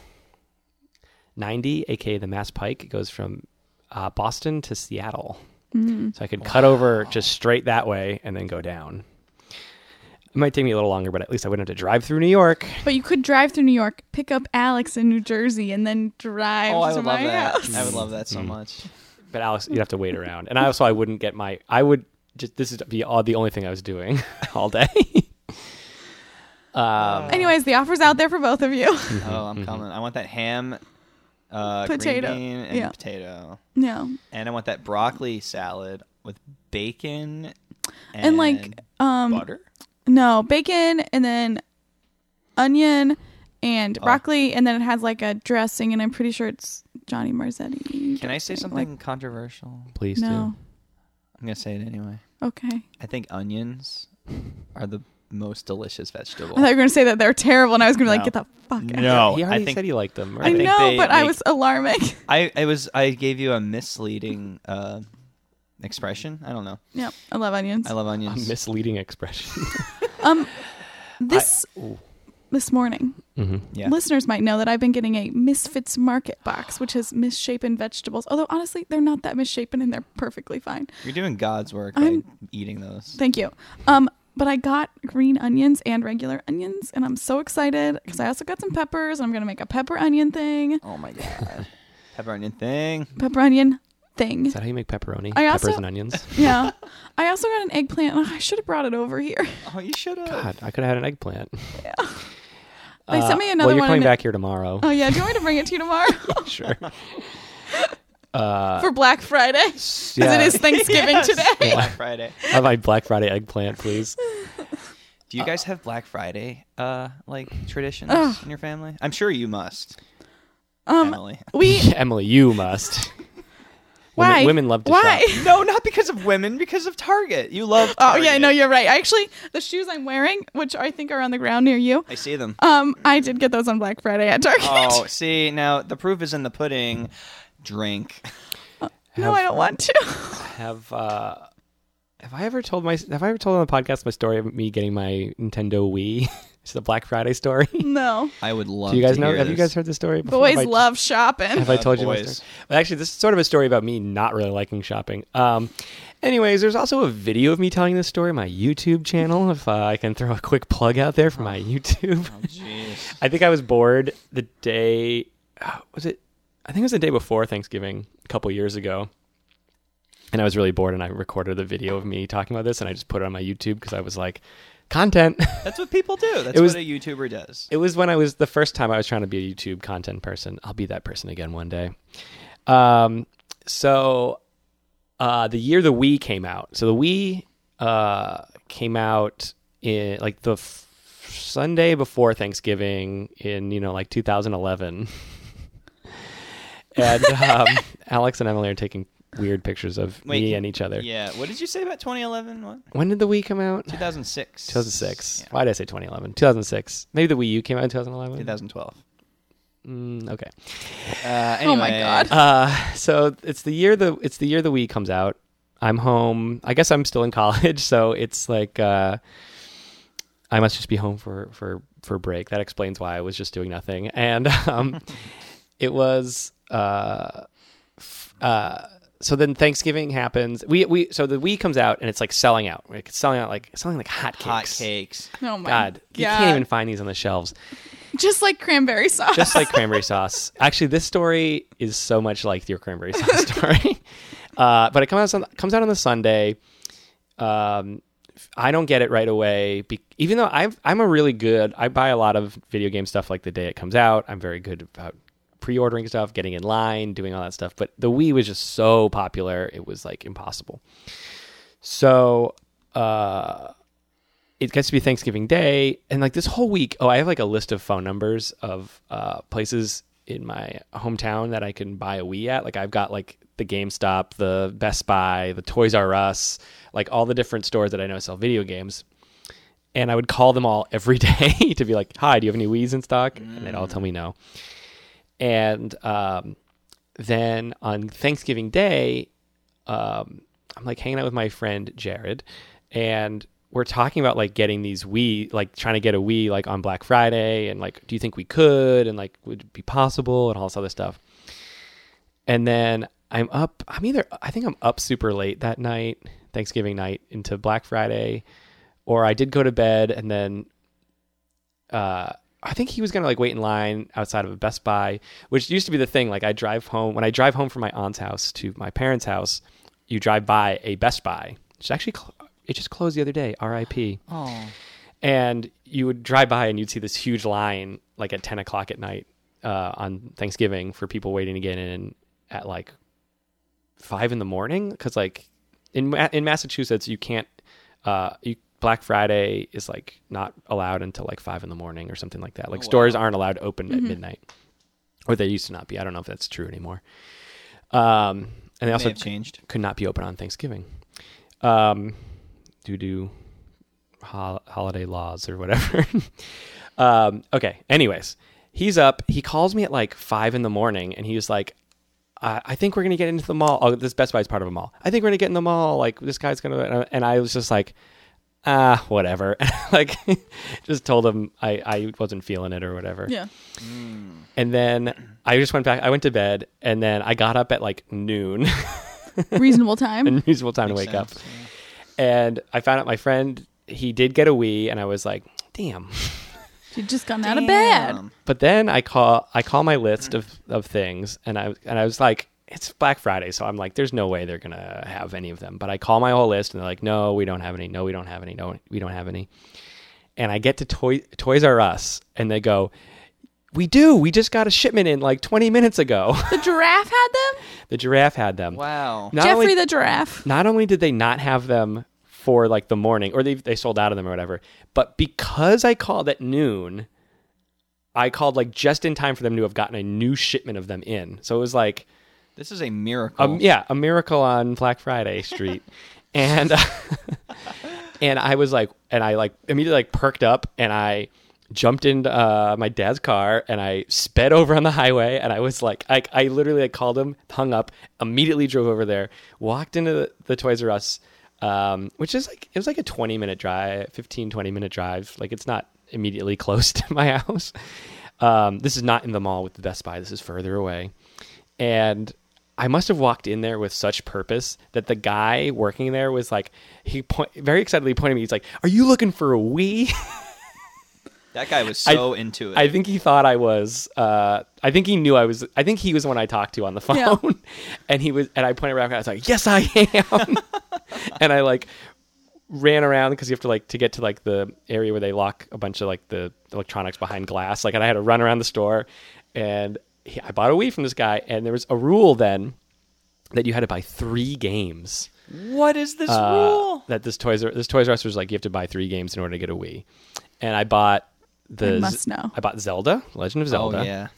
[SPEAKER 1] 90, aka the Mass Pike, goes from uh, Boston to Seattle.
[SPEAKER 2] Mm-hmm.
[SPEAKER 1] So I could cut over just straight that way and then go down. It might take me a little longer, but at least I wouldn't have to drive through New York.
[SPEAKER 2] But you could drive through New York, pick up Alex in New Jersey, and then drive
[SPEAKER 3] Oh, I
[SPEAKER 2] to
[SPEAKER 3] would
[SPEAKER 2] my
[SPEAKER 3] love that.
[SPEAKER 2] house.
[SPEAKER 3] I would love that so much.
[SPEAKER 1] But Alex, you'd have to wait around. And I also I wouldn't get my I would just this is be all, the only thing I was doing <laughs> all day. um,
[SPEAKER 2] Anyways, the offer's out there for both of you. <laughs>
[SPEAKER 3] Oh, I'm coming. I want that ham, uh,
[SPEAKER 2] Potato.
[SPEAKER 3] green bean, and
[SPEAKER 2] Yeah.
[SPEAKER 3] potato,
[SPEAKER 2] no,
[SPEAKER 3] and I want that broccoli salad with bacon and,
[SPEAKER 2] and like um,
[SPEAKER 3] butter.
[SPEAKER 2] No, bacon and then onion and
[SPEAKER 3] Oh.
[SPEAKER 2] broccoli, and then it has like a dressing, and I'm pretty sure it's Johnny Marzetti.
[SPEAKER 3] Can I say
[SPEAKER 2] dressing,
[SPEAKER 3] something controversial? I'm
[SPEAKER 1] please
[SPEAKER 2] Like, no.
[SPEAKER 3] gonna say it anyway.
[SPEAKER 2] Okay.
[SPEAKER 3] I think onions are the most delicious vegetable.
[SPEAKER 2] I thought you were going to say that they're terrible, and I was going to be
[SPEAKER 3] No.
[SPEAKER 2] like, get the fuck out.
[SPEAKER 1] do. He
[SPEAKER 3] Oh, I
[SPEAKER 1] already
[SPEAKER 3] think-
[SPEAKER 1] said he liked them.
[SPEAKER 2] I
[SPEAKER 1] Right?
[SPEAKER 3] think
[SPEAKER 2] know,
[SPEAKER 3] they
[SPEAKER 2] but I
[SPEAKER 3] make-
[SPEAKER 2] was alarming. <laughs>
[SPEAKER 3] I it was I gave you a misleading uh, expression. I don't know.
[SPEAKER 2] yep. I love onions.
[SPEAKER 3] I love
[SPEAKER 1] A
[SPEAKER 3] onions.
[SPEAKER 1] misleading expression.
[SPEAKER 2] um, this
[SPEAKER 1] Ooh.
[SPEAKER 2] this morning,
[SPEAKER 1] mm-hmm.
[SPEAKER 3] yeah.
[SPEAKER 2] listeners might know that I've been getting a Misfits Market box, which has misshapen vegetables. Although honestly, they're not that misshapen, and they're perfectly fine.
[SPEAKER 3] You're doing God's work by
[SPEAKER 2] I'm-
[SPEAKER 3] eating those.
[SPEAKER 2] Thank you. Um, but I got green onions and regular onions, and I'm so excited because I also got some peppers. And I'm gonna make a pepper onion thing,
[SPEAKER 3] Oh my god. <laughs> Pepper onion thing.
[SPEAKER 2] pepper onion thing.
[SPEAKER 1] Is that how you make pepperoni?
[SPEAKER 2] I
[SPEAKER 1] Peppers
[SPEAKER 2] also-
[SPEAKER 1] and onions.
[SPEAKER 2] Yeah.
[SPEAKER 3] <laughs>
[SPEAKER 2] I also got an eggplant. Ugh, I should have brought it over here.
[SPEAKER 3] Oh, you should have.
[SPEAKER 1] God, I could have had an eggplant.
[SPEAKER 2] They sent me
[SPEAKER 1] Uh, Well,
[SPEAKER 2] another
[SPEAKER 1] you're
[SPEAKER 2] one
[SPEAKER 1] coming
[SPEAKER 2] and it-
[SPEAKER 1] back here tomorrow.
[SPEAKER 2] <laughs> Oh yeah, do you want me to bring it to
[SPEAKER 1] <laughs>
[SPEAKER 2] you tomorrow <laughs>
[SPEAKER 1] sure. Uh,
[SPEAKER 2] for Black Friday? Because
[SPEAKER 1] yeah.
[SPEAKER 2] it is Thanksgiving
[SPEAKER 1] <laughs>
[SPEAKER 2] today.
[SPEAKER 3] Black Friday.
[SPEAKER 1] Have my Black Friday eggplant,
[SPEAKER 2] <laughs>
[SPEAKER 1] please.
[SPEAKER 3] Do you guys have Black Friday uh like traditions
[SPEAKER 2] Ugh.
[SPEAKER 3] in your family? I'm sure you must,
[SPEAKER 2] Um,
[SPEAKER 3] Emily.
[SPEAKER 2] we
[SPEAKER 1] Emily, you must.
[SPEAKER 2] why
[SPEAKER 1] Women, women love to
[SPEAKER 2] why?
[SPEAKER 1] shop.
[SPEAKER 3] No, not because of women, because of Target. You love
[SPEAKER 2] <laughs> Oh
[SPEAKER 3] Target.
[SPEAKER 2] yeah, no, you're right. Actually, the shoes I'm wearing, which I think are on the ground near you,
[SPEAKER 3] I see them.
[SPEAKER 2] um, I did get those on Black Friday at Target.
[SPEAKER 3] Oh, see, now the proof is in the pudding. Drink.
[SPEAKER 2] <laughs> no, I don't want to. <laughs>
[SPEAKER 1] Have uh, have I ever told my have I ever told on the podcast my story of me getting my Nintendo Wii? <laughs> it's the Black Friday story.
[SPEAKER 2] No.
[SPEAKER 3] I would love
[SPEAKER 1] Do you guys
[SPEAKER 3] to
[SPEAKER 1] know?
[SPEAKER 3] hear
[SPEAKER 1] Have you
[SPEAKER 3] this.
[SPEAKER 1] guys heard the story? Before?
[SPEAKER 2] Boys
[SPEAKER 1] Have I-
[SPEAKER 2] love shopping.
[SPEAKER 1] <laughs> Have I
[SPEAKER 3] Uh,
[SPEAKER 1] told you my
[SPEAKER 3] boys.
[SPEAKER 1] story? Well, actually, this is sort of a story about me not really liking shopping. Um, anyways, there's also a video of me telling this story on my YouTube channel. If uh, I can throw a quick plug out there for my YouTube,
[SPEAKER 3] Oh. Jeez.
[SPEAKER 1] <laughs> I think I was bored the day. uh, Was it? I think it was the day before Thanksgiving, a couple years ago. And I was really bored, and I recorded the video of me talking about this, and I just put it on my YouTube because I was like, content. <laughs>
[SPEAKER 3] That's what people do. That's
[SPEAKER 1] It was-
[SPEAKER 3] what a YouTuber does.
[SPEAKER 1] It was when I was the first time I was trying to be a YouTube content person. I'll be that person again one day. Um, so uh, the year the Wii came out. So the Wii uh, came out in like the f- Sunday before Thanksgiving in you know like
[SPEAKER 3] <laughs>
[SPEAKER 1] 2011. and um, Alex and Emily are taking weird pictures of
[SPEAKER 3] Wait,
[SPEAKER 1] me
[SPEAKER 3] can-
[SPEAKER 1] and each other.
[SPEAKER 3] Yeah. What did you say about 2011? What?
[SPEAKER 1] When did the Wii come out?
[SPEAKER 3] 2006.
[SPEAKER 1] 2006.
[SPEAKER 3] Yeah.
[SPEAKER 1] Why did I say 2011? 2006. Maybe the Wii U came out in 2011.
[SPEAKER 3] 2012.
[SPEAKER 1] Mm, okay.
[SPEAKER 3] Uh, anyway,
[SPEAKER 2] Oh my God.
[SPEAKER 1] Uh, so it's the year the it's the year the Wii comes out. I'm home. I guess I'm still in <laughs> college, so it's like uh, I must just be home for for for break. That explains why I was just doing nothing. And <laughs> um, it was uh, f- uh, so then Thanksgiving happens. We we so the Wii comes out and it's like selling out. Like it's selling out like selling like hotcakes.
[SPEAKER 3] Hot cakes.
[SPEAKER 2] Oh my
[SPEAKER 1] God, you can't even find these on the shelves.
[SPEAKER 2] Just like cranberry sauce.
[SPEAKER 1] just like cranberry sauce. Actually, this story is so much like your cranberry sauce story, uh, but it comes out on, comes out on the Sunday. Um, I don't get it right away, be, even though I've, I'm a really good. I buy a lot of video game stuff like the day it comes out. I'm very good about pre-ordering stuff, getting in line, doing all that stuff. But the Wii was just so popular, it was like impossible. So. Uh, it gets to be Thanksgiving Day, and like this whole week, oh, I have like a list of phone numbers of uh, places in my hometown that I can buy a Wii at. Like I've got like the GameStop, the Best Buy, the Toys R Us, like all the different stores that I know sell video games. And I would call them all every <laughs> day to be like, "Hi, do you have any Wii's in stock?" And they'd all tell me no. And um, then on Thanksgiving Day, um, I'm like hanging out with my friend Jared, and we're talking about like getting these Wii, like trying to get a Wii, like on Black Friday, and like, do you think we could, and like, would it be possible, and all this other stuff. And then I'm up. I'm either I think I'm up super late that night, Thanksgiving night into Black Friday, or I did go to bed and then uh, I think he was gonna like wait in line outside of a Best Buy, which used to be the thing. Like I drive home when I drive home from my aunt's house to my parents' house, you drive by a Best Buy. It's actually cl- it just closed the other day. R.I.P.
[SPEAKER 3] Oh,
[SPEAKER 1] And you would drive by and you'd see this huge line like at ten o'clock at night uh, on Thanksgiving for people waiting to get in at like five in the morning because like in Ma- in Massachusetts you can't uh you Black Friday is like not allowed until like five in the morning or something like that. Like stores aren't allowed to open at midnight, or they used to not be. I don't know if that's true anymore. Um, and they
[SPEAKER 3] may
[SPEAKER 1] also
[SPEAKER 3] have changed.
[SPEAKER 1] could not be open on Thanksgiving, um, due to hol- holiday laws or whatever. <laughs> um, okay. Anyways, he's up. He calls me at like five in the morning, and he was like, I, "I think we're gonna get into the mall. Oh, this Best Buy is part of a mall. I think we're gonna get in the mall. Like this guy's gonna." And I was just like, "Ah, whatever." <laughs> like, just told him I I wasn't feeling it or whatever.
[SPEAKER 2] <laughs> Yeah.
[SPEAKER 1] And then I just went back. I went to bed, and then I got up at like noon. <laughs>
[SPEAKER 2] Reasonable time.
[SPEAKER 1] unusual time to wake
[SPEAKER 3] Makes
[SPEAKER 1] up.
[SPEAKER 3] sense,
[SPEAKER 1] And I found out my friend he did get a Wii, and I was like, damn.
[SPEAKER 2] She'd just gotten out of bed.
[SPEAKER 3] Damn.
[SPEAKER 1] But then I call I call my list of, of things, and I and I was like, it's Black Friday, so I'm like, there's no way they're gonna have any of them. But I call my whole list, and they're like, no, we don't have any. No, we don't have any. No, we don't have any. And I get to Toy, Toys R Us, and they go, we do. We just got a shipment in like 20 minutes ago. <laughs>
[SPEAKER 2] The giraffe had them?
[SPEAKER 1] the giraffe had them.
[SPEAKER 3] Wow.
[SPEAKER 1] Not
[SPEAKER 2] Jeffrey
[SPEAKER 1] only-
[SPEAKER 2] the giraffe.
[SPEAKER 1] not only did they not have them for like the morning or they they sold out of them or whatever, but because I called at noon, I called like just in time for them to have gotten a new shipment of them in. So it was like
[SPEAKER 3] This is a miracle.
[SPEAKER 1] um, yeah, a miracle on Black Friday Street. and uh, and I was like and I like immediately like perked up and I jumped into uh, my dad's car and I sped over on the highway and I was like I, I literally like called him, hung up, immediately drove over there, walked into the, the Toys R Us um, which is like it was like a 20 minute drive, 15 20 minute drive. Like it's not immediately <laughs> close to my house. Um, this is not in the mall with the Best Buy. This is further away and I must have walked in there with such purpose that the guy working there was like, he point, very excitedly pointed at me. He's like, "Are you looking for a Wii?"
[SPEAKER 3] That guy was so into it.
[SPEAKER 1] I think he thought I was. Uh, I think he knew I was. I think he was the one I talked to on the <laughs> phone,
[SPEAKER 2] Yeah.
[SPEAKER 1] and he was. And I pointed around. And I was like, "Yes, I am," and I like ran around because you have to like to get to like the area where they lock a bunch of like the electronics behind glass. Like, and I had to run around the store, and he, I bought a Wii from this guy, and there was a rule then that you had to buy three games
[SPEAKER 3] what is this
[SPEAKER 1] uh,
[SPEAKER 3] rule?
[SPEAKER 1] that this Toys R this Toys R Us was like you have to buy three games in order to get a Wii, and I bought the
[SPEAKER 2] I must know.
[SPEAKER 1] I bought Zelda Legend of Zelda,
[SPEAKER 3] Oh yeah,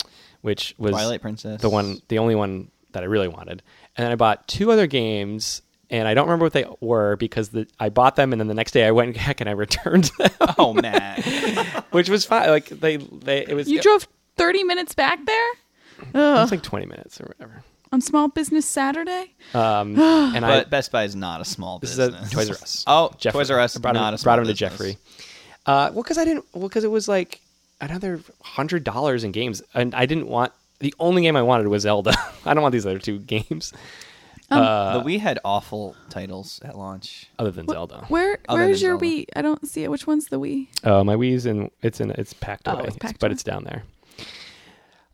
[SPEAKER 1] which was
[SPEAKER 3] Twilight Princess.
[SPEAKER 1] the one the only one that I really wanted, and then I bought two other games. And I don't remember what they were because the, I bought them, and then the next day I went <laughs> back and I returned them, <laughs>
[SPEAKER 3] Oh man.
[SPEAKER 1] which was fine. Like they, they it was
[SPEAKER 2] You
[SPEAKER 1] it
[SPEAKER 2] drove 30 minutes back there? Ugh.
[SPEAKER 1] was like twenty minutes or whatever.
[SPEAKER 2] <sighs> on Small Business Saturday?
[SPEAKER 1] Um, and I
[SPEAKER 3] but Best Buy is not a small
[SPEAKER 1] This is a
[SPEAKER 3] business.
[SPEAKER 1] Toys R Us.
[SPEAKER 3] <laughs> Oh,
[SPEAKER 1] Jeffrey.
[SPEAKER 3] Toys R Us.
[SPEAKER 1] I brought
[SPEAKER 3] not
[SPEAKER 1] him,
[SPEAKER 3] a small
[SPEAKER 1] brought him to
[SPEAKER 3] business.
[SPEAKER 1] Jeffrey. Uh, well, because I didn't. Well, because it was like another hundred dollars in games, and I didn't want the only game I wanted was Zelda. <laughs> I don't want these other two games Uh,
[SPEAKER 3] the Wii had awful titles at launch.
[SPEAKER 1] other than Zelda.
[SPEAKER 2] Where
[SPEAKER 3] Other
[SPEAKER 2] where's
[SPEAKER 3] than
[SPEAKER 2] your
[SPEAKER 3] Zelda.
[SPEAKER 2] Wii? I don't see it. Which one's the Wii?
[SPEAKER 1] Uh, my Wii's in. It's in. It's packed away,
[SPEAKER 2] Oh, it's packed
[SPEAKER 1] but
[SPEAKER 2] away.
[SPEAKER 1] it's down there.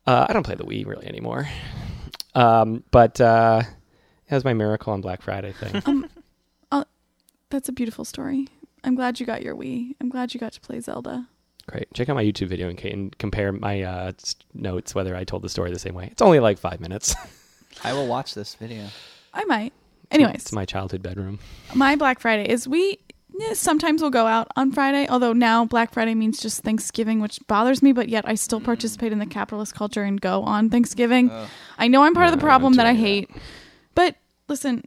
[SPEAKER 1] Uh, I don't play the Wii really anymore. Um, but uh, that was my miracle on Black Friday thing.
[SPEAKER 2] <laughs>
[SPEAKER 1] <laughs>
[SPEAKER 2] That's a beautiful story. I'm glad you got your Wii. I'm glad you got to play Zelda.
[SPEAKER 1] Great. Check out my YouTube video and, ca- and compare my uh, s- notes whether I told the story the same way. It's only like five minutes. <laughs>
[SPEAKER 3] I will watch this video.
[SPEAKER 2] I might. Anyways,
[SPEAKER 1] it's my childhood bedroom.
[SPEAKER 2] my Black Friday is we yeah, sometimes we'll go out on Friday, although now Black Friday means just Thanksgiving, which bothers me, but yet I still participate in the capitalist culture and go on Thanksgiving. I know I'm part of the
[SPEAKER 1] Yeah, I
[SPEAKER 2] problem
[SPEAKER 1] do
[SPEAKER 2] that I
[SPEAKER 1] that.
[SPEAKER 2] hate. But listen,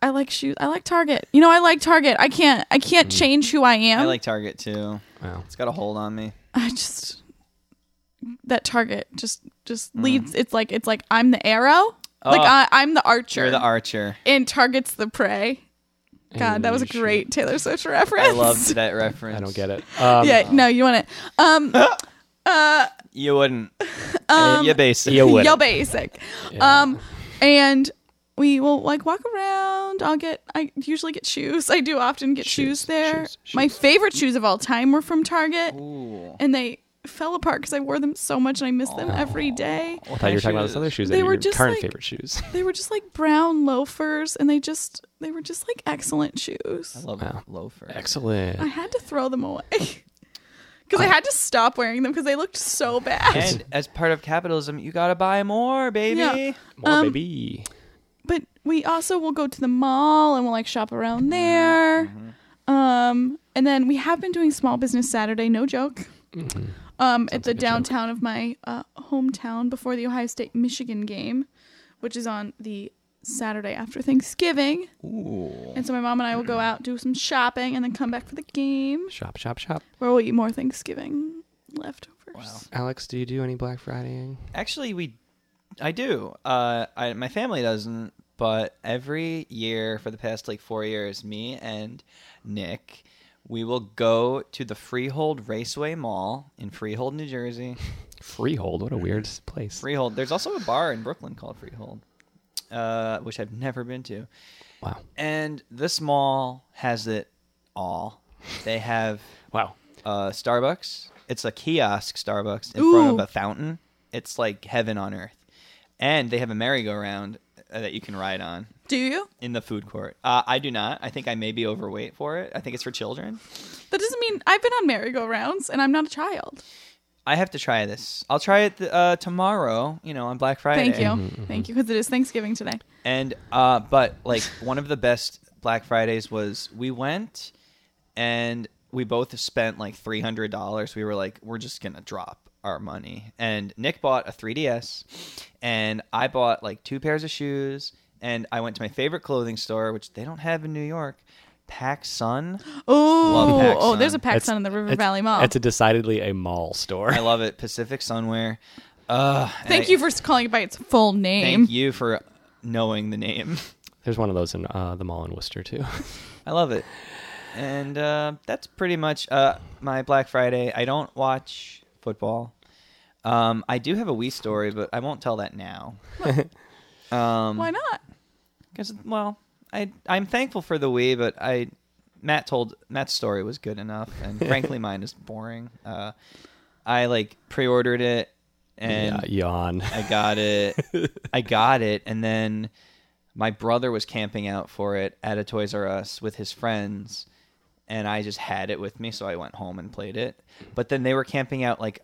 [SPEAKER 2] I like shoes. I like Target. You know, I like Target. I can't I can't change who I am.
[SPEAKER 3] I like Target too.
[SPEAKER 1] Wow.
[SPEAKER 3] It's got a hold on me.
[SPEAKER 2] <laughs> I just that target just just leads it's like it's like I'm the arrow. Like
[SPEAKER 3] Oh.
[SPEAKER 2] I, I'm the archer.
[SPEAKER 3] You're the archer.
[SPEAKER 2] and targets the prey. God, that was a
[SPEAKER 1] Holy shit.
[SPEAKER 2] great Taylor Swift reference.
[SPEAKER 1] <laughs>
[SPEAKER 3] I loved that reference.
[SPEAKER 1] I don't get it. Um,
[SPEAKER 2] <laughs> Yeah, no, you want it. Um
[SPEAKER 3] You <laughs> wouldn't. Um, you basic.
[SPEAKER 1] Eh, You would.
[SPEAKER 2] yo basic.
[SPEAKER 1] Yeah.
[SPEAKER 2] Um and we will like walk around. I'll get I usually get shoes. I do often get shoes,
[SPEAKER 1] Shoes,
[SPEAKER 2] there.
[SPEAKER 1] shoes, shoes.
[SPEAKER 2] My favorite shoes of all time were from Target
[SPEAKER 3] Ooh.
[SPEAKER 2] and they fell apart cuz I wore them so much and I miss them every day.
[SPEAKER 1] I thought you were talking about those other shoes.
[SPEAKER 2] They
[SPEAKER 1] that are
[SPEAKER 2] were
[SPEAKER 1] your
[SPEAKER 2] just
[SPEAKER 1] current
[SPEAKER 2] like-
[SPEAKER 1] favorite shoes.
[SPEAKER 2] They were just like brown loafers and they just they were just like excellent
[SPEAKER 3] I
[SPEAKER 2] shoes.
[SPEAKER 3] love
[SPEAKER 1] Wow.
[SPEAKER 3] loafer.
[SPEAKER 2] I
[SPEAKER 1] Excellent.
[SPEAKER 2] had to throw them away. <laughs> Cuz I had to stop wearing them cuz they looked so bad.
[SPEAKER 1] <laughs>
[SPEAKER 3] And as part of capitalism, you gotta buy more, baby.
[SPEAKER 2] Yeah.
[SPEAKER 1] More
[SPEAKER 2] um,
[SPEAKER 1] baby.
[SPEAKER 2] but we also will go to the mall and we'll like shop
[SPEAKER 3] Mm-hmm.
[SPEAKER 2] around there. Um, and then we have been doing Small Business Saturday, no joke. Um, at the downtown of my uh, hometown before the Ohio State Michigan game, which is on the Saturday after Thanksgiving.
[SPEAKER 3] Ooh.
[SPEAKER 2] And so my mom and I will go out, do some shopping, and then come back for the game
[SPEAKER 1] Shop, shop, shop.
[SPEAKER 2] where we'll eat more Thanksgiving leftovers.
[SPEAKER 3] Wow.
[SPEAKER 1] Alex, do you do any Black Fridaying?
[SPEAKER 3] Actually, we, I do. Uh, I, my family doesn't, but every year for the past like four years, me and Nick, we will go to the Freehold Raceway Mall in Freehold, New Jersey.
[SPEAKER 1] Freehold, what a weird s- place.
[SPEAKER 3] Freehold. There's also a bar in Brooklyn called Freehold, uh, which I've never been to.
[SPEAKER 1] Wow.
[SPEAKER 3] And this mall has it all. They have
[SPEAKER 1] Wow.
[SPEAKER 3] uh, Starbucks. It's a kiosk Starbucks in front of
[SPEAKER 2] Ooh.
[SPEAKER 3] a fountain. It's like heaven on earth. And they have a merry-go-round uh, that you can ride on
[SPEAKER 2] Do you?
[SPEAKER 3] in the food court. Uh, I do not. I think I may be overweight for it. I think it's for children.
[SPEAKER 2] That doesn't mean I've been on merry-go-rounds and I'm not a child.
[SPEAKER 3] I have to try this. I'll try it th- uh, tomorrow. You know, on Black Friday.
[SPEAKER 2] Thank you. Thank you, because it is Thanksgiving today.
[SPEAKER 3] And uh, but like one of the best Black Fridays was we went and we both spent like three hundred dollars. We were like, we're just gonna drop our money. And Nick bought a 3ds, and I bought like two pairs of shoes. And I went to my favorite clothing store, which they don't have in New York, Pac Sun. Love
[SPEAKER 2] Oh,
[SPEAKER 3] Pac
[SPEAKER 2] oh,
[SPEAKER 3] Sun.
[SPEAKER 2] there's a pack
[SPEAKER 1] That's-
[SPEAKER 2] sun in the River
[SPEAKER 1] it's-
[SPEAKER 2] Valley Mall.
[SPEAKER 1] It's a decidedly a mall store.
[SPEAKER 3] I love it. Pacific Sunwear. Uh,
[SPEAKER 2] Thank you for calling it by its full name.
[SPEAKER 3] thank you for knowing the name.
[SPEAKER 1] There's one of those in uh, the mall in Worcester
[SPEAKER 2] <laughs>
[SPEAKER 1] too.
[SPEAKER 3] I love it. And uh, that's pretty much uh, my Black Friday. I don't watch football. Um, I do have a wee story, but I won't tell that now.
[SPEAKER 2] Why not?
[SPEAKER 3] Because well, I I'm thankful for the Wii, but I Matt told Matt's story was good enough, and frankly, mine is boring. Uh, I like pre-ordered it, and
[SPEAKER 1] yeah,
[SPEAKER 2] <laughs>
[SPEAKER 1] yawn.
[SPEAKER 3] I got it. I got it. And then my brother was camping out for it at a Toys R Us with his friends. And I just had it with me. So I went home and played it. But then they were camping out like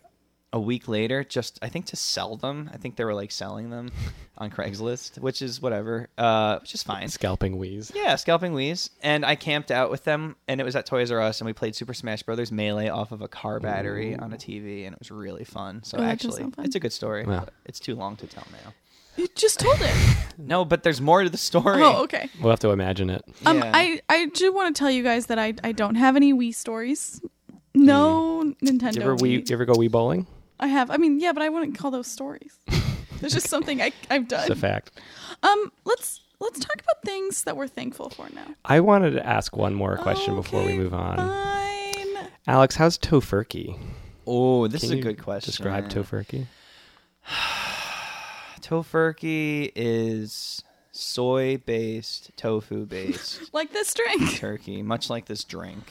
[SPEAKER 3] a week later, just I think to sell them. I think they were like selling them on Craigslist, which is whatever, uh, which is fine.
[SPEAKER 1] Scalping wheeze.
[SPEAKER 3] Yeah, scalping Wii's. And I camped out with them, and it was at Toys R Us, and we played Super Smash Brothers Melee off of a car battery on a TV, and it was really fun. So
[SPEAKER 2] Oh, that does
[SPEAKER 3] actually,
[SPEAKER 2] sound fun.
[SPEAKER 3] it's a good story.
[SPEAKER 1] Yeah.
[SPEAKER 3] but It's too long to tell now.
[SPEAKER 2] You just told it.
[SPEAKER 3] No, but there's more to the story.
[SPEAKER 2] oh, okay.
[SPEAKER 1] We'll have to imagine it.
[SPEAKER 2] Um,
[SPEAKER 3] Yeah.
[SPEAKER 2] I I do want to tell you guys that I I don't have any Wii stories. No
[SPEAKER 3] Mm.
[SPEAKER 2] Nintendo.
[SPEAKER 1] You ever we
[SPEAKER 2] Wii.
[SPEAKER 1] you ever go wee bowling?
[SPEAKER 2] I have. I mean, yeah, but I wouldn't call those stories. There's just something I I've
[SPEAKER 1] It's a
[SPEAKER 2] done.
[SPEAKER 1] fact.
[SPEAKER 2] Um, let's let's talk about things that we're thankful for now.
[SPEAKER 1] I wanted to ask one more question before we
[SPEAKER 2] Okay,
[SPEAKER 1] move on.
[SPEAKER 2] Fine.
[SPEAKER 1] Alex, how's tofurkey?
[SPEAKER 3] Oh, this
[SPEAKER 1] Can
[SPEAKER 3] is a
[SPEAKER 1] you
[SPEAKER 3] good question.
[SPEAKER 1] Describe tofurkey.
[SPEAKER 3] Tofurkey is soy based, tofu based.
[SPEAKER 2] Like this drink.
[SPEAKER 3] <laughs> turkey, much like this drink.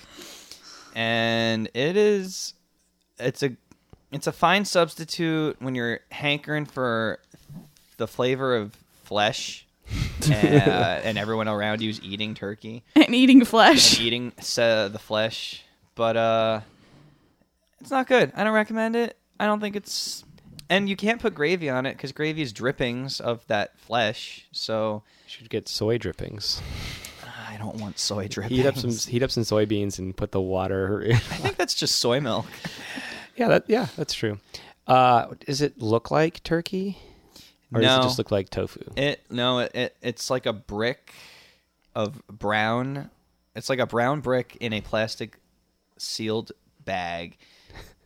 [SPEAKER 3] And it is it's a it's a fine substitute when you're hankering for the flavor of
[SPEAKER 1] <laughs>
[SPEAKER 3] flesh. uh, and everyone around you is eating turkey
[SPEAKER 2] And eating
[SPEAKER 3] and
[SPEAKER 2] flesh.
[SPEAKER 3] eating uh, the flesh, but uh, it's not good. I don't recommend it. I don't think it's, and you can't put gravy on it because gravy is drippings of that flesh. So
[SPEAKER 1] <laughs> Should get soy drippings.
[SPEAKER 3] I don't don't want soy drippings. <laughs>
[SPEAKER 1] Heat up some heat up some soybeans and put the water. <laughs> in.
[SPEAKER 3] I think that's just soy milk.
[SPEAKER 1] yeah, that, yeah, that's true. Uh, does it look like turkey, or does
[SPEAKER 3] No.
[SPEAKER 1] it just look like tofu?
[SPEAKER 3] It no, it, it it's like a brick of brown. It's like a brown brick in a plastic sealed bag,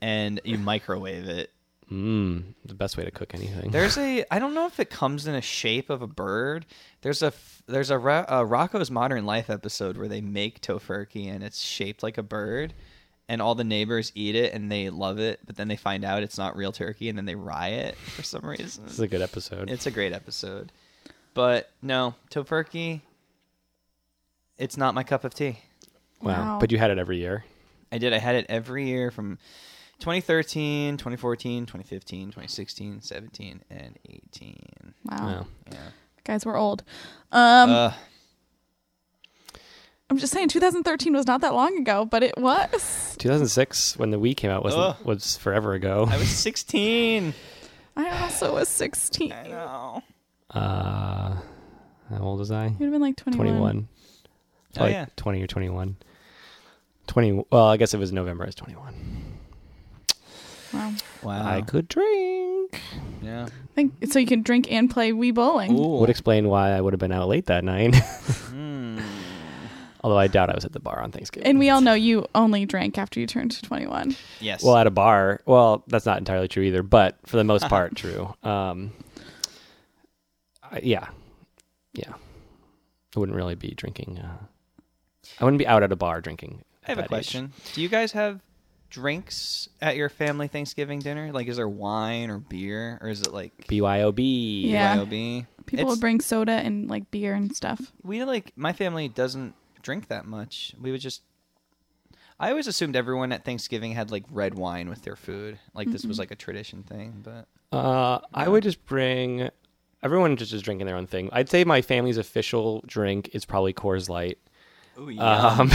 [SPEAKER 3] and you microwave it.
[SPEAKER 1] Mm, the best way to cook anything.
[SPEAKER 3] There's a I don't know if it comes in a shape of a bird. There's a f- there's a, Ra- a Rocco's Modern Life episode where they make tofurkey and it's shaped like a bird, and all the neighbors eat it and they love it, but then they find out it's not real turkey and then they riot for some reason.
[SPEAKER 1] this is a good episode.
[SPEAKER 3] It's a great episode. But no, tofurkey, it's not my cup of tea.
[SPEAKER 1] wow.
[SPEAKER 2] Wow.
[SPEAKER 1] but you had it every year.
[SPEAKER 3] I did. I had it every year from 2013, 2014, 2015, 2016, 17, and 18.
[SPEAKER 2] Wow.
[SPEAKER 1] Wow.
[SPEAKER 3] Yeah.
[SPEAKER 2] Guys, we're old. Um,
[SPEAKER 3] uh,
[SPEAKER 2] I'm just saying 2013 was not that long ago, but it was.
[SPEAKER 1] 2006 when the Wii came out was
[SPEAKER 3] Ugh.
[SPEAKER 1] was forever ago.
[SPEAKER 3] I was 16.
[SPEAKER 2] I also was 16.
[SPEAKER 3] I know.
[SPEAKER 1] Uh, how old was I?
[SPEAKER 2] You'd have been like 21.
[SPEAKER 1] 21.
[SPEAKER 3] Oh,
[SPEAKER 1] Like
[SPEAKER 3] yeah.
[SPEAKER 1] 20 or 21. 20. Well, I guess it was November. I was 21.
[SPEAKER 2] Wow.
[SPEAKER 3] Wow.
[SPEAKER 1] I could drink.
[SPEAKER 3] yeah.
[SPEAKER 2] I think so. You can drink and play Wii bowling.
[SPEAKER 3] Ooh.
[SPEAKER 1] Would explain why I would have been out late that night. <laughs>
[SPEAKER 3] Mm.
[SPEAKER 1] Although I doubt I was at the bar on Thanksgiving.
[SPEAKER 2] And we all know you only drank after you turned to 21.
[SPEAKER 3] <laughs> Yes.
[SPEAKER 1] well, at a bar. Well, that's not entirely true either, but for the most
[SPEAKER 3] <laughs>
[SPEAKER 1] part, true. Um, I, yeah, yeah. I wouldn't really be drinking. Uh, I wouldn't be out at a bar drinking.
[SPEAKER 3] I have
[SPEAKER 1] at
[SPEAKER 3] a
[SPEAKER 1] that age.
[SPEAKER 3] question. Do you guys have drinks at your family Thanksgiving dinner? Like, is there wine or beer, or is it like
[SPEAKER 1] BYOB.
[SPEAKER 2] Yeah.
[SPEAKER 3] BYOB?
[SPEAKER 2] People
[SPEAKER 3] It's-
[SPEAKER 2] would bring soda and like beer and stuff.
[SPEAKER 3] we like my family doesn't drink that much. We would just. I always assumed everyone at Thanksgiving had like red wine with their food. Like this
[SPEAKER 2] Mm-hmm.
[SPEAKER 3] was like a tradition thing, but
[SPEAKER 1] Uh, I would just bring. Everyone just is drinking their own thing. I'd say my family's official drink is probably Coors Light.
[SPEAKER 3] Ooh,
[SPEAKER 1] Um,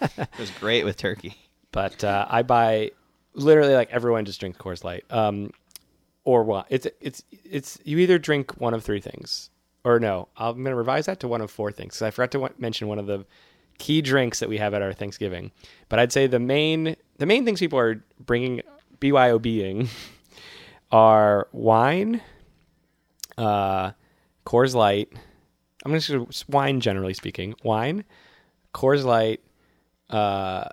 [SPEAKER 3] it was great with turkey. <laughs>
[SPEAKER 1] but uh, I buy literally like everyone just drinks Coors Light. Um, or what? It's it's it's you either drink one of three things, or no. I'm going to revise that to one of four things 'cause I forgot to w- mention one of the key drinks that we have at our Thanksgiving. But I'd say the main the main things people are bringing BYOBing <laughs> are wine, uh, Coors Light. I'm just going to wine generally speaking. Wine, Coors Light, uh,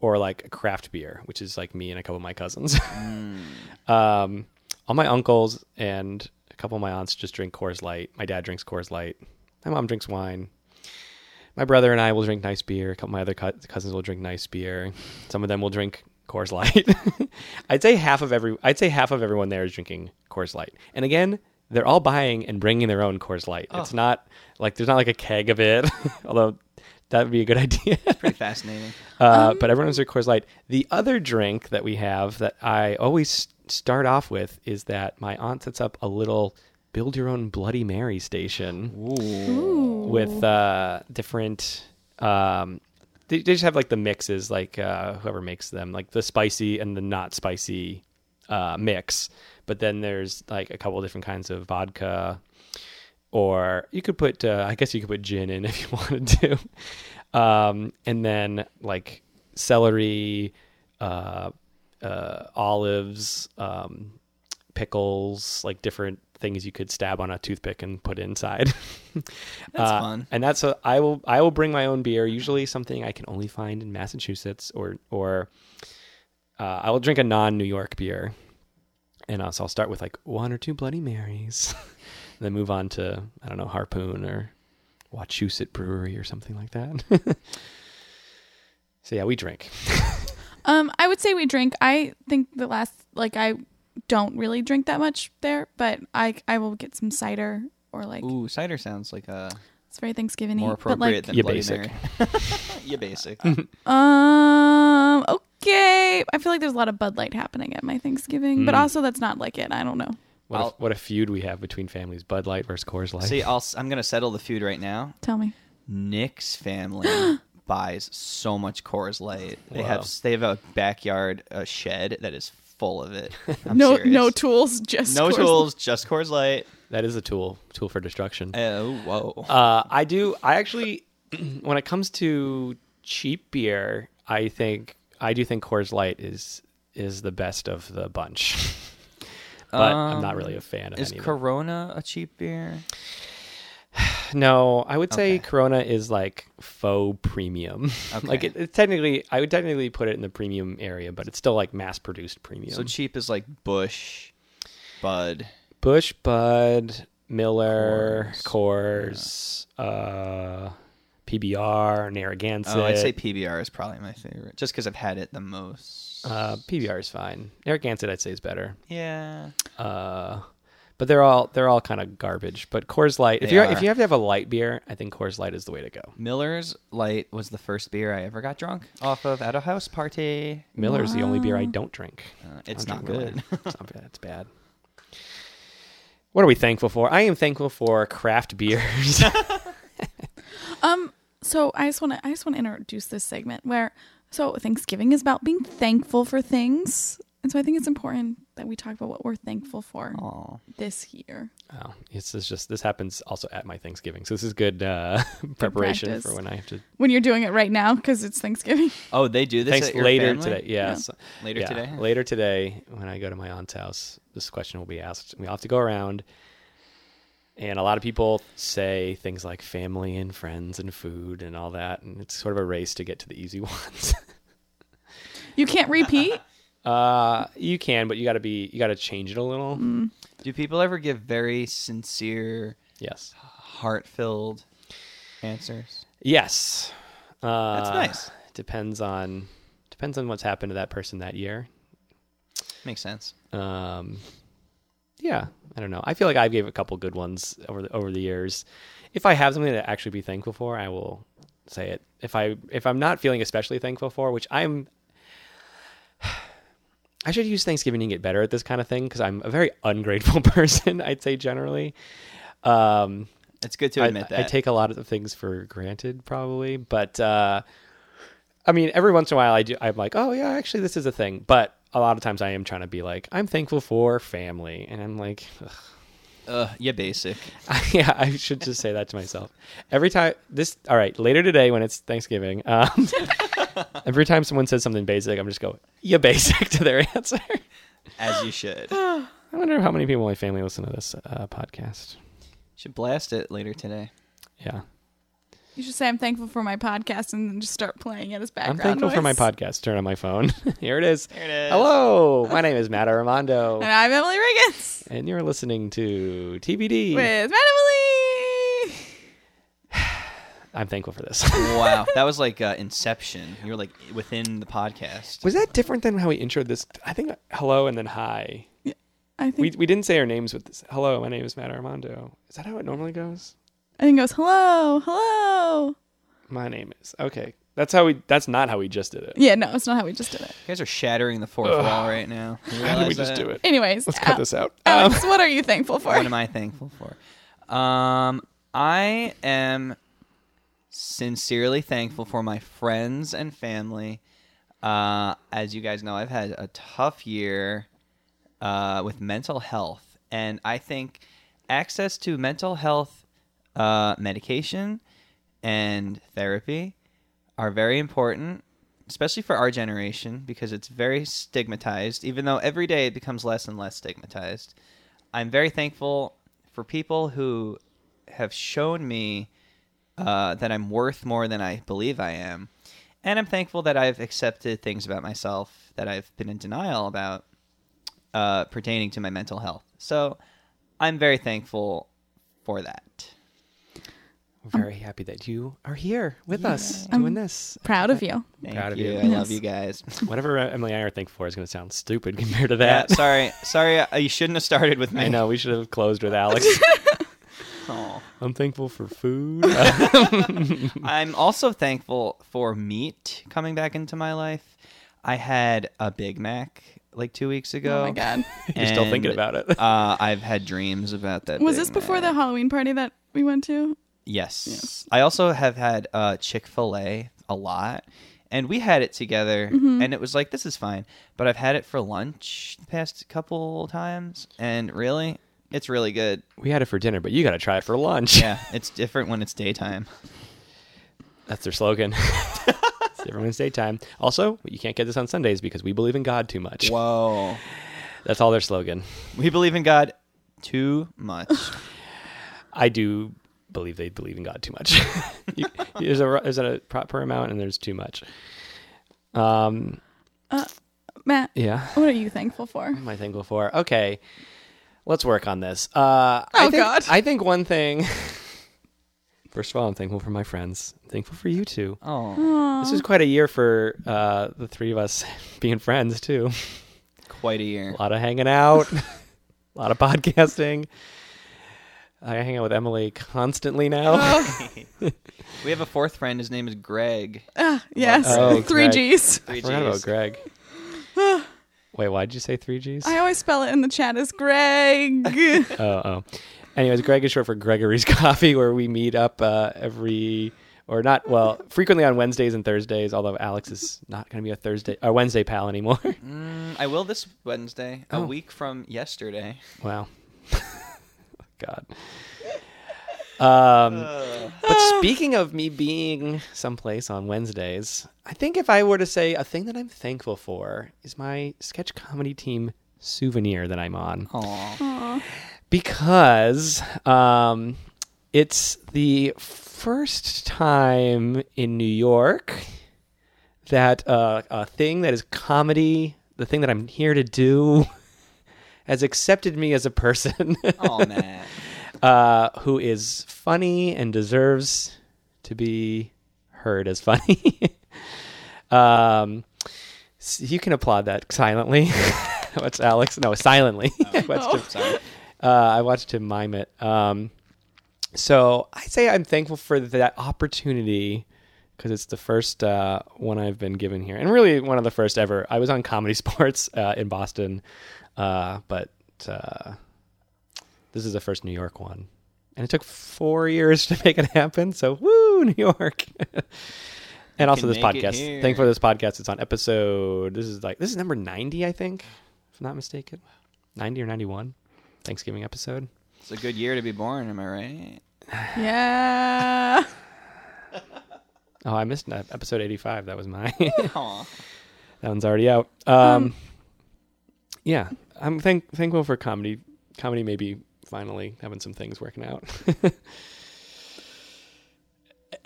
[SPEAKER 1] or like craft beer, which is like me and a couple of my cousins. <laughs> um, all my uncles and a couple of my aunts just drink Coors Light. My dad drinks Coors Light. My mom drinks wine. My brother and I will drink nice beer. A couple of my other cou- cousins will drink nice beer. Some of them will drink Coors Light. <laughs> I'd say half of every. I'd say half of everyone there is drinking Coors Light. And again, they're all buying and bringing their own Coors Light. It's not like there's not like a keg of it, <laughs> although that would be a good <laughs> idea.
[SPEAKER 3] Pretty fascinating.
[SPEAKER 1] Uh, but everyone has their Coors Light. The other drink that we have that I always s- start off with is that my aunt sets up a little build your own Bloody Mary station with uh, different. Um, they, they just have like the mixes, like uh, whoever makes them, like the spicy and the not spicy uh, mix. But then there's like a couple different kinds of vodka, or you could put, uh, I guess you could put gin in <laughs> if you wanted to. Um, and then like celery, uh, uh, olives, um, pickles, like different things you could stab on a toothpick and put inside. <laughs>
[SPEAKER 3] That's
[SPEAKER 2] Uh,
[SPEAKER 3] fun.
[SPEAKER 1] And that's a, I will I will bring my own beer, usually something I can only find in Massachusetts or or uh, I will drink a non-New York beer. And uh, so I'll start with like one or two Bloody Marys, <laughs> and then move on to I don't know Harpoon or Wachusett Brewery or something like that. <laughs> so yeah, we drink.
[SPEAKER 2] Um, I would say we drink. I think the last like I don't really drink that much there, but I I will get some cider or like
[SPEAKER 3] Ooh, cider sounds like a
[SPEAKER 2] it's very Thanksgiving.
[SPEAKER 3] more appropriate
[SPEAKER 2] but
[SPEAKER 3] than
[SPEAKER 1] Yeah,
[SPEAKER 3] Bloody
[SPEAKER 1] basic.
[SPEAKER 3] Mary. <laughs> you
[SPEAKER 2] <laughs>
[SPEAKER 3] basic.
[SPEAKER 2] like, um, okay. I feel like there's a lot of Bud Light happening at my Thanksgiving,
[SPEAKER 3] Hmm.
[SPEAKER 2] but also that's not like it. I don't know.
[SPEAKER 1] What
[SPEAKER 3] I'll-
[SPEAKER 1] a, what a feud we have between families: Bud Light versus Coors Light.
[SPEAKER 3] See, I'll, s- I'm gonna settle the feud right now.
[SPEAKER 2] Tell me. <gasps>
[SPEAKER 3] Nick's family buys so much Coors Light. They have
[SPEAKER 1] Wow.
[SPEAKER 3] s- they have a backyard a shed that is full
[SPEAKER 2] <laughs>
[SPEAKER 3] of it. I'm
[SPEAKER 2] no
[SPEAKER 3] serious.
[SPEAKER 2] no tools, just
[SPEAKER 3] no
[SPEAKER 2] Coors Light.
[SPEAKER 3] tools, just Coors Light.
[SPEAKER 1] that is a tool tool for destruction.
[SPEAKER 3] Oh whoa!
[SPEAKER 1] Uh, I Uh, do. I actually <clears throat> when it comes to cheap beer, I think I do think Coors Light is is the best of the bunch. <laughs> but I'm not
[SPEAKER 3] Um,
[SPEAKER 1] really a fan of
[SPEAKER 3] Is
[SPEAKER 1] any. of it.
[SPEAKER 3] Corona a cheap beer?
[SPEAKER 1] no, I would say
[SPEAKER 3] Okay.
[SPEAKER 1] Corona is like faux premium. <laughs> like
[SPEAKER 3] Okay.
[SPEAKER 1] it, it's technically, I would technically put it in the premium area, but it's still like mass produced premium.
[SPEAKER 3] So cheap is like Bush, Bud.
[SPEAKER 1] Bush, Bud, Miller, Coors,
[SPEAKER 3] Coors,
[SPEAKER 1] uh, PBR, Narragansett.
[SPEAKER 3] Oh, I'd say PBR is probably my favorite, just because I've had it the most.
[SPEAKER 1] uh, PBR is fine. Narragansett, I'd say, is better.
[SPEAKER 3] yeah.
[SPEAKER 1] Uh, but they're all they're all kind of garbage. But Coors Light, if
[SPEAKER 3] They
[SPEAKER 1] you
[SPEAKER 3] are.
[SPEAKER 1] if you have to have a light beer, I think Coors Light is the way to go.
[SPEAKER 3] Miller's Light was the first beer I ever got drunk off of at a house party.
[SPEAKER 1] Miller's the only beer I don't drink.
[SPEAKER 3] Uh, it's
[SPEAKER 1] I don't
[SPEAKER 3] not
[SPEAKER 1] drink Miller.
[SPEAKER 3] good.
[SPEAKER 1] <laughs> it's not bad. It's bad. What are we thankful for? I am thankful for craft beers.
[SPEAKER 3] <laughs>
[SPEAKER 2] Um. So I just want to I just want to introduce this segment where so Thanksgiving is about being thankful for things, and so I think it's important that we talk about what we're thankful for
[SPEAKER 3] Aw.
[SPEAKER 2] this year.
[SPEAKER 1] Oh, it's, it's just this happens also at my Thanksgiving, so this is good uh, <laughs> preparation
[SPEAKER 2] practice.
[SPEAKER 1] for when I have to.
[SPEAKER 2] When you're doing it right now because it's Thanksgiving. <laughs>
[SPEAKER 3] Oh, they do this
[SPEAKER 1] Thanks
[SPEAKER 3] at your
[SPEAKER 1] later
[SPEAKER 3] family?
[SPEAKER 1] today. Yeah,
[SPEAKER 2] Yeah.
[SPEAKER 1] so-
[SPEAKER 3] Later
[SPEAKER 1] yeah,
[SPEAKER 3] today.
[SPEAKER 1] Later today, when I go to my aunt's house, this question will be asked. We all have to go around, and a lot of people say things like family and friends and food and all that, and it's sort of a race to get to the easy <laughs> ones.
[SPEAKER 2] You can't repeat.
[SPEAKER 1] uh, you can, but you got to be you got to change it a little.
[SPEAKER 3] Do people ever give very sincere,
[SPEAKER 1] Yes,
[SPEAKER 3] heart-filled answers?
[SPEAKER 1] yes. Uh,
[SPEAKER 3] nice.
[SPEAKER 1] Depends on depends on what's happened to that person that year.
[SPEAKER 3] Makes sense.
[SPEAKER 1] um yeah i don't know i feel like i gave a couple good ones over the over the years if i have something to actually be thankful for i will say it if i if i'm not feeling especially thankful for which i'm <sighs> i should use thanksgiving to get better at this kind of thing because i'm a very <laughs> ungrateful person i'd say generally um
[SPEAKER 3] It's good to
[SPEAKER 1] I-
[SPEAKER 3] admit
[SPEAKER 1] I,
[SPEAKER 3] that.
[SPEAKER 1] take a lot of the things for granted, probably, but uh, I mean, every once in a while, I do. I'm like, oh yeah, actually, this is a thing. But a lot of times, I am trying to be like, I'm thankful for family, and I'm like,
[SPEAKER 3] Ugh, Uh, yeah, basic.
[SPEAKER 1] yeah, <laughs> I should just say that to myself every time. This all right later today when it's Thanksgiving. Um, <laughs> every time someone says something basic, I'm just go yeah, basic <laughs> to their answer.
[SPEAKER 3] As you should.
[SPEAKER 1] I wonder how many people in my family listen to this uh, podcast.
[SPEAKER 3] <gasps> should blast it later today.
[SPEAKER 1] Yeah.
[SPEAKER 2] you should say I'm thankful for my podcast and then just start playing it as
[SPEAKER 1] I'm
[SPEAKER 2] background.
[SPEAKER 1] thankful for my
[SPEAKER 2] noise.
[SPEAKER 1] podcast. Turn on my phone. <laughs> Here it is.
[SPEAKER 3] There it is.
[SPEAKER 1] Hello, my name is Matt
[SPEAKER 2] And <laughs>
[SPEAKER 1] Armando,
[SPEAKER 2] I'm Emily Riggins
[SPEAKER 1] and you're listening to TBD.
[SPEAKER 2] with Matt Emily.
[SPEAKER 1] I'm thankful for this. <laughs>
[SPEAKER 3] Wow, that was like uh, Inception. You were like within the podcast.
[SPEAKER 1] Was that different than how we introed this? I think hello and then hi.
[SPEAKER 2] I think
[SPEAKER 1] We, we didn't say our names with this. Hello, my name is Matt Armando. Is that how it normally goes?
[SPEAKER 2] I think it goes hello, hello.
[SPEAKER 1] My name is. Okay. That's how we that's not how we just did it.
[SPEAKER 2] Yeah, no, it's not how we just did it.
[SPEAKER 3] You guys are shattering the fourth wall right now. You
[SPEAKER 1] How did we
[SPEAKER 3] realize
[SPEAKER 1] just
[SPEAKER 3] that?
[SPEAKER 1] do it?
[SPEAKER 2] Anyways,
[SPEAKER 1] Let's cut
[SPEAKER 2] Al-
[SPEAKER 1] this out. Um,
[SPEAKER 2] Alex, what are you thankful for?
[SPEAKER 3] What am I thankful for? Um, I am sincerely thankful for my friends and family. Uh, as you guys know, I've had a tough year uh, with mental health, and I think access to mental health uh, medication and therapy are very important, especially for our generation, because it's very stigmatized, even though every day it becomes less and less stigmatized. I'm very thankful for people who have shown me uh, that I'm worth more than I believe I am. And I'm thankful that I've accepted things about myself that I've been in denial about uh, pertaining to my mental health. So I'm very thankful for that.
[SPEAKER 1] We're <laughs> very happy that you are here with us doing this. <laughs>
[SPEAKER 2] Proud of you.
[SPEAKER 3] Thank
[SPEAKER 1] Proud of
[SPEAKER 3] you.
[SPEAKER 1] you.
[SPEAKER 3] I
[SPEAKER 2] Yes.
[SPEAKER 3] love you guys.
[SPEAKER 1] <laughs> Whatever uh, Emily and I are thankful for is going to sound stupid compared to
[SPEAKER 3] Yeah,
[SPEAKER 1] that.
[SPEAKER 3] sorry, sorry. uh, You shouldn't have started with me.
[SPEAKER 1] I know we should have closed with Alex.
[SPEAKER 3] Aw.
[SPEAKER 1] I'm thankful for <laughs> food.
[SPEAKER 3] <laughs> I'm also thankful for meat coming back into my life. I had a Big Mac like two weeks ago.
[SPEAKER 2] Oh my
[SPEAKER 1] <laughs>
[SPEAKER 2] god.
[SPEAKER 1] You're still thinking
[SPEAKER 3] and,
[SPEAKER 1] about it.
[SPEAKER 3] uh, I've had dreams about that.
[SPEAKER 2] Was
[SPEAKER 3] Big
[SPEAKER 2] this
[SPEAKER 1] uh,
[SPEAKER 2] before the
[SPEAKER 3] Mac.
[SPEAKER 2] Halloween party that we went to?
[SPEAKER 3] Yes. I also have had uh, Chick Fil A a lot, and we had it together,
[SPEAKER 1] Mm-hmm.
[SPEAKER 3] and it was like this is fine. But I've had it for lunch the past couple times, and really, it's really good.
[SPEAKER 1] we had it for dinner, but you got to try it for lunch.
[SPEAKER 3] Yeah, it's different when it's daytime.
[SPEAKER 1] <laughs> That's their slogan. <laughs> it's everyone's daytime. Also, you can't get this on Sundays because we believe in God too much.
[SPEAKER 3] Whoa.
[SPEAKER 1] That's all their slogan.
[SPEAKER 3] We believe in God too
[SPEAKER 1] <laughs>
[SPEAKER 3] much.
[SPEAKER 1] I do believe they believe in God too much. <laughs> You- there's a there's a proper amount and there's too much. Um.
[SPEAKER 2] Matt,
[SPEAKER 1] Yeah.
[SPEAKER 2] what are you thankful for?
[SPEAKER 1] What am I thankful for? Okay. Let's work on this. Uh, I
[SPEAKER 2] Oh,
[SPEAKER 1] think,
[SPEAKER 2] God.
[SPEAKER 1] I think one thing. <laughs> First of all, I'm thankful for my friends. I'm thankful for you two.
[SPEAKER 3] Oh,
[SPEAKER 1] This is quite a year for uh, the three of us <laughs> being friends too.
[SPEAKER 3] quite a year.
[SPEAKER 1] A lot of hanging
[SPEAKER 2] <laughs>
[SPEAKER 1] out, a lot of podcasting. I hang out with Emily constantly
[SPEAKER 2] Oh,
[SPEAKER 1] now.
[SPEAKER 3] We have a fourth friend. His name
[SPEAKER 1] <laughs>
[SPEAKER 3] is Greg.
[SPEAKER 2] Yes,
[SPEAKER 1] Oh,
[SPEAKER 2] <laughs> three
[SPEAKER 1] Greg.
[SPEAKER 2] G's.
[SPEAKER 1] I <laughs>
[SPEAKER 3] Three
[SPEAKER 1] forgot about
[SPEAKER 2] <sighs>
[SPEAKER 3] Gs.
[SPEAKER 1] Greg. Wait, why did you say three G's?
[SPEAKER 2] I always spell it in the chat
[SPEAKER 1] <laughs>
[SPEAKER 2] as Greg.
[SPEAKER 1] Oh, oh. Anyways, Greg is short for Gregory's <laughs> Coffee, where we meet up uh, every, or not, well, frequently on Wednesdays and Thursdays, although Alex is not going to be a Thursday, a Wednesday pal anymore.
[SPEAKER 3] Mm, I will this Wednesday, a
[SPEAKER 1] Oh.
[SPEAKER 3] week from yesterday.
[SPEAKER 1] <laughs> wow. <laughs> God. Um, but speaking of me being someplace on Wednesdays, I think if I were to say a thing that I'm thankful for is my sketch comedy team souvenir that I'm on.
[SPEAKER 3] Aw.
[SPEAKER 1] because um, it's the first time in New York that uh, a thing that is comedy, the thing that I'm here to do, <laughs> has accepted me as a person <laughs>
[SPEAKER 3] Aw, Matt.
[SPEAKER 1] uh, who is funny and deserves to be heard as funny. <laughs> um, s- you can applaud that silently. <laughs> What's Alex? No, silently. <laughs> What's
[SPEAKER 2] Oh.
[SPEAKER 3] Sorry.
[SPEAKER 1] uh, I watched him mime it. Um, so I say I'm thankful for that opportunity because it's the first uh, one I've been given here, and really one of the first ever. I was on Comedy <laughs> Sports uh, in Boston, uh, but uh, this is the first New York one, and it took four years to make it happen. So woo, New York! <laughs> and also
[SPEAKER 3] can
[SPEAKER 1] this
[SPEAKER 3] make it
[SPEAKER 1] podcast.
[SPEAKER 3] here.
[SPEAKER 1] Thankful for this podcast. It's on episode. This is like this is number ninety, I think, if I'm not mistaken, ninety or ninety-one. Thanksgiving episode.
[SPEAKER 3] It's a good year to be born. Am I right?
[SPEAKER 2] yeah.
[SPEAKER 1] Oh, I missed that. episode 85. That was
[SPEAKER 2] <laughs>
[SPEAKER 1] mine.
[SPEAKER 3] Aw.
[SPEAKER 1] <laughs> that one's already out. Um, yeah, I'm thank- thankful for comedy. Comedy maybe finally having some things working out.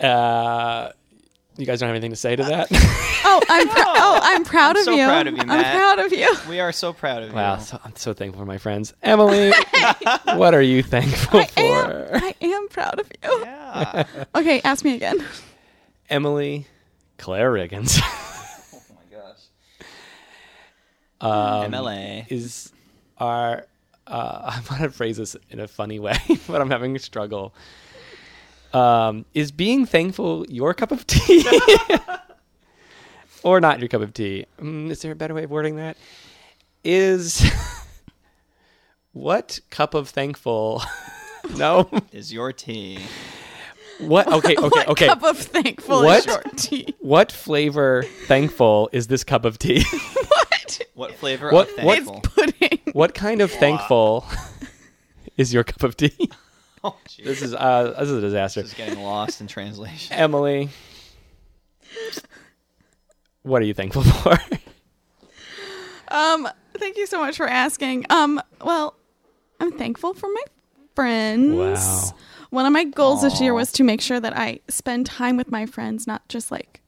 [SPEAKER 1] <laughs> uh, you guys don't have anything to
[SPEAKER 2] Uh,
[SPEAKER 1] say to that?
[SPEAKER 2] <laughs> Oh, I'm pr- oh, I'm proud
[SPEAKER 3] I'm
[SPEAKER 2] of
[SPEAKER 3] so
[SPEAKER 2] you.
[SPEAKER 3] proud of you, Matt.
[SPEAKER 2] I'm proud of you.
[SPEAKER 3] We are so proud of
[SPEAKER 1] wow,
[SPEAKER 3] you.
[SPEAKER 1] so, I'm so thankful for my friends.
[SPEAKER 2] <laughs>
[SPEAKER 1] Emily, what are you thankful
[SPEAKER 2] I
[SPEAKER 1] for?
[SPEAKER 2] am. I am proud of you.
[SPEAKER 1] <laughs>
[SPEAKER 3] Yeah.
[SPEAKER 2] Okay, ask me again.
[SPEAKER 1] Emily Claire <laughs> Riggins
[SPEAKER 3] oh my gosh.
[SPEAKER 1] Um,
[SPEAKER 3] MLA.
[SPEAKER 1] is our. Uh, <laughs> I want to phrase this in a funny way, <laughs> but I'm having a struggle. um, is being thankful your cup of tea <laughs> or not your cup of tea? Mm, is there a better way of wording that? Is <laughs> what cup of thankful? <laughs> no.
[SPEAKER 3] Is your tea?
[SPEAKER 1] What? Okay. Okay.
[SPEAKER 2] <laughs> What
[SPEAKER 1] Okay.
[SPEAKER 2] cup of thankful
[SPEAKER 1] What?
[SPEAKER 2] is your
[SPEAKER 1] <laughs>
[SPEAKER 2] tea?
[SPEAKER 1] what flavor thankful is this cup of tea? <laughs>
[SPEAKER 2] What?
[SPEAKER 3] What flavor
[SPEAKER 1] What-
[SPEAKER 3] of
[SPEAKER 1] what-
[SPEAKER 3] thankful?
[SPEAKER 2] It's pudding.
[SPEAKER 1] what kind of thankful <laughs> is your cup of tea?
[SPEAKER 3] <laughs> Oh, jeez.
[SPEAKER 1] This is uh, this is a disaster.
[SPEAKER 3] This is getting lost in translation.
[SPEAKER 1] Emily, what are you thankful <laughs> for?
[SPEAKER 2] Um, thank you so much for asking. Um, well, I'm thankful for my friends.
[SPEAKER 1] Wow.
[SPEAKER 2] One of my goals this year was to make sure that I spend time with my friends, not just like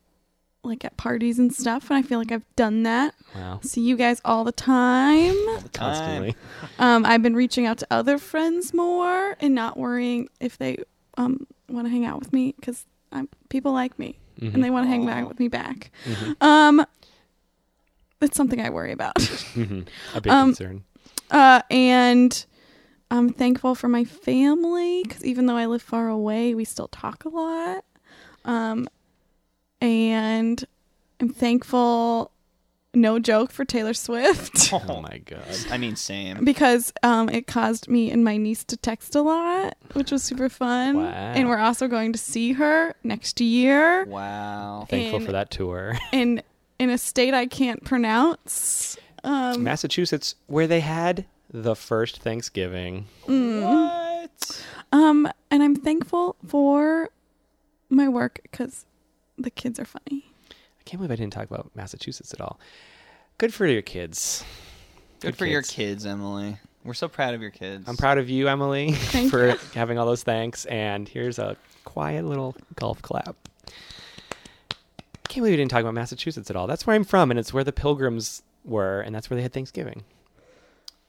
[SPEAKER 2] like at parties and stuff, and I feel like I've done that.
[SPEAKER 1] Wow.
[SPEAKER 2] See you guys all the time.
[SPEAKER 1] Constantly.
[SPEAKER 2] Um, I've been reaching out to other friends more and not worrying if they um, want to hang out with me because I'm people like me
[SPEAKER 1] Mm-hmm.
[SPEAKER 3] <laughs>
[SPEAKER 2] and they want to hang back with me back. Um, it's something I worry about. <laughs>
[SPEAKER 1] Mm-hmm. A big
[SPEAKER 3] Um,
[SPEAKER 1] concern.
[SPEAKER 2] uh, and I'm thankful for my family because even though I live far away, we still talk a lot. Um, and I'm thankful, no joke, for Taylor Swift.
[SPEAKER 3] Oh,
[SPEAKER 1] Oh my god.
[SPEAKER 3] I mean,
[SPEAKER 2] <laughs>
[SPEAKER 3] same.
[SPEAKER 2] because um, it caused me and my niece to text a lot, which was super fun.
[SPEAKER 1] Wow.
[SPEAKER 2] And we're also going to see her next year
[SPEAKER 3] Wow.
[SPEAKER 1] Thankful
[SPEAKER 2] in-
[SPEAKER 1] for that
[SPEAKER 3] <laughs>
[SPEAKER 1] tour.
[SPEAKER 2] in in a state I can't pronounce. Um,
[SPEAKER 1] Massachusetts, where they had the first Thanksgiving. Mm-hmm.
[SPEAKER 2] mm.
[SPEAKER 3] What?
[SPEAKER 2] um, and I'm thankful for my work because The kids are funny.
[SPEAKER 1] I can't believe I didn't talk about Massachusetts at all. Good for your kids.
[SPEAKER 3] Good,
[SPEAKER 1] Good
[SPEAKER 3] for your
[SPEAKER 1] kids.
[SPEAKER 3] kids, Emily. We're so proud of your kids.
[SPEAKER 1] I'm proud of you, Emily, <laughs>
[SPEAKER 2] Thank
[SPEAKER 1] for
[SPEAKER 2] you.
[SPEAKER 1] having all those thanks. And here's a quiet little golf clap. Can't believe we didn't talk about Massachusetts at all. That's where I'm from, and it's where the Pilgrims were, and that's where they had Thanksgiving.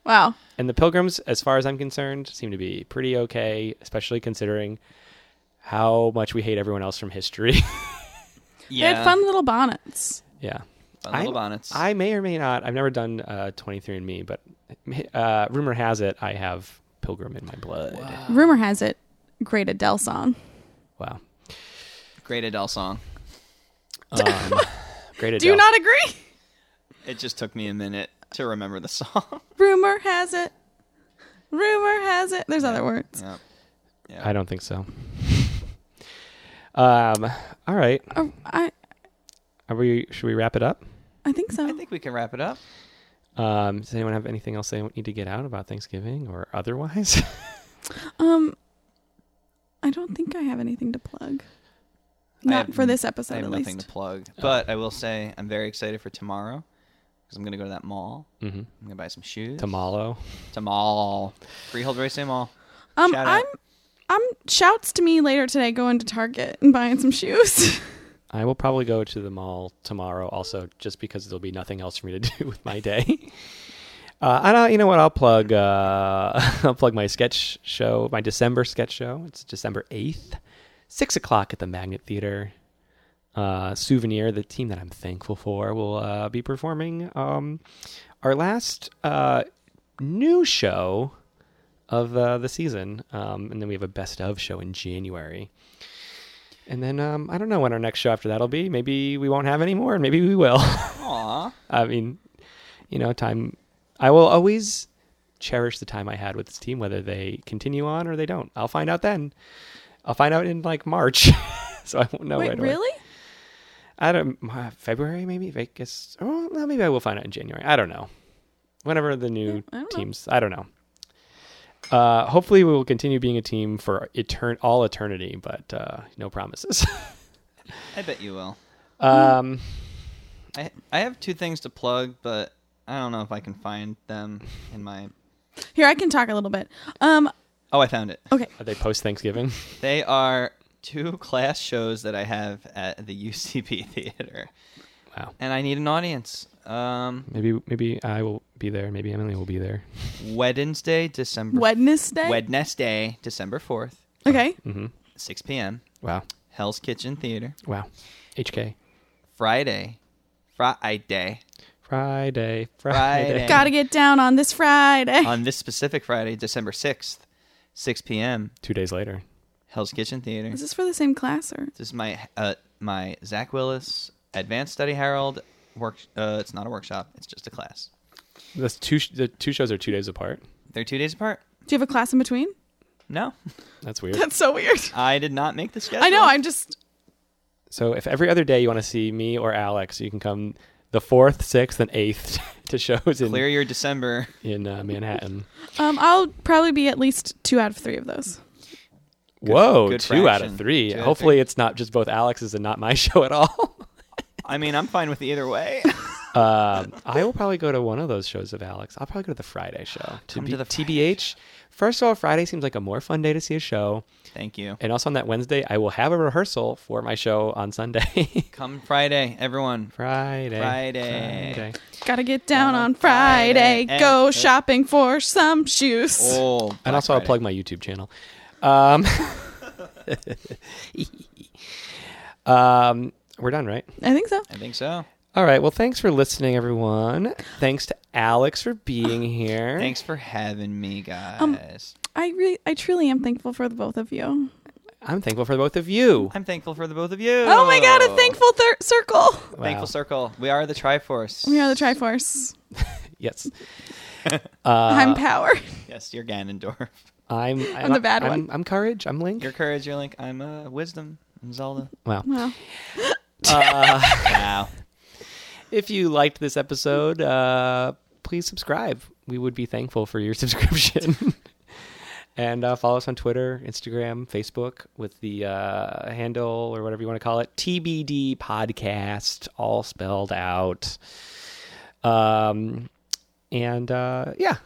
[SPEAKER 2] Wow.
[SPEAKER 1] And the Pilgrims, as far as I'm concerned, seem to be pretty okay, especially considering how much we hate everyone else from history. <laughs>
[SPEAKER 2] They had fun little bonnets.
[SPEAKER 1] yeah.
[SPEAKER 3] Fun little
[SPEAKER 1] I'm-
[SPEAKER 3] bonnets.
[SPEAKER 1] I may or may not. I've never done uh, 23andMe, but uh, rumor has it I have Pilgrim in my blood. Wow.
[SPEAKER 3] Um,
[SPEAKER 2] Rumor has it, great Adele song.
[SPEAKER 3] Great Adele song.
[SPEAKER 1] Um, <laughs> great
[SPEAKER 2] Do you
[SPEAKER 1] Adele.
[SPEAKER 2] not agree?
[SPEAKER 3] It just took me a minute to remember the <laughs> song.
[SPEAKER 2] <laughs> Rumor has it. Rumor has it. There's other words.
[SPEAKER 3] Yep.
[SPEAKER 1] I don't think so. <laughs> Um. All right.
[SPEAKER 2] Oh, I
[SPEAKER 1] Are we? Should we wrap it up?
[SPEAKER 2] I think so.
[SPEAKER 3] I think we can wrap it up.
[SPEAKER 1] Um. Does anyone have anything else they need to get out about Thanksgiving or otherwise? <laughs>
[SPEAKER 2] um, I don't think I have anything to plug.
[SPEAKER 3] I
[SPEAKER 2] Not
[SPEAKER 3] have-
[SPEAKER 2] for this
[SPEAKER 3] I
[SPEAKER 2] episode,
[SPEAKER 3] have
[SPEAKER 2] at
[SPEAKER 3] nothing
[SPEAKER 2] least.
[SPEAKER 3] to plug, but I will say I'm very excited for tomorrow because I'm going to go to that mall.
[SPEAKER 1] mm-hmm.
[SPEAKER 3] I'm going to buy some shoes.
[SPEAKER 1] Tamalo.
[SPEAKER 3] To mall. Freehold Raceway Mall.
[SPEAKER 2] um,
[SPEAKER 3] shout out.
[SPEAKER 2] I'm. I'm shouts to me later today going to Target and buying some shoes.
[SPEAKER 1] I will probably go to the mall tomorrow, also, just because there'll be nothing else for me to <laughs> do with my day. Uh, I don't, you know what? I'll plug. Uh, <laughs> I'll plug my sketch show, my December sketch show. It's December eighth, six o'clock at the Magnet Theater. Uh, Souvenir, the team that I'm thankful for, will uh, be performing um, our last uh, new show of uh, the season, um, and then we have a best of show in January. And then um, I don't know when our next show after that'll be. Maybe we won't have any more, and maybe we will.
[SPEAKER 3] Aw.
[SPEAKER 1] <laughs> I mean, you know, time. I will always cherish the time I had with this team, whether they continue on or they don't. I'll find out then. I'll find out in like March, <laughs> so I
[SPEAKER 3] Oh,
[SPEAKER 1] won't know.
[SPEAKER 2] <laughs> Wait,
[SPEAKER 1] right away.
[SPEAKER 2] really?
[SPEAKER 1] I don't. uh, February maybe Vegas. Oh, well, maybe I will find out in January. I don't know. Whenever the new
[SPEAKER 2] I don't know.
[SPEAKER 1] teams, I don't know. Uh, hopefully, we will continue being a team for etern- all eternity, but uh, no promises. <laughs>
[SPEAKER 3] I bet you will.
[SPEAKER 1] um,
[SPEAKER 3] I, I have two things to plug, but I don't know if I can find them in my.
[SPEAKER 2] Here, I can talk a little bit. Um,
[SPEAKER 3] Oh, I found it.
[SPEAKER 2] okay.
[SPEAKER 1] are they post Thanksgiving?
[SPEAKER 3] They are two <laughs> class shows that I have at the <laughs> UCB theater,
[SPEAKER 1] Wow.
[SPEAKER 3] and I need an audience. Um,
[SPEAKER 1] Maybe maybe I will be there. Maybe Emily will be there.
[SPEAKER 3] Wednesday, December
[SPEAKER 2] Wednesday.
[SPEAKER 3] Wednesday, December fourth,
[SPEAKER 2] okay.
[SPEAKER 1] Mm-hmm.
[SPEAKER 3] six p.m.
[SPEAKER 1] Wow.
[SPEAKER 3] Hell's Kitchen Theater.
[SPEAKER 1] Wow. HK.
[SPEAKER 3] Friday, Friday
[SPEAKER 1] Friday. Friday.
[SPEAKER 3] Friday.
[SPEAKER 2] Gotta get down on this Friday.
[SPEAKER 3] on this specific Friday, December sixth, six p.m.
[SPEAKER 1] Two days later.
[SPEAKER 3] Hell's Kitchen Theater.
[SPEAKER 2] Is this for the same class or?
[SPEAKER 3] This is my uh, my Zach Willis Advanced Study Herald work. Uh, it's not a workshop. It's just a class.
[SPEAKER 1] That's two. Sh- the two shows are two days apart.
[SPEAKER 3] They're two days apart.
[SPEAKER 2] Do you have a class in
[SPEAKER 3] <laughs>
[SPEAKER 2] between?
[SPEAKER 3] No,
[SPEAKER 1] That's weird.
[SPEAKER 2] That's so weird.
[SPEAKER 3] I did not make the schedule.
[SPEAKER 2] I know. I'm just.
[SPEAKER 1] So if every other day you want to see me or Alex, you can come the fourth, sixth, and eighth <laughs> to shows in
[SPEAKER 3] clear your December.
[SPEAKER 1] in uh, Manhattan.
[SPEAKER 2] Um, I'll probably be at least two out of three of those.
[SPEAKER 1] Whoa,
[SPEAKER 3] good
[SPEAKER 1] two out of
[SPEAKER 3] fraction.
[SPEAKER 1] three.
[SPEAKER 3] Two out of
[SPEAKER 1] Hopefully,
[SPEAKER 3] three.
[SPEAKER 1] it's not just both Alex's and not my <laughs> show at all.
[SPEAKER 3] I mean, I'm fine with either way. <laughs>
[SPEAKER 1] um, I will probably go to one of those shows of Alex. I'll probably go to the Friday
[SPEAKER 3] <gasps>
[SPEAKER 1] show. To
[SPEAKER 3] Come
[SPEAKER 1] be-
[SPEAKER 3] to the Friday
[SPEAKER 1] TBH. First of all, Friday seems like a more fun day to see a show.
[SPEAKER 3] Thank you.
[SPEAKER 1] And also on that Wednesday, I will have a rehearsal for my show on Sunday. <laughs>
[SPEAKER 3] Come Friday, everyone.
[SPEAKER 1] Friday.
[SPEAKER 3] Friday.
[SPEAKER 1] Friday.
[SPEAKER 2] Gotta get down
[SPEAKER 3] On
[SPEAKER 2] on Friday.
[SPEAKER 3] Friday.
[SPEAKER 2] Go
[SPEAKER 3] Eh.
[SPEAKER 2] shopping for some shoes.
[SPEAKER 3] Oh, Black
[SPEAKER 1] and also I'll
[SPEAKER 3] Friday.
[SPEAKER 1] plug my YouTube channel. Um, <laughs> um, we're done, right?
[SPEAKER 2] I think so.
[SPEAKER 3] I think so.
[SPEAKER 1] All right. Well, thanks for listening, everyone. Thanks to Alex for
[SPEAKER 2] <sighs>
[SPEAKER 1] being here.
[SPEAKER 3] Thanks for having me,
[SPEAKER 2] Um,
[SPEAKER 3] guys.
[SPEAKER 2] I really, I truly am thankful for the both of you.
[SPEAKER 1] I'm thankful for both of you.
[SPEAKER 2] <laughs>
[SPEAKER 3] I'm thankful for the both of you.
[SPEAKER 2] Oh my god, a thankful thir- circle.
[SPEAKER 1] Wow.
[SPEAKER 3] Thankful circle. We are the Triforce.
[SPEAKER 2] We are the Triforce.
[SPEAKER 1] Yes.
[SPEAKER 3] Uh,
[SPEAKER 2] I'm power. <laughs>
[SPEAKER 3] Yes, you're Ganondorf.
[SPEAKER 1] I'm. I'm,
[SPEAKER 2] the bad
[SPEAKER 1] I'm,
[SPEAKER 2] one.
[SPEAKER 1] I'm courage. I'm Link.
[SPEAKER 3] Your courage. You're like I'm uh, wisdom.
[SPEAKER 2] <laughs>
[SPEAKER 3] I'm Zelda.
[SPEAKER 1] Wow.
[SPEAKER 2] Wow.
[SPEAKER 3] wow.
[SPEAKER 1] If you liked this episode, uh, please subscribe. We would be thankful for your <laughs> subscription. And uh, follow us on Twitter, Instagram, Facebook with the uh, handle or whatever you want to call it TBD Podcast, all spelled out. Um, and uh, yeah.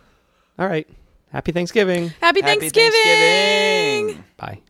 [SPEAKER 1] All right. Happy Thanksgiving.
[SPEAKER 2] Happy
[SPEAKER 3] Happy
[SPEAKER 2] Thanksgiving!
[SPEAKER 3] Thanksgiving!
[SPEAKER 1] Bye.